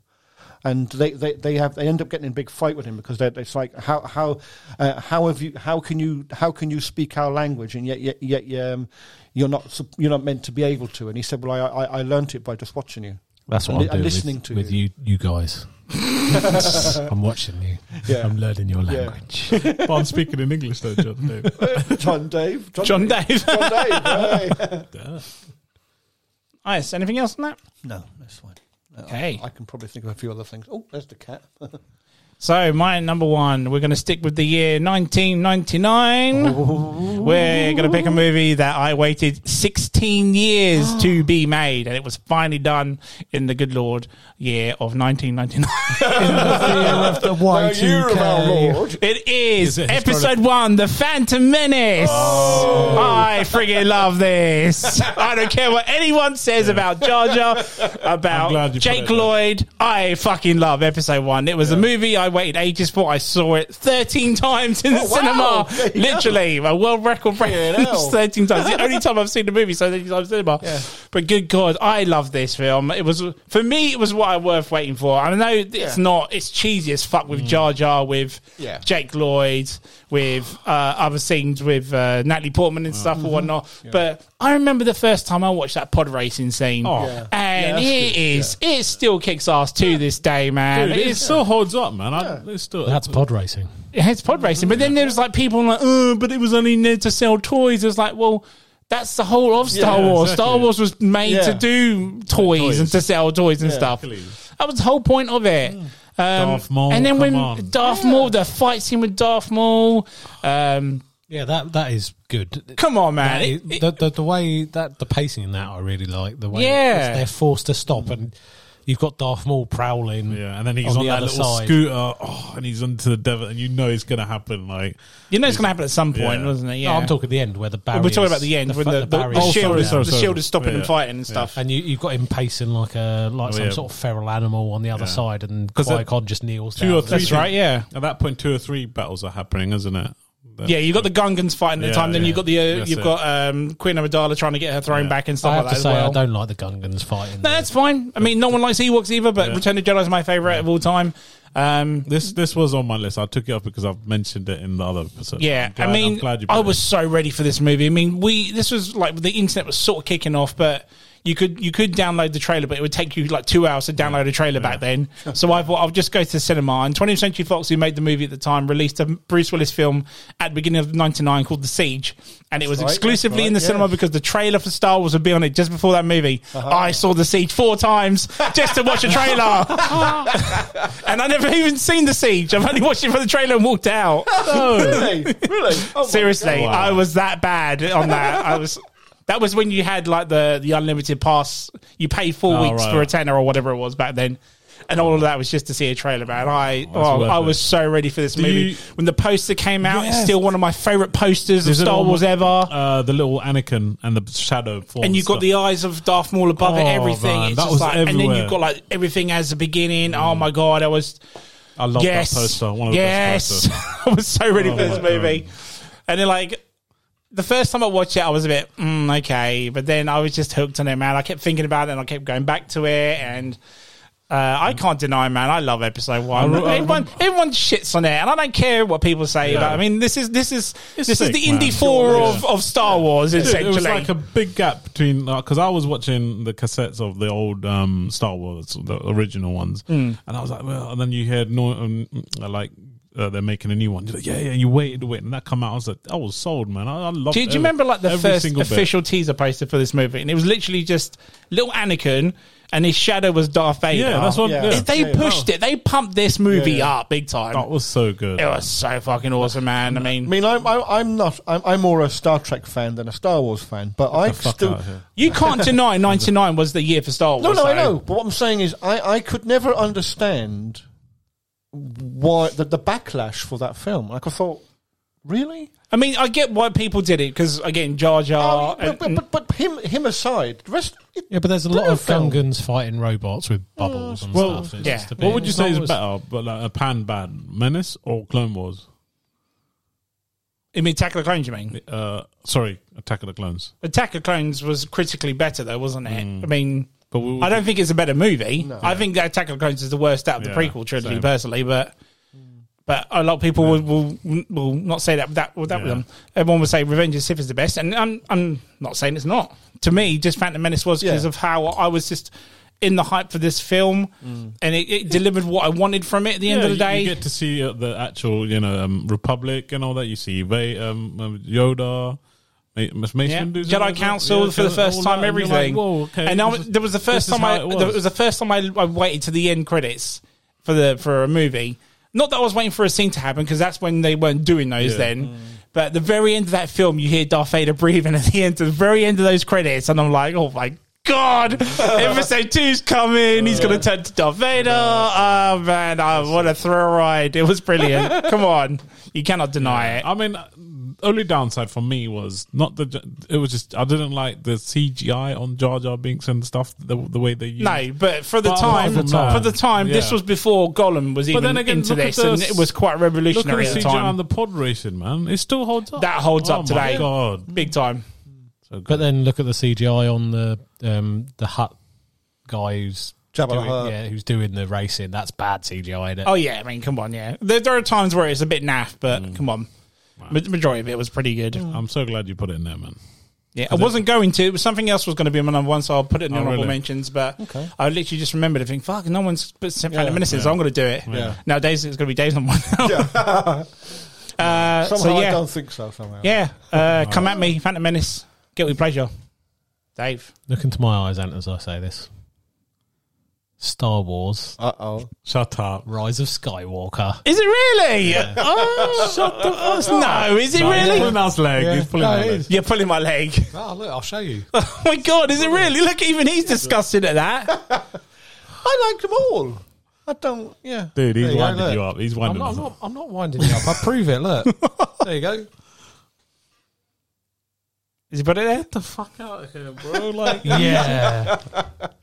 S3: and they, they, they have they end up getting in a big fight with him because they're, it's like how how uh, how have you how can you how can you speak our language and yet yet yet um, you're not sup- you're not meant to be able to. And he said, well, I I, I learnt it by just watching you.
S5: That's what
S3: And
S5: I'm
S3: li- and
S5: doing with-
S3: listening
S5: with,
S3: to you.
S5: you, you guys. I'm watching you.
S3: Yeah.
S5: I'm learning your
S3: Yeah.
S5: language.
S4: but I'm speaking in English though, John. Dave.
S3: John Dave, John,
S2: John Dave.
S3: John Dave. hey.
S2: nice. Anything else on that?
S3: No, that's fine.
S2: Okay.
S3: Uh, I can probably think of a few other things. Oh, there's the cat.
S2: So my number one, we're going to stick with the year 1999. We're going to pick a movie that I waited 16 years to be made, and it was finally done in the good Lord year of 1999.
S5: the
S3: year of our Lord.
S2: It is,
S4: Is it his
S2: episode one, The Phantom Menace.
S4: Oh.
S2: I friggin' love this. I don't care what anyone says about Jar Jar,
S4: I'm glad
S2: about
S4: you put it
S2: Jake
S4: there.
S2: Lloyd. I fucking love episode one. It was a movie I waited ages for. I saw it 13 times
S4: Oh,
S2: in the
S3: wow.
S2: cinema. Literally, my world record
S3: Fucking hell.
S2: breaks 13 times. The only time I've seen the movie, so 13 times in the cinema.
S3: Yeah.
S2: But good God, I love this film. It was for me, it was what I worth waiting for. I know it's
S3: Yeah.
S2: not, it's cheesy as fuck
S4: Mm.
S2: with Jar Jar, with
S3: Yeah.
S2: Jake Lloyd, with uh, other scenes with uh, Natalie Portman and stuff
S3: Mm-hmm.
S2: and whatnot. But I remember the first time I watched that pod racing scene,
S4: Oh. Yeah.
S2: and
S3: Yeah, that's
S2: it
S3: good.
S2: is it still kicks ass to this day, man.
S4: Dude, it
S2: it's
S4: still holds up, man. I, it's still
S5: That's pod racing.
S2: it has pod racing. But then there was like people like, oh, but it was only meant to sell toys. It's like, well, that's the whole of Star
S4: Yeah,
S2: Wars.
S4: exactly.
S2: Star Wars was made
S3: Yeah.
S2: to do toys,
S4: Toys.
S2: and to sell toys and stuff.
S4: exactly.
S2: That was the whole point of it.
S3: Mm.
S2: Um,
S4: Darth Maul,
S2: and then
S4: come
S2: when
S4: on.
S2: Darth Maul, the fight scene with Darth Maul. Um,
S5: Yeah, that that is good.
S2: come on, man!
S5: That
S2: It-
S5: is-
S2: it-
S5: the, the, the way that the pacing in that I really like the way
S2: Yeah.
S5: they're forced to stop and you've got Darth Maul prowling.
S4: Yeah, and then he's
S5: On
S4: on,
S5: the
S4: that
S5: other
S4: little
S5: side.
S4: scooter, oh, and he's onto the devil, and you know it's gonna happen. Like,
S2: you know it's going to happen at some point,
S4: Yeah.
S2: wasn't it?
S5: No,
S2: Yeah,
S5: I'm talking the end where the barrier.
S2: We're talking about the end when the, the, the,
S5: barriers
S2: shield,
S5: fall
S2: is,
S5: down.
S4: sorry,
S2: the
S4: sorry.
S2: shield is stopping and
S4: Yeah.
S2: fighting and stuff.
S5: and you, you've got him pacing like a like
S4: Oh,
S5: some
S4: yeah.
S5: sort of feral animal on the other side, and
S4: 'Cause
S5: Qui
S4: that-
S5: Gon just kneels
S4: Two
S5: down.
S4: or three
S2: That's right, yeah.
S4: at that point, two or three battles are happening, isn't it? Then-
S2: Yeah, you got the Gungans fighting at the
S4: Yeah,
S2: time. Then
S4: yeah.
S2: you've got the uh,
S4: That's
S2: you've
S4: it.
S2: got um, Queen Amidala trying to get her throne
S4: Yeah.
S2: back and stuff
S5: I have
S2: like
S5: to
S2: that
S5: say,
S2: as well.
S5: I don't like the Gungans fighting.
S2: No, that's fine. I mean, no one likes Ewoks either, but
S4: Yeah.
S2: Return of the Jedi is my favorite of all time. Um,
S4: This this was on my list. I took it off because I've mentioned it in the other episode.
S2: yeah,
S4: I'm glad-
S2: I
S4: I'm
S2: mean,
S4: glad you
S2: I
S4: brought
S2: was
S4: it.
S2: so ready for this movie. I mean, we this was like the internet was sort of kicking off, but you could you could download the trailer, but it would take you like two hours to download a trailer back then. So I thought I'll just go to the cinema. And 20th Century Fox, who made the movie at the time, released a Bruce Willis film at the beginning of '99 called The Siege, and it was
S3: That's right,
S2: exclusively
S3: that's
S2: in the
S3: right,
S2: cinema
S3: yeah.
S2: because the trailer for Star Wars would be on it just before that movie.
S4: Uh-huh.
S2: I saw The Siege four times just to watch a trailer. And I never even seen The Siege. I've only watched it for the trailer and walked out.
S3: really? Really? Oh my
S2: Seriously,
S4: Wow.
S2: I was that bad on that. I was. That was when you had like the the unlimited pass. You paid four
S4: Oh,
S2: weeks
S4: right.
S2: for a tenner or whatever it was back then. And all of that was just to see a trailer, man. I oh,
S4: worth
S2: I
S4: it.
S2: was so ready for this movie.
S4: you-
S2: when the poster came out, it's
S4: Yes.
S2: still one of my favorite posters
S4: There's
S2: of
S4: an
S2: Star
S4: old-
S2: Wars ever.
S4: Uh, the little Anakin and the shadow form,
S2: and you've got the eyes of Darth Maul above it,
S4: Oh,
S2: everything.
S4: man,
S2: it's
S4: that
S2: just
S4: was
S2: like, and then
S4: everywhere. Mm.
S2: you've got like everything as the beginning. Oh my god, I was
S4: I love
S2: yes,
S4: that poster. One of the
S2: yes.
S4: best posters.
S2: I was so ready
S4: Oh
S2: for this
S4: my God.
S2: movie, and then like the first time I watched it, I was a bit mm, okay, but then I was just hooked on it, man. I kept thinking about it, and I kept going back to it, and. Uh, I can't deny, man. I love episode one.
S4: I re- I
S2: everyone, everyone shits on it, and I don't care what people say.
S4: Yeah.
S2: But I mean, this is this is this
S4: sick,
S2: is the Indy
S4: man.
S2: Four
S4: Sure,
S2: of, of Star Wars,
S4: Dude,
S2: essentially.
S4: it was like a big gap between because I was watching the cassettes of the old um, Star Wars, the original ones,
S2: Hmm.
S4: and I was like, well, and then you heard no, um, like uh, they're making a new one. You're like, yeah, yeah, you waited, wait, and that come out. I was like, I was sold, man. I, I loved.
S2: Do, you- do you
S4: every-
S2: remember like the
S4: every
S2: first
S4: single bit.
S2: official teaser poster for this movie? And it was literally just little Anakin and his shadow was Darth Vader.
S4: Yeah, that's what.
S3: Yeah.
S4: Yeah.
S2: If They
S3: Yeah, yeah.
S2: pushed it. They pumped this movie
S3: Yeah, yeah.
S2: up big time.
S4: that was so good.
S2: it was so fucking awesome, man. I
S3: I
S2: mean,
S3: mean, I'm I, I'm not I'm, I'm more a Star Trek fan than a Star Wars fan, but I
S4: fuck
S3: still
S4: out here.
S2: you can't deny 99 was the year for Star Wars.
S3: no no I
S2: though.
S3: know. But what I'm saying is, I I could never understand why the, the backlash for that film. Like I thought, really?
S2: I mean, I get why people did it because again, Jar Jar. Uh,
S3: I mean,
S2: and-
S3: Oh, but, but, but him him aside, the rest. It,
S5: Yeah, but there's a lot
S3: Brilliant
S5: of
S3: film.
S5: Gungans fighting robots with bubbles and
S4: well,
S5: stuff.
S2: yeah.
S5: just a bit-
S4: What would you
S5: it's
S4: say
S5: not
S4: is
S5: always-
S4: better, but like a pan ban menace or Clone Wars?
S2: I mean, Attack of the Clones. You mean
S4: Uh, sorry, Attack of the Clones.
S2: Attack of the Clones was critically better, though, wasn't it?
S4: Mm.
S2: I mean,
S4: But we,
S2: I don't think it's a better movie. I think that Attack of the Clones is the worst out of the
S4: Yeah,
S2: prequel trilogy,
S4: same.
S2: personally. But but a lot of people will, will will not say that that that with
S4: Yeah.
S2: them. Everyone would say Revenge of the Sith is the best, and I'm I'm not saying it's not. To me, just Phantom Menace was because
S3: Yeah.
S2: of how I was just in the hype for this film, and it, it delivered what I wanted from it. At the end
S4: Yeah,
S2: of the
S4: you-
S2: day,
S4: you get to see uh, the actual, you know, um, Republic and all that. You see Va- um, um, Yoda, Ma- Miss
S2: Yeah.
S4: Mason, do something
S2: Jedi
S4: like that?
S2: Council
S4: Yeah,
S2: for the
S4: Jedi-
S2: first
S4: all
S2: time,
S4: that, and you're like,
S2: everything.
S4: Whoa, okay.
S2: and I,
S4: this is-
S2: there was the first
S4: this is
S2: time I
S4: how
S2: it was. the first time I, I waited to the end credits for the for a movie. Not that I was waiting for a scene to happen because that's when they weren't doing those
S4: Yeah.
S2: then. But at the very end of that film, you hear Darth Vader breathing at the end, to the very end of those credits, and I'm like, oh my god, episode two's coming. He's going to turn to Darth Vader. Oh man, oh, what a thrill ride! It was brilliant. Come on, you cannot deny it.
S4: I mean, uh, only downside for me was not the. j- It was just I didn't like the CGI on Jar Jar Binks and stuff. The, the way they used.
S2: No, but for the
S4: But
S2: time,
S4: apart from that-
S2: for the time, this
S4: Yeah.
S2: was before Gollum was even
S4: then again,
S2: into
S4: look at
S2: this,
S4: the-
S2: and it was quite
S4: Look at the
S2: revolutionary at the
S4: CGI
S2: time.
S4: on the pod racing, man. It still holds up.
S2: that holds
S4: Oh
S2: up today,
S4: My God,
S2: big time.
S4: So good.
S5: But then look at the CGI on the um, the hut guy who's
S3: Jabba the
S5: doing,
S3: Hutt.
S5: yeah, who's doing the racing. That's bad CGI. Isn't it?
S2: Oh yeah, I mean, come on, yeah. There, there are times where it's a bit naff, but come on, Ma- majority of it was pretty good.
S4: I'm so glad you put it in there, man.
S2: Yeah, I wasn't going to. It Mm. was something else was going to be my number one, so I'll put it in the
S4: Oh,
S2: honorable
S4: really?
S2: mentions. But I literally just remembered to think, fuck, no one's put Saint Phantom
S3: Yeah.
S2: Menace in, so I'm going to do it.
S3: Yeah.
S2: Nowadays, it's going to be days on one. uh,
S3: somehow
S2: so
S3: I
S2: yeah,
S3: don't think so. Somehow,
S2: yeah. Uh, come at me, Phantom Menace. Guilty pleasure, Dave.
S5: Look into my eyes, Ant, as I say this. Star Wars:
S3: Uh oh.
S4: Shut up.
S5: Rise of Skywalker.
S2: Is it really? Oh, shut the No, is it
S4: He's
S2: really?
S4: pulling out his leg.
S3: Yeah.
S4: He's pulling
S3: No,
S4: out
S3: it
S4: his leg.
S3: is.
S2: You're pulling my leg.
S5: Oh look, I'll show you.
S2: Oh my god, is it really? Look, even he's disgusted at that.
S3: I like them all. I don't. Yeah,
S4: Dude, he's
S3: There you go,
S4: winding
S3: look.
S4: you up. He's
S5: I'm
S4: winding
S5: not,
S4: us
S5: I'm,
S4: up.
S5: not, I'm not winding you up. I prove it. Look, there you go.
S2: Is he put it there?
S4: the fuck out of here, bro. Like,
S5: Yeah,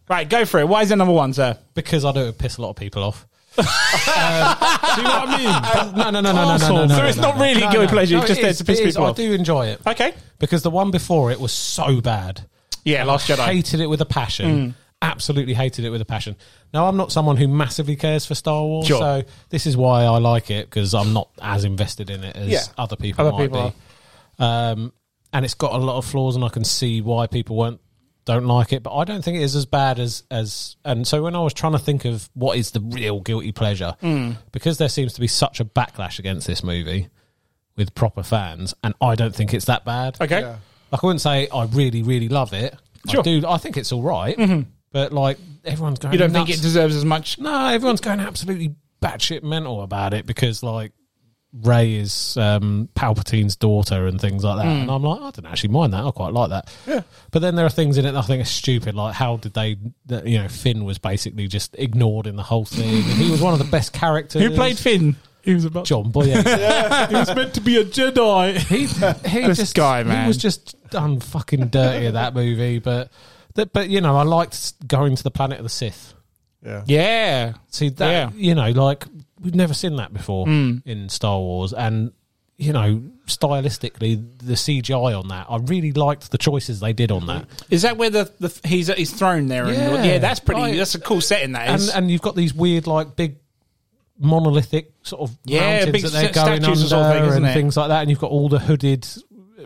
S2: Right, go for it. Why is it number one, sir?
S5: because I know it would piss a lot of people off.
S2: Um,
S4: see what I mean?
S5: No, no, no, no, no, no, no, no,
S2: So it's
S5: no,
S2: not
S5: no.
S2: really
S5: No,
S2: guilty
S5: no.
S2: pleasure,
S5: No,
S2: it's
S5: it
S2: just there
S5: is,
S2: to piss
S5: it is.
S2: people
S5: I
S2: off.
S5: do enjoy it
S2: Okay.
S5: because the one before it was so bad.
S2: Yeah, Last Jedi. Mm.
S5: Hated it with a passion. Absolutely hated it with a passion. Now I'm not someone who massively cares for Star Wars,
S2: Sure.
S5: so this is why I like it because I'm not as invested in it as
S3: Yeah.
S5: other people
S2: Other
S5: might
S2: people
S5: be. Um, and it's got a lot of flaws, and I can see why people won't don't like it. But I don't think it is as bad as as. And so when I was trying to think of what is the real guilty pleasure,
S2: Mm.
S5: because there seems to be such a backlash against this movie with proper fans, and I don't think it's that bad.
S2: Okay.
S3: Yeah.
S5: Like I wouldn't say I really, really love it.
S2: Sure. Mm-hmm.
S5: I do. I think it's all right, but like everyone's going.
S2: You don't
S5: nuts.
S2: think it deserves as much?
S5: no, everyone's going absolutely batshit mental about it because like Ray is um, Palpatine's daughter and things like that,
S2: Mm.
S5: and I'm like, I don't actually mind that. I quite like that. Yeah. But then there are things in it that I think are stupid, like how did they? That, you know, Finn was basically just ignored in the whole thing. and he was one of the best characters.
S2: Who played Finn?
S4: He was about.
S5: John Boyega.
S4: He was meant to be a Jedi.
S5: He, he
S2: This
S5: just,
S2: guy, man.
S5: He was just done fucking dirty in that movie, but that, but you know, I liked going to the planet of the Sith.
S2: Yeah.
S5: See that,
S2: Yeah. Hmm.
S5: you know, like we've never seen that before in Star Wars, and you know, stylistically, the CGI on that, I really liked the choices they did on that.
S2: Is that where the, the he's he's thrown there? Yeah,
S5: Yeah.
S2: and, yeah that's pretty.
S5: Like-
S2: that's a cool setting. That
S5: and
S2: is.
S5: and you've got these weird like big monolithic sort of
S2: Yeah,
S5: mountains
S2: big
S5: that they're
S2: st-
S5: going
S2: statues
S5: under
S2: and sort of thing, isn't
S5: and
S2: it?
S5: things like that and you've got all the hooded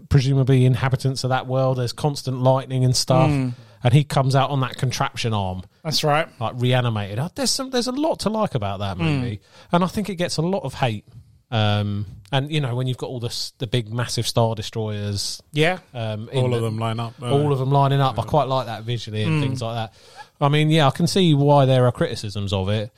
S5: presumably inhabitants of that world there's constant lightning and stuff
S2: Hmm.
S5: and he comes out on that contraption arm
S2: that's right.
S5: like reanimated Uh, there's some there's a lot to like about
S2: Hmm.
S5: that movie and i think it gets a lot of hate um and you know when you've got all the s- the big massive star destroyers
S2: Yeah.
S5: um in
S4: All of
S5: the-
S4: them line up. uh,
S5: all of them lining up. I quite like that visually and things like that. I mean, yeah, I can see why there are criticisms of it,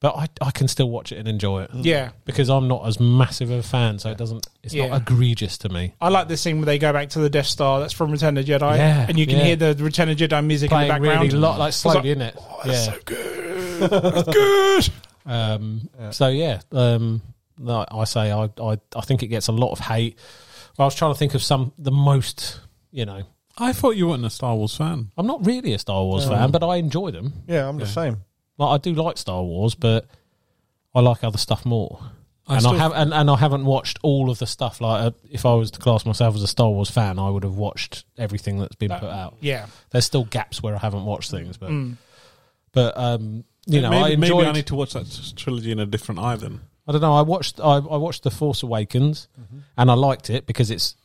S5: but I, I can still watch it and enjoy it.
S2: Yeah.
S5: Because I'm not as massive of a fan, so it doesn't it's
S2: Yeah.
S5: not egregious to me.
S2: I like this scene where they go back to the Death Star. That's from Return of the Jedi,
S5: Yeah,
S2: and you can
S5: yeah.
S2: hear the Return of the Jedi music in the
S5: Playing
S2: background.
S5: really lot like
S2: It's
S5: slowly in it. yeah.
S2: good.
S5: Um, So yeah, um, no, I say I, I I think it gets a lot of hate. I was trying to think of some the most you know.
S4: I thought you weren't a Star Wars fan.
S5: I'm not really a Star Wars fan, but I enjoy them.
S3: Yeah, I'm the same.
S5: Like I do like Star Wars, but I like other stuff more.
S4: I
S5: and
S4: still-
S5: I have and, and I haven't watched all of the stuff. Like uh, if I was to class myself as a Star Wars fan, I would have watched everything that's been put out.
S2: Yeah.
S5: There's still gaps where I haven't watched things, but but um, you know,
S4: Mm. maybe,
S5: I enjoyed.
S4: maybe I need to watch that t- trilogy in a different eye then.
S5: I don't know. I watched I, I watched The Force Awakens,
S4: Mm-hmm.
S5: and I liked it because it's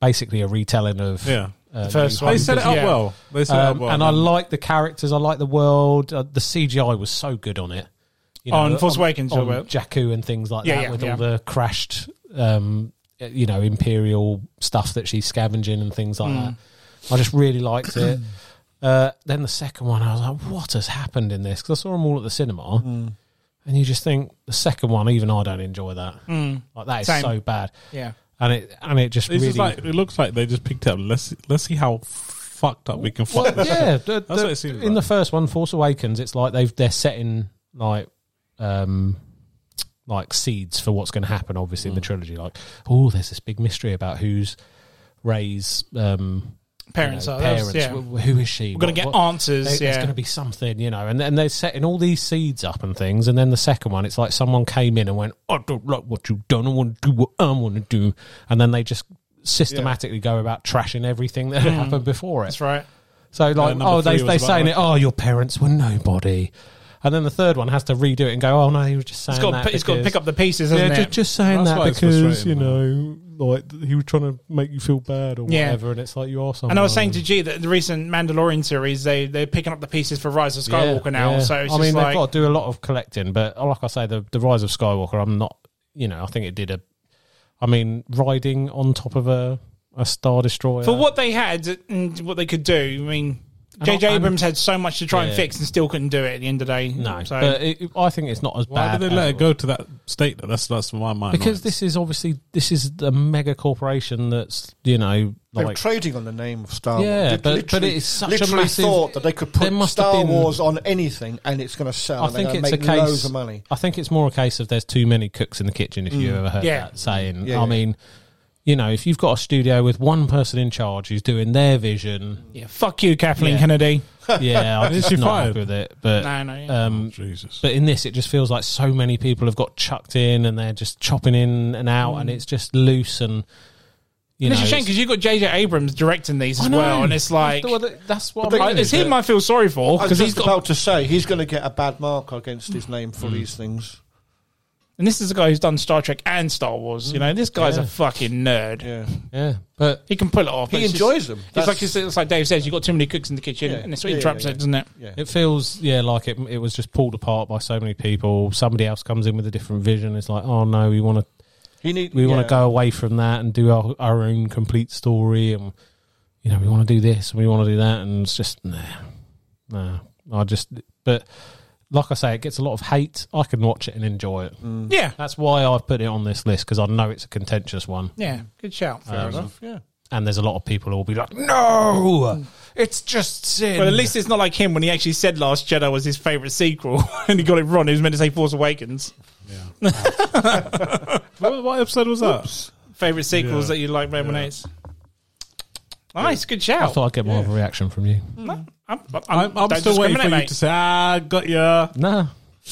S5: basically a retelling of
S4: Yeah.
S5: uh,
S2: The first
S5: New
S2: one.
S4: They set it up
S2: Yeah.
S4: well. They set it up
S5: Um,
S4: well.
S5: and I like the characters. I like the world. Uh, the CGI was so good on it. You
S2: On Force Awakens,
S5: on
S2: you're right.
S5: Jakku, and things like
S2: Yeah,
S5: that,
S2: yeah,
S5: with
S2: yeah.
S5: all the crashed, um, uh, you know, Imperial stuff that she's scavenging and things
S2: Hmm.
S5: like that. I just really liked it. Uh, then the second one, I was like, "What has happened in this?" Because I saw them all at the cinema,
S2: Hmm.
S5: and you just think the second one, even I don't enjoy that. Like that is
S2: Hmm. Same.
S5: so bad,
S2: Mm. Yeah.
S5: and it and it just
S4: It's
S5: really
S4: just like it looks like they just picked it up. Let's let's see how fucked up we can fuck this.
S5: yeah, the-
S4: That's what
S5: the-
S4: it seems
S5: in
S4: like.
S5: the first one, Force Awakens, it's like they've they're setting like um like seeds for what's going to happen. Obviously, in
S2: Mm.
S5: the trilogy, like oh, there's this big mystery about who's Ray's um you
S2: Parents
S5: know,
S2: are. Parents,
S5: parents.
S2: yeah.
S5: Wh- wh- Who is she?
S2: We're going to get answers.
S5: There's
S2: yeah.
S5: going to be something, you know, and and they're setting all these seeds up and things, and then the second one, it's like someone came in and went, "I don't like what you've done. I want to do what I want to do," and then they just systematically go about trashing everything that had
S2: Mm.
S5: happened before it.
S2: That's right.
S5: So like,
S4: number
S5: oh, they
S4: three was
S5: they
S4: about
S5: saying
S4: like-
S5: it. Oh, your parents were nobody, and then the third one has to redo it and go. Oh no, he was just saying
S2: It's got,
S5: that.
S2: to, it's got to
S5: because-
S2: pick up the pieces,
S5: Yeah,
S2: hasn't
S5: ju-
S2: it?
S5: just, saying
S4: That's why
S5: that
S4: it's
S5: because you
S4: frustrating,
S5: know, like th- he was trying to make you feel bad or
S2: Yeah.
S5: whatever, and it's like you are someone.
S2: and I was saying to G that the recent Mandalorian series, they they're picking up the pieces for Rise of
S5: Yeah,
S2: Skywalker now.
S5: yeah.
S2: So it's
S5: I
S2: just
S5: mean,
S2: like,
S5: they've got to do a lot of collecting, but like I say, the the rise of Skywalker, I'm not. You know, I think it did a. I mean, riding on top of a a star destroyer
S2: for what they had and what they could do. I mean,
S5: uh, And I-
S2: J.J.
S5: and-
S2: Abrams had so much to try
S5: Yeah.
S2: and fix and still couldn't do it at the end of the day.
S5: No,
S2: so
S5: but it, I think it's not as
S4: Why
S5: bad.
S4: did they
S5: as
S4: let it
S5: was.
S4: go to that state? though? That's that's my mind.
S5: because this is obviously this is a mega corporation that's you know
S3: They're
S5: like
S3: trading on the name of Star
S5: Yeah,
S3: Wars. They
S5: but- but
S3: literally-
S5: it is such a
S3: literally
S5: massive-
S3: thought that they could
S5: There
S3: put
S5: must have
S3: Star
S5: been-
S3: Wars on anything and it's going to sell.
S5: I
S3: and they're
S5: think
S3: gonna
S5: it's a
S3: make loads
S5: case.
S3: of money. Mm.
S5: I think it's more a case of there's too many cooks in the kitchen. If you ever heard
S2: Yeah.
S5: that saying,
S3: Yeah,
S5: I
S3: yeah.
S5: mean, you know, if you've got a studio with one person in charge who's doing their vision,
S2: yeah, fuck you, Kathleen
S5: Yeah.
S2: Kennedy.
S5: yeah, I'm
S4: Is
S5: just
S4: she
S5: not
S4: fired?
S5: happy with it. But
S2: No, no, yeah.
S5: um,
S4: Jesus.
S5: but in this, it just feels like so many people have got chucked in and they're just chopping in and out,
S3: Mm.
S5: and it's just loose and you
S2: And
S5: know.
S2: it's a shame because you've got J.J. Abrams directing these as
S5: I know.
S2: well, and it's like
S5: Well, that- that's what
S3: But
S5: I'm
S3: they-
S2: I-
S5: like,
S2: it's him I feel sorry for
S3: I was
S2: because he's
S3: just
S2: got.
S3: about to say he's going to get a bad mark against his name
S5: Mm.
S3: for these things.
S2: And this is a guy who's done Star Trek and Star Wars. You know, this guy's
S5: Yeah.
S2: a fucking nerd.
S3: Yeah,
S5: yeah, but
S2: He can pull it off. but
S3: he
S2: it's just-
S3: enjoys them.
S2: It's
S3: That's-
S2: like, it's, it's like Dave says, you've got too many cooks in the kitchen,
S3: Yeah.
S2: and it's what
S3: Yeah,
S2: interrupts
S3: yeah,
S2: it, doesn't it?
S3: yeah.
S5: It feels yeah like it. It was just pulled apart by so many people. Somebody else comes in with a different vision. It's like oh no, we want to
S3: He need,
S5: we want
S3: yeah.
S5: to go away from that and do our, our own complete story, and you know we want to do this and we want to do that, and it's just nah, nah. I just but like I say, it gets a lot of hate. I can watch it and enjoy it.
S2: Yeah.
S5: That's why I've put it on this list because I know it's a contentious one,
S2: Yeah. Good shout. Fair enough.
S3: Yeah.
S5: and there's a lot of people who will be like, no, it's just sin.
S2: Well, at least it's not like him when he actually said Last Jedi was his favourite sequel and he got it wrong. He was meant to say Force Awakens.
S4: what, what episode was that?
S2: Favourite sequels
S4: Yeah.
S2: that you like, Roman Eights. Nice. Good shout.
S5: I thought I'd get more of a reaction from you.
S2: I'm, I'm-
S4: I'm, I'm
S2: don't
S4: still waiting for
S2: discriminate,
S4: you
S2: mate.
S4: to say, "Ah, got ya."
S5: Nah.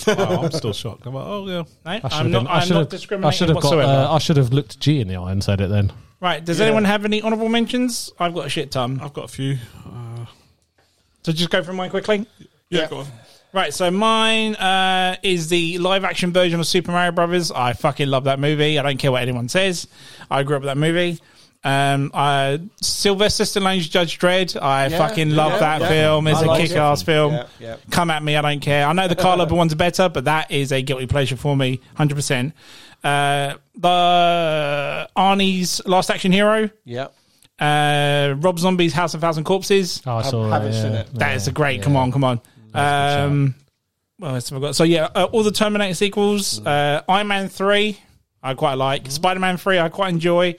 S4: Wow, I'm still shocked. I'm like, "Oh yeah."
S2: No,
S5: I
S2: I'm
S5: should have.
S2: not,
S5: been-
S2: I'm not
S5: I should have. I should
S2: discriminating
S5: have got.
S2: whatsoever.
S5: Uh, I should have looked G in the eye and said it then.
S2: right. Does
S3: Yeah.
S2: anyone have any honourable mentions? I've got a shit ton.
S4: I've got a few. Uh,
S2: So just go through mine quickly.
S4: yeah,
S3: Yeah.
S4: go on.
S2: Right, so mine uh, is the live action version of Super Mario Brothers. I fucking love that movie. I don't care what anyone says. I grew up with that movie. Um, I, Sylvester Stallone's Judge Dredd. I
S3: Yeah,
S2: fucking love
S3: yeah,
S2: that
S3: yeah.
S2: film. It's
S3: I
S2: a
S3: like it.
S2: kick ass film.
S3: Yeah, yeah.
S2: Come at me, I don't care. I know the Carl Urban one's better, but that is a guilty pleasure for me, hundred percent. Uh, the Arnie's Last Action Hero,
S3: Yeah.
S2: uh, Rob Zombie's House of Thousand Corpses.
S5: Oh, I
S3: Have-
S5: saw
S3: haven't
S5: that.
S3: seen
S5: yeah.
S3: it.
S2: That is a great. Come on, come on. Um, well, that's what I've got. So yeah, uh, all the Terminator
S4: Mm.
S2: sequels, uh, Iron Man three, I quite like. Spider Man three, I quite enjoy.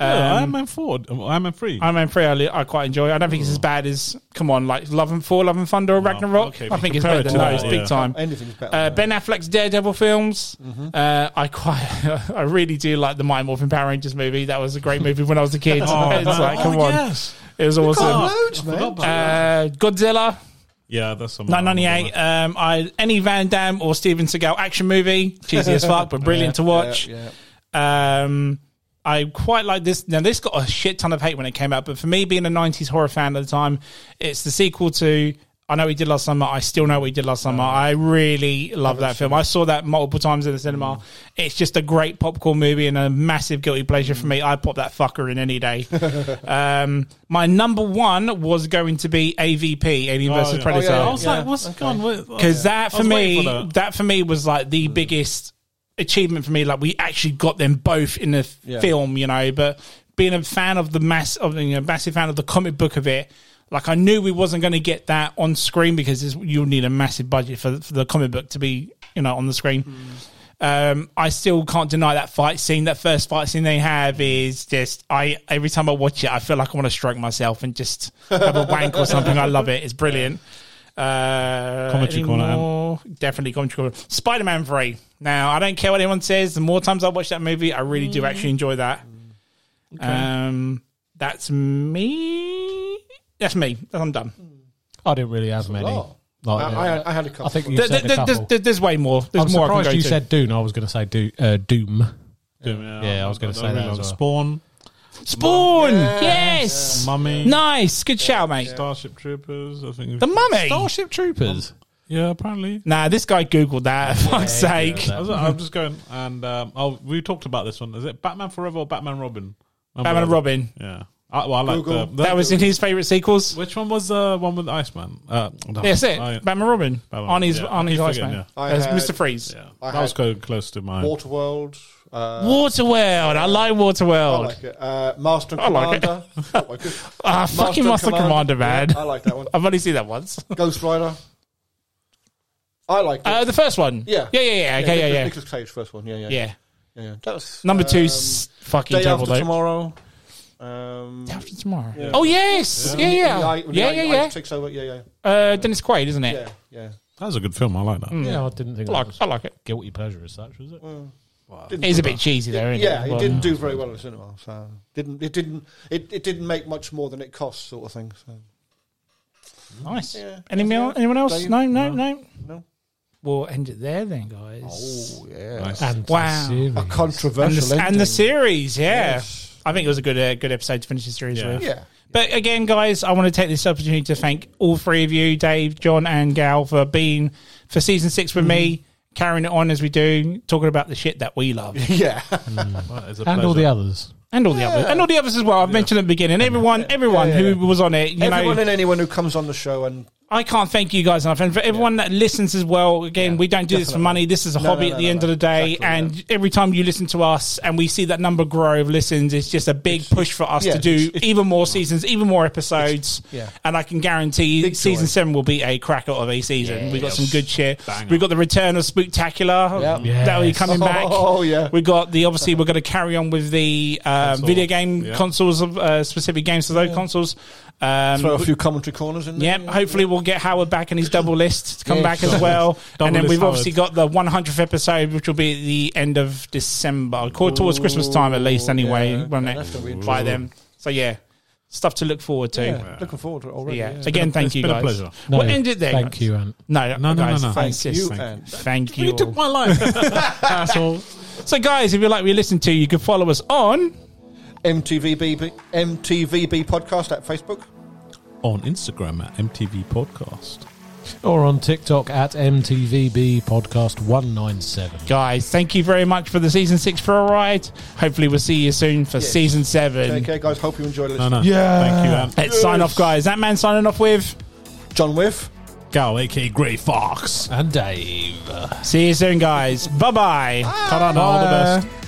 S4: Yeah, Iron
S2: Um,
S4: Man four, um, Iron Man three.
S2: Iron Man 3 I, li- I quite enjoy. I don't think it's
S4: Mm.
S2: as bad as, come on, like Love and Thor, Love and Thunder or Ragnarok.
S4: okay,
S2: I
S4: we
S2: think it's
S4: compare
S2: better than
S4: it to
S2: those,
S4: that, yeah.
S2: big time.
S3: Anything's better.
S2: Uh,
S3: than
S2: ben Affleck's Daredevil films.
S3: Mm-hmm.
S2: Uh, I quite, I really do like the Mind Morphin Power Rangers movie. That was a great movie when I was a kid. it's
S3: Oh,
S2: like, come on,
S4: yes.
S2: it was awesome.
S3: loads, man.
S2: Uh, Godzilla
S4: Yeah, that's some
S2: 998. Um, I any Van Damme or Steven Seagal action movie, cheesy as fuck, but brilliant to
S3: that.
S2: watch.
S3: Yeah,
S2: Um, I quite like this. Now, this got a shit ton of hate when it came out, but for me, being a 90s horror fan at the time, it's the sequel to I Know We Did Last Summer. I still know what we did last
S4: Oh.
S2: summer. I really love that film. I saw that multiple times in the cinema.
S4: Mm.
S2: It's just a great popcorn movie and a massive guilty pleasure
S4: Mm.
S2: for me. I pop that fucker in any day. um, my number one was going to be AVP, Alien versus
S4: Oh, yeah.
S2: Predator
S4: I was
S3: Yeah,
S4: like, what's gone? What-
S2: because that
S4: I
S2: for
S4: was
S2: me,
S4: waiting for
S2: that.
S4: that. Mm.
S2: for me was like the biggest achievement for me. Like we actually got them both in the f-
S3: Yeah.
S2: film, you know. But being a fan of the mass of you know, massive fan of the comic book of it, like I knew we wasn't going to get that on screen because it's, you'll need a massive budget for, for the comic book to be you know on the screen.
S4: Mm.
S2: Um, I still can't deny that fight scene. That first fight scene they have is just I. Every time I watch it, I feel like I want to stroke myself and just have a wank or something. I love it. It's brilliant. Uh,
S4: Commentary
S2: any
S4: corner,
S5: eh?
S4: Anne.
S2: more? Definitely commentary corner. Spider Man 3. Now, I don't care what anyone says. The more times I watch that movie, I really do actually enjoy that. Um, that's me. That's me. I'm done.
S5: I didn't really have many.
S3: lot.
S5: Like,
S3: I,
S5: yeah.
S3: Oh. I, had- I had a couple.
S5: I think you
S2: There-
S5: said
S2: there-
S5: a couple.
S2: there- there- there's way more. There's
S5: I'm
S2: more I can
S5: surprised
S2: go
S5: you
S2: to.
S5: said Dune. I was going to say do, uh, Doom.
S4: yeah,
S5: Yeah, I was gonna say
S4: really
S5: that
S4: like
S5: as well.
S4: Spawn,
S2: Spawn. Yes.
S4: Mummy,
S2: Nice. Good shout, mate.
S4: Starship Troopers. I think
S2: The mummy.
S5: Starship Troopers.
S4: Yeah, apparently.
S2: Nah, this guy googled that. For fuck's sake.
S4: I was, I'm just going and um, oh, we talked about this one. Is it Batman Forever or Batman Robin?
S2: Batman and Robin.
S4: Yeah. I, well, I like
S3: Google.
S4: the, the-
S2: That was in his favorite sequels.
S4: which one was the one with Iceman? Uh, no,
S2: That's it.
S4: I-
S2: Batman Robin.
S4: Batman,
S2: on his
S4: yeah.
S2: on his
S4: I keep
S2: Iceman.
S4: forgetting,
S3: yeah. I
S2: That's
S3: had-
S2: Mr. Freeze.
S4: yeah.
S3: I
S4: that was
S3: had-
S4: go close to mine.
S3: Waterworld. Uh,
S2: Waterworld. I like
S3: I
S2: Waterworld.
S3: like it. Uh, Master and
S2: I like it.
S3: Commander. Oh my good-
S2: Ah, fucking Master Commander, man.
S3: Yeah, I like that one.
S2: I've only seen that once.
S3: Ghost Rider. I like it.
S2: Uh, the first one.
S3: Yeah.
S2: Yeah, yeah, yeah. Okay, yeah, yeah.
S3: Nicholas Cage first one. Yeah, yeah,
S2: Yeah.
S3: yeah, yeah. That was
S2: Number
S3: um,
S2: two's fucking
S3: Day
S2: terrible
S3: after
S2: though.
S3: tomorrow. Um,
S2: Day After tomorrow. Oh yes, yeah, yeah,
S3: The
S2: yeah,
S3: eye-
S2: yeah,
S3: the
S2: yeah.
S3: eye- eye Takes over. Yeah, yeah,
S2: Uh, Dennis Quaid, isn't it?
S3: yeah, yeah.
S4: That was a good film. I like
S2: Mm.
S4: that.
S5: Yeah, I didn't think
S2: I like,
S5: that was
S2: I like it.
S5: guilty pleasure as such, was it?
S3: Didn't
S2: It's
S3: do
S2: a bit cheesy though, isn't
S3: Yeah,
S2: it?
S3: it didn't do very well at the cinema. So didn't it didn't it, it didn't make much more than it cost, sort of thing. So
S2: Nice.
S3: Yeah.
S2: Anyone,
S3: Yeah.
S2: else- anyone else?
S3: Dave?
S2: No, no, no.
S3: no.
S2: We'll end it there then, guys.
S3: yeah.
S4: Nice.
S5: And
S2: Wow.
S5: series.
S3: A
S2: and,
S3: controversial
S2: the, and the
S3: ending.
S2: series, yeah.
S3: Yes.
S2: I think it was a good uh, good episode to finish the series
S4: Yeah.
S2: with.
S3: Yeah.
S2: But again, guys, I want to take this opportunity to thank all three of you, Dave, John, and Gal, for being for season six with me, carrying it on as we do, talking about the shit that we love,
S3: Yeah.
S4: Well, it's a
S5: and
S4: pleasure.
S5: all the others.
S2: and all the others, and all the others as well. I've mentioned at the beginning, everyone, everyone
S3: Yeah, yeah,
S2: who was on it, you
S3: Everyone
S2: know,
S3: and anyone who comes on the show and
S2: I can't thank you guys enough, and for everyone that listens as well. Again, we don't do this for
S3: definitely.
S2: money. This is a
S3: No,
S2: hobby
S3: no,
S2: at
S3: no,
S2: the
S3: no,
S2: end
S3: no.
S2: of the day,
S3: Exactly,
S2: and every time you listen to us and we see that number grow of listens, it's just a big push for us
S3: yeah,
S2: to do
S3: it's- it's-
S2: even more seasons, even more episodes.
S3: yeah.
S2: And I can guarantee
S3: Big
S2: season
S3: joy.
S2: seven will be a cracker of a season. We've got some good shit.
S4: Banger.
S2: We've got the return of Spooktacular
S3: Yep.
S2: that will be
S5: Yes.
S2: coming back.
S3: Oh, yeah.
S2: We got the obviously we're going to carry on with the uh, video game
S4: Yeah.
S2: consoles of uh, specific games for those consoles. Um,
S3: throw a few commentary corners in there.
S2: yeah, hopefully we'll get Howard back and his double list to come
S3: Yeah,
S2: back as
S3: sure.
S2: well. and
S4: Double
S2: then
S4: list
S2: we've
S4: Howard.
S2: obviously got the 100th episode, which will be at the end of December, or towards Christmas time at least,
S3: Ooh,
S2: anyway,
S3: yeah.
S2: won't
S3: Yeah,
S2: it?
S3: that's gonna be
S2: by
S3: interesting.
S2: then. So, yeah, stuff to look forward to. Yeah.
S3: Yeah, Looking forward to it already. Yeah.
S2: Again, thank
S4: it's
S2: you
S4: been a
S2: guys.
S4: pleasure.
S5: No,
S2: we'll end it there.
S5: Thank
S2: guys.
S5: you, Ant.
S2: No,
S4: No, no, no,
S2: guys,
S4: no.
S2: Thank
S3: Thank
S2: you.
S3: you,
S2: Thank you.
S3: Ant.
S4: You took my life.
S5: That's all.
S2: So, guys, if you like what you listen to, you can follow us on
S3: MTVB, MTVB podcast at Facebook.
S4: on Instagram at MTV Podcast.
S5: Or on TikTok at MTVB Podcast 197.
S2: guys. Thank you very much for the season six for a ride. Hopefully, we'll see you soon for
S3: Yes.
S2: season seven.
S3: Okay, guys, hope you enjoy listening.
S4: No, no. Yeah. Thank you, Ant.
S2: Let's sign off, guys. That man signing off with.
S3: John Whiff.
S4: Gal, aka Grey Fox.
S5: And Dave.
S2: See you soon, guys. Bye bye.
S4: Cut on all the best.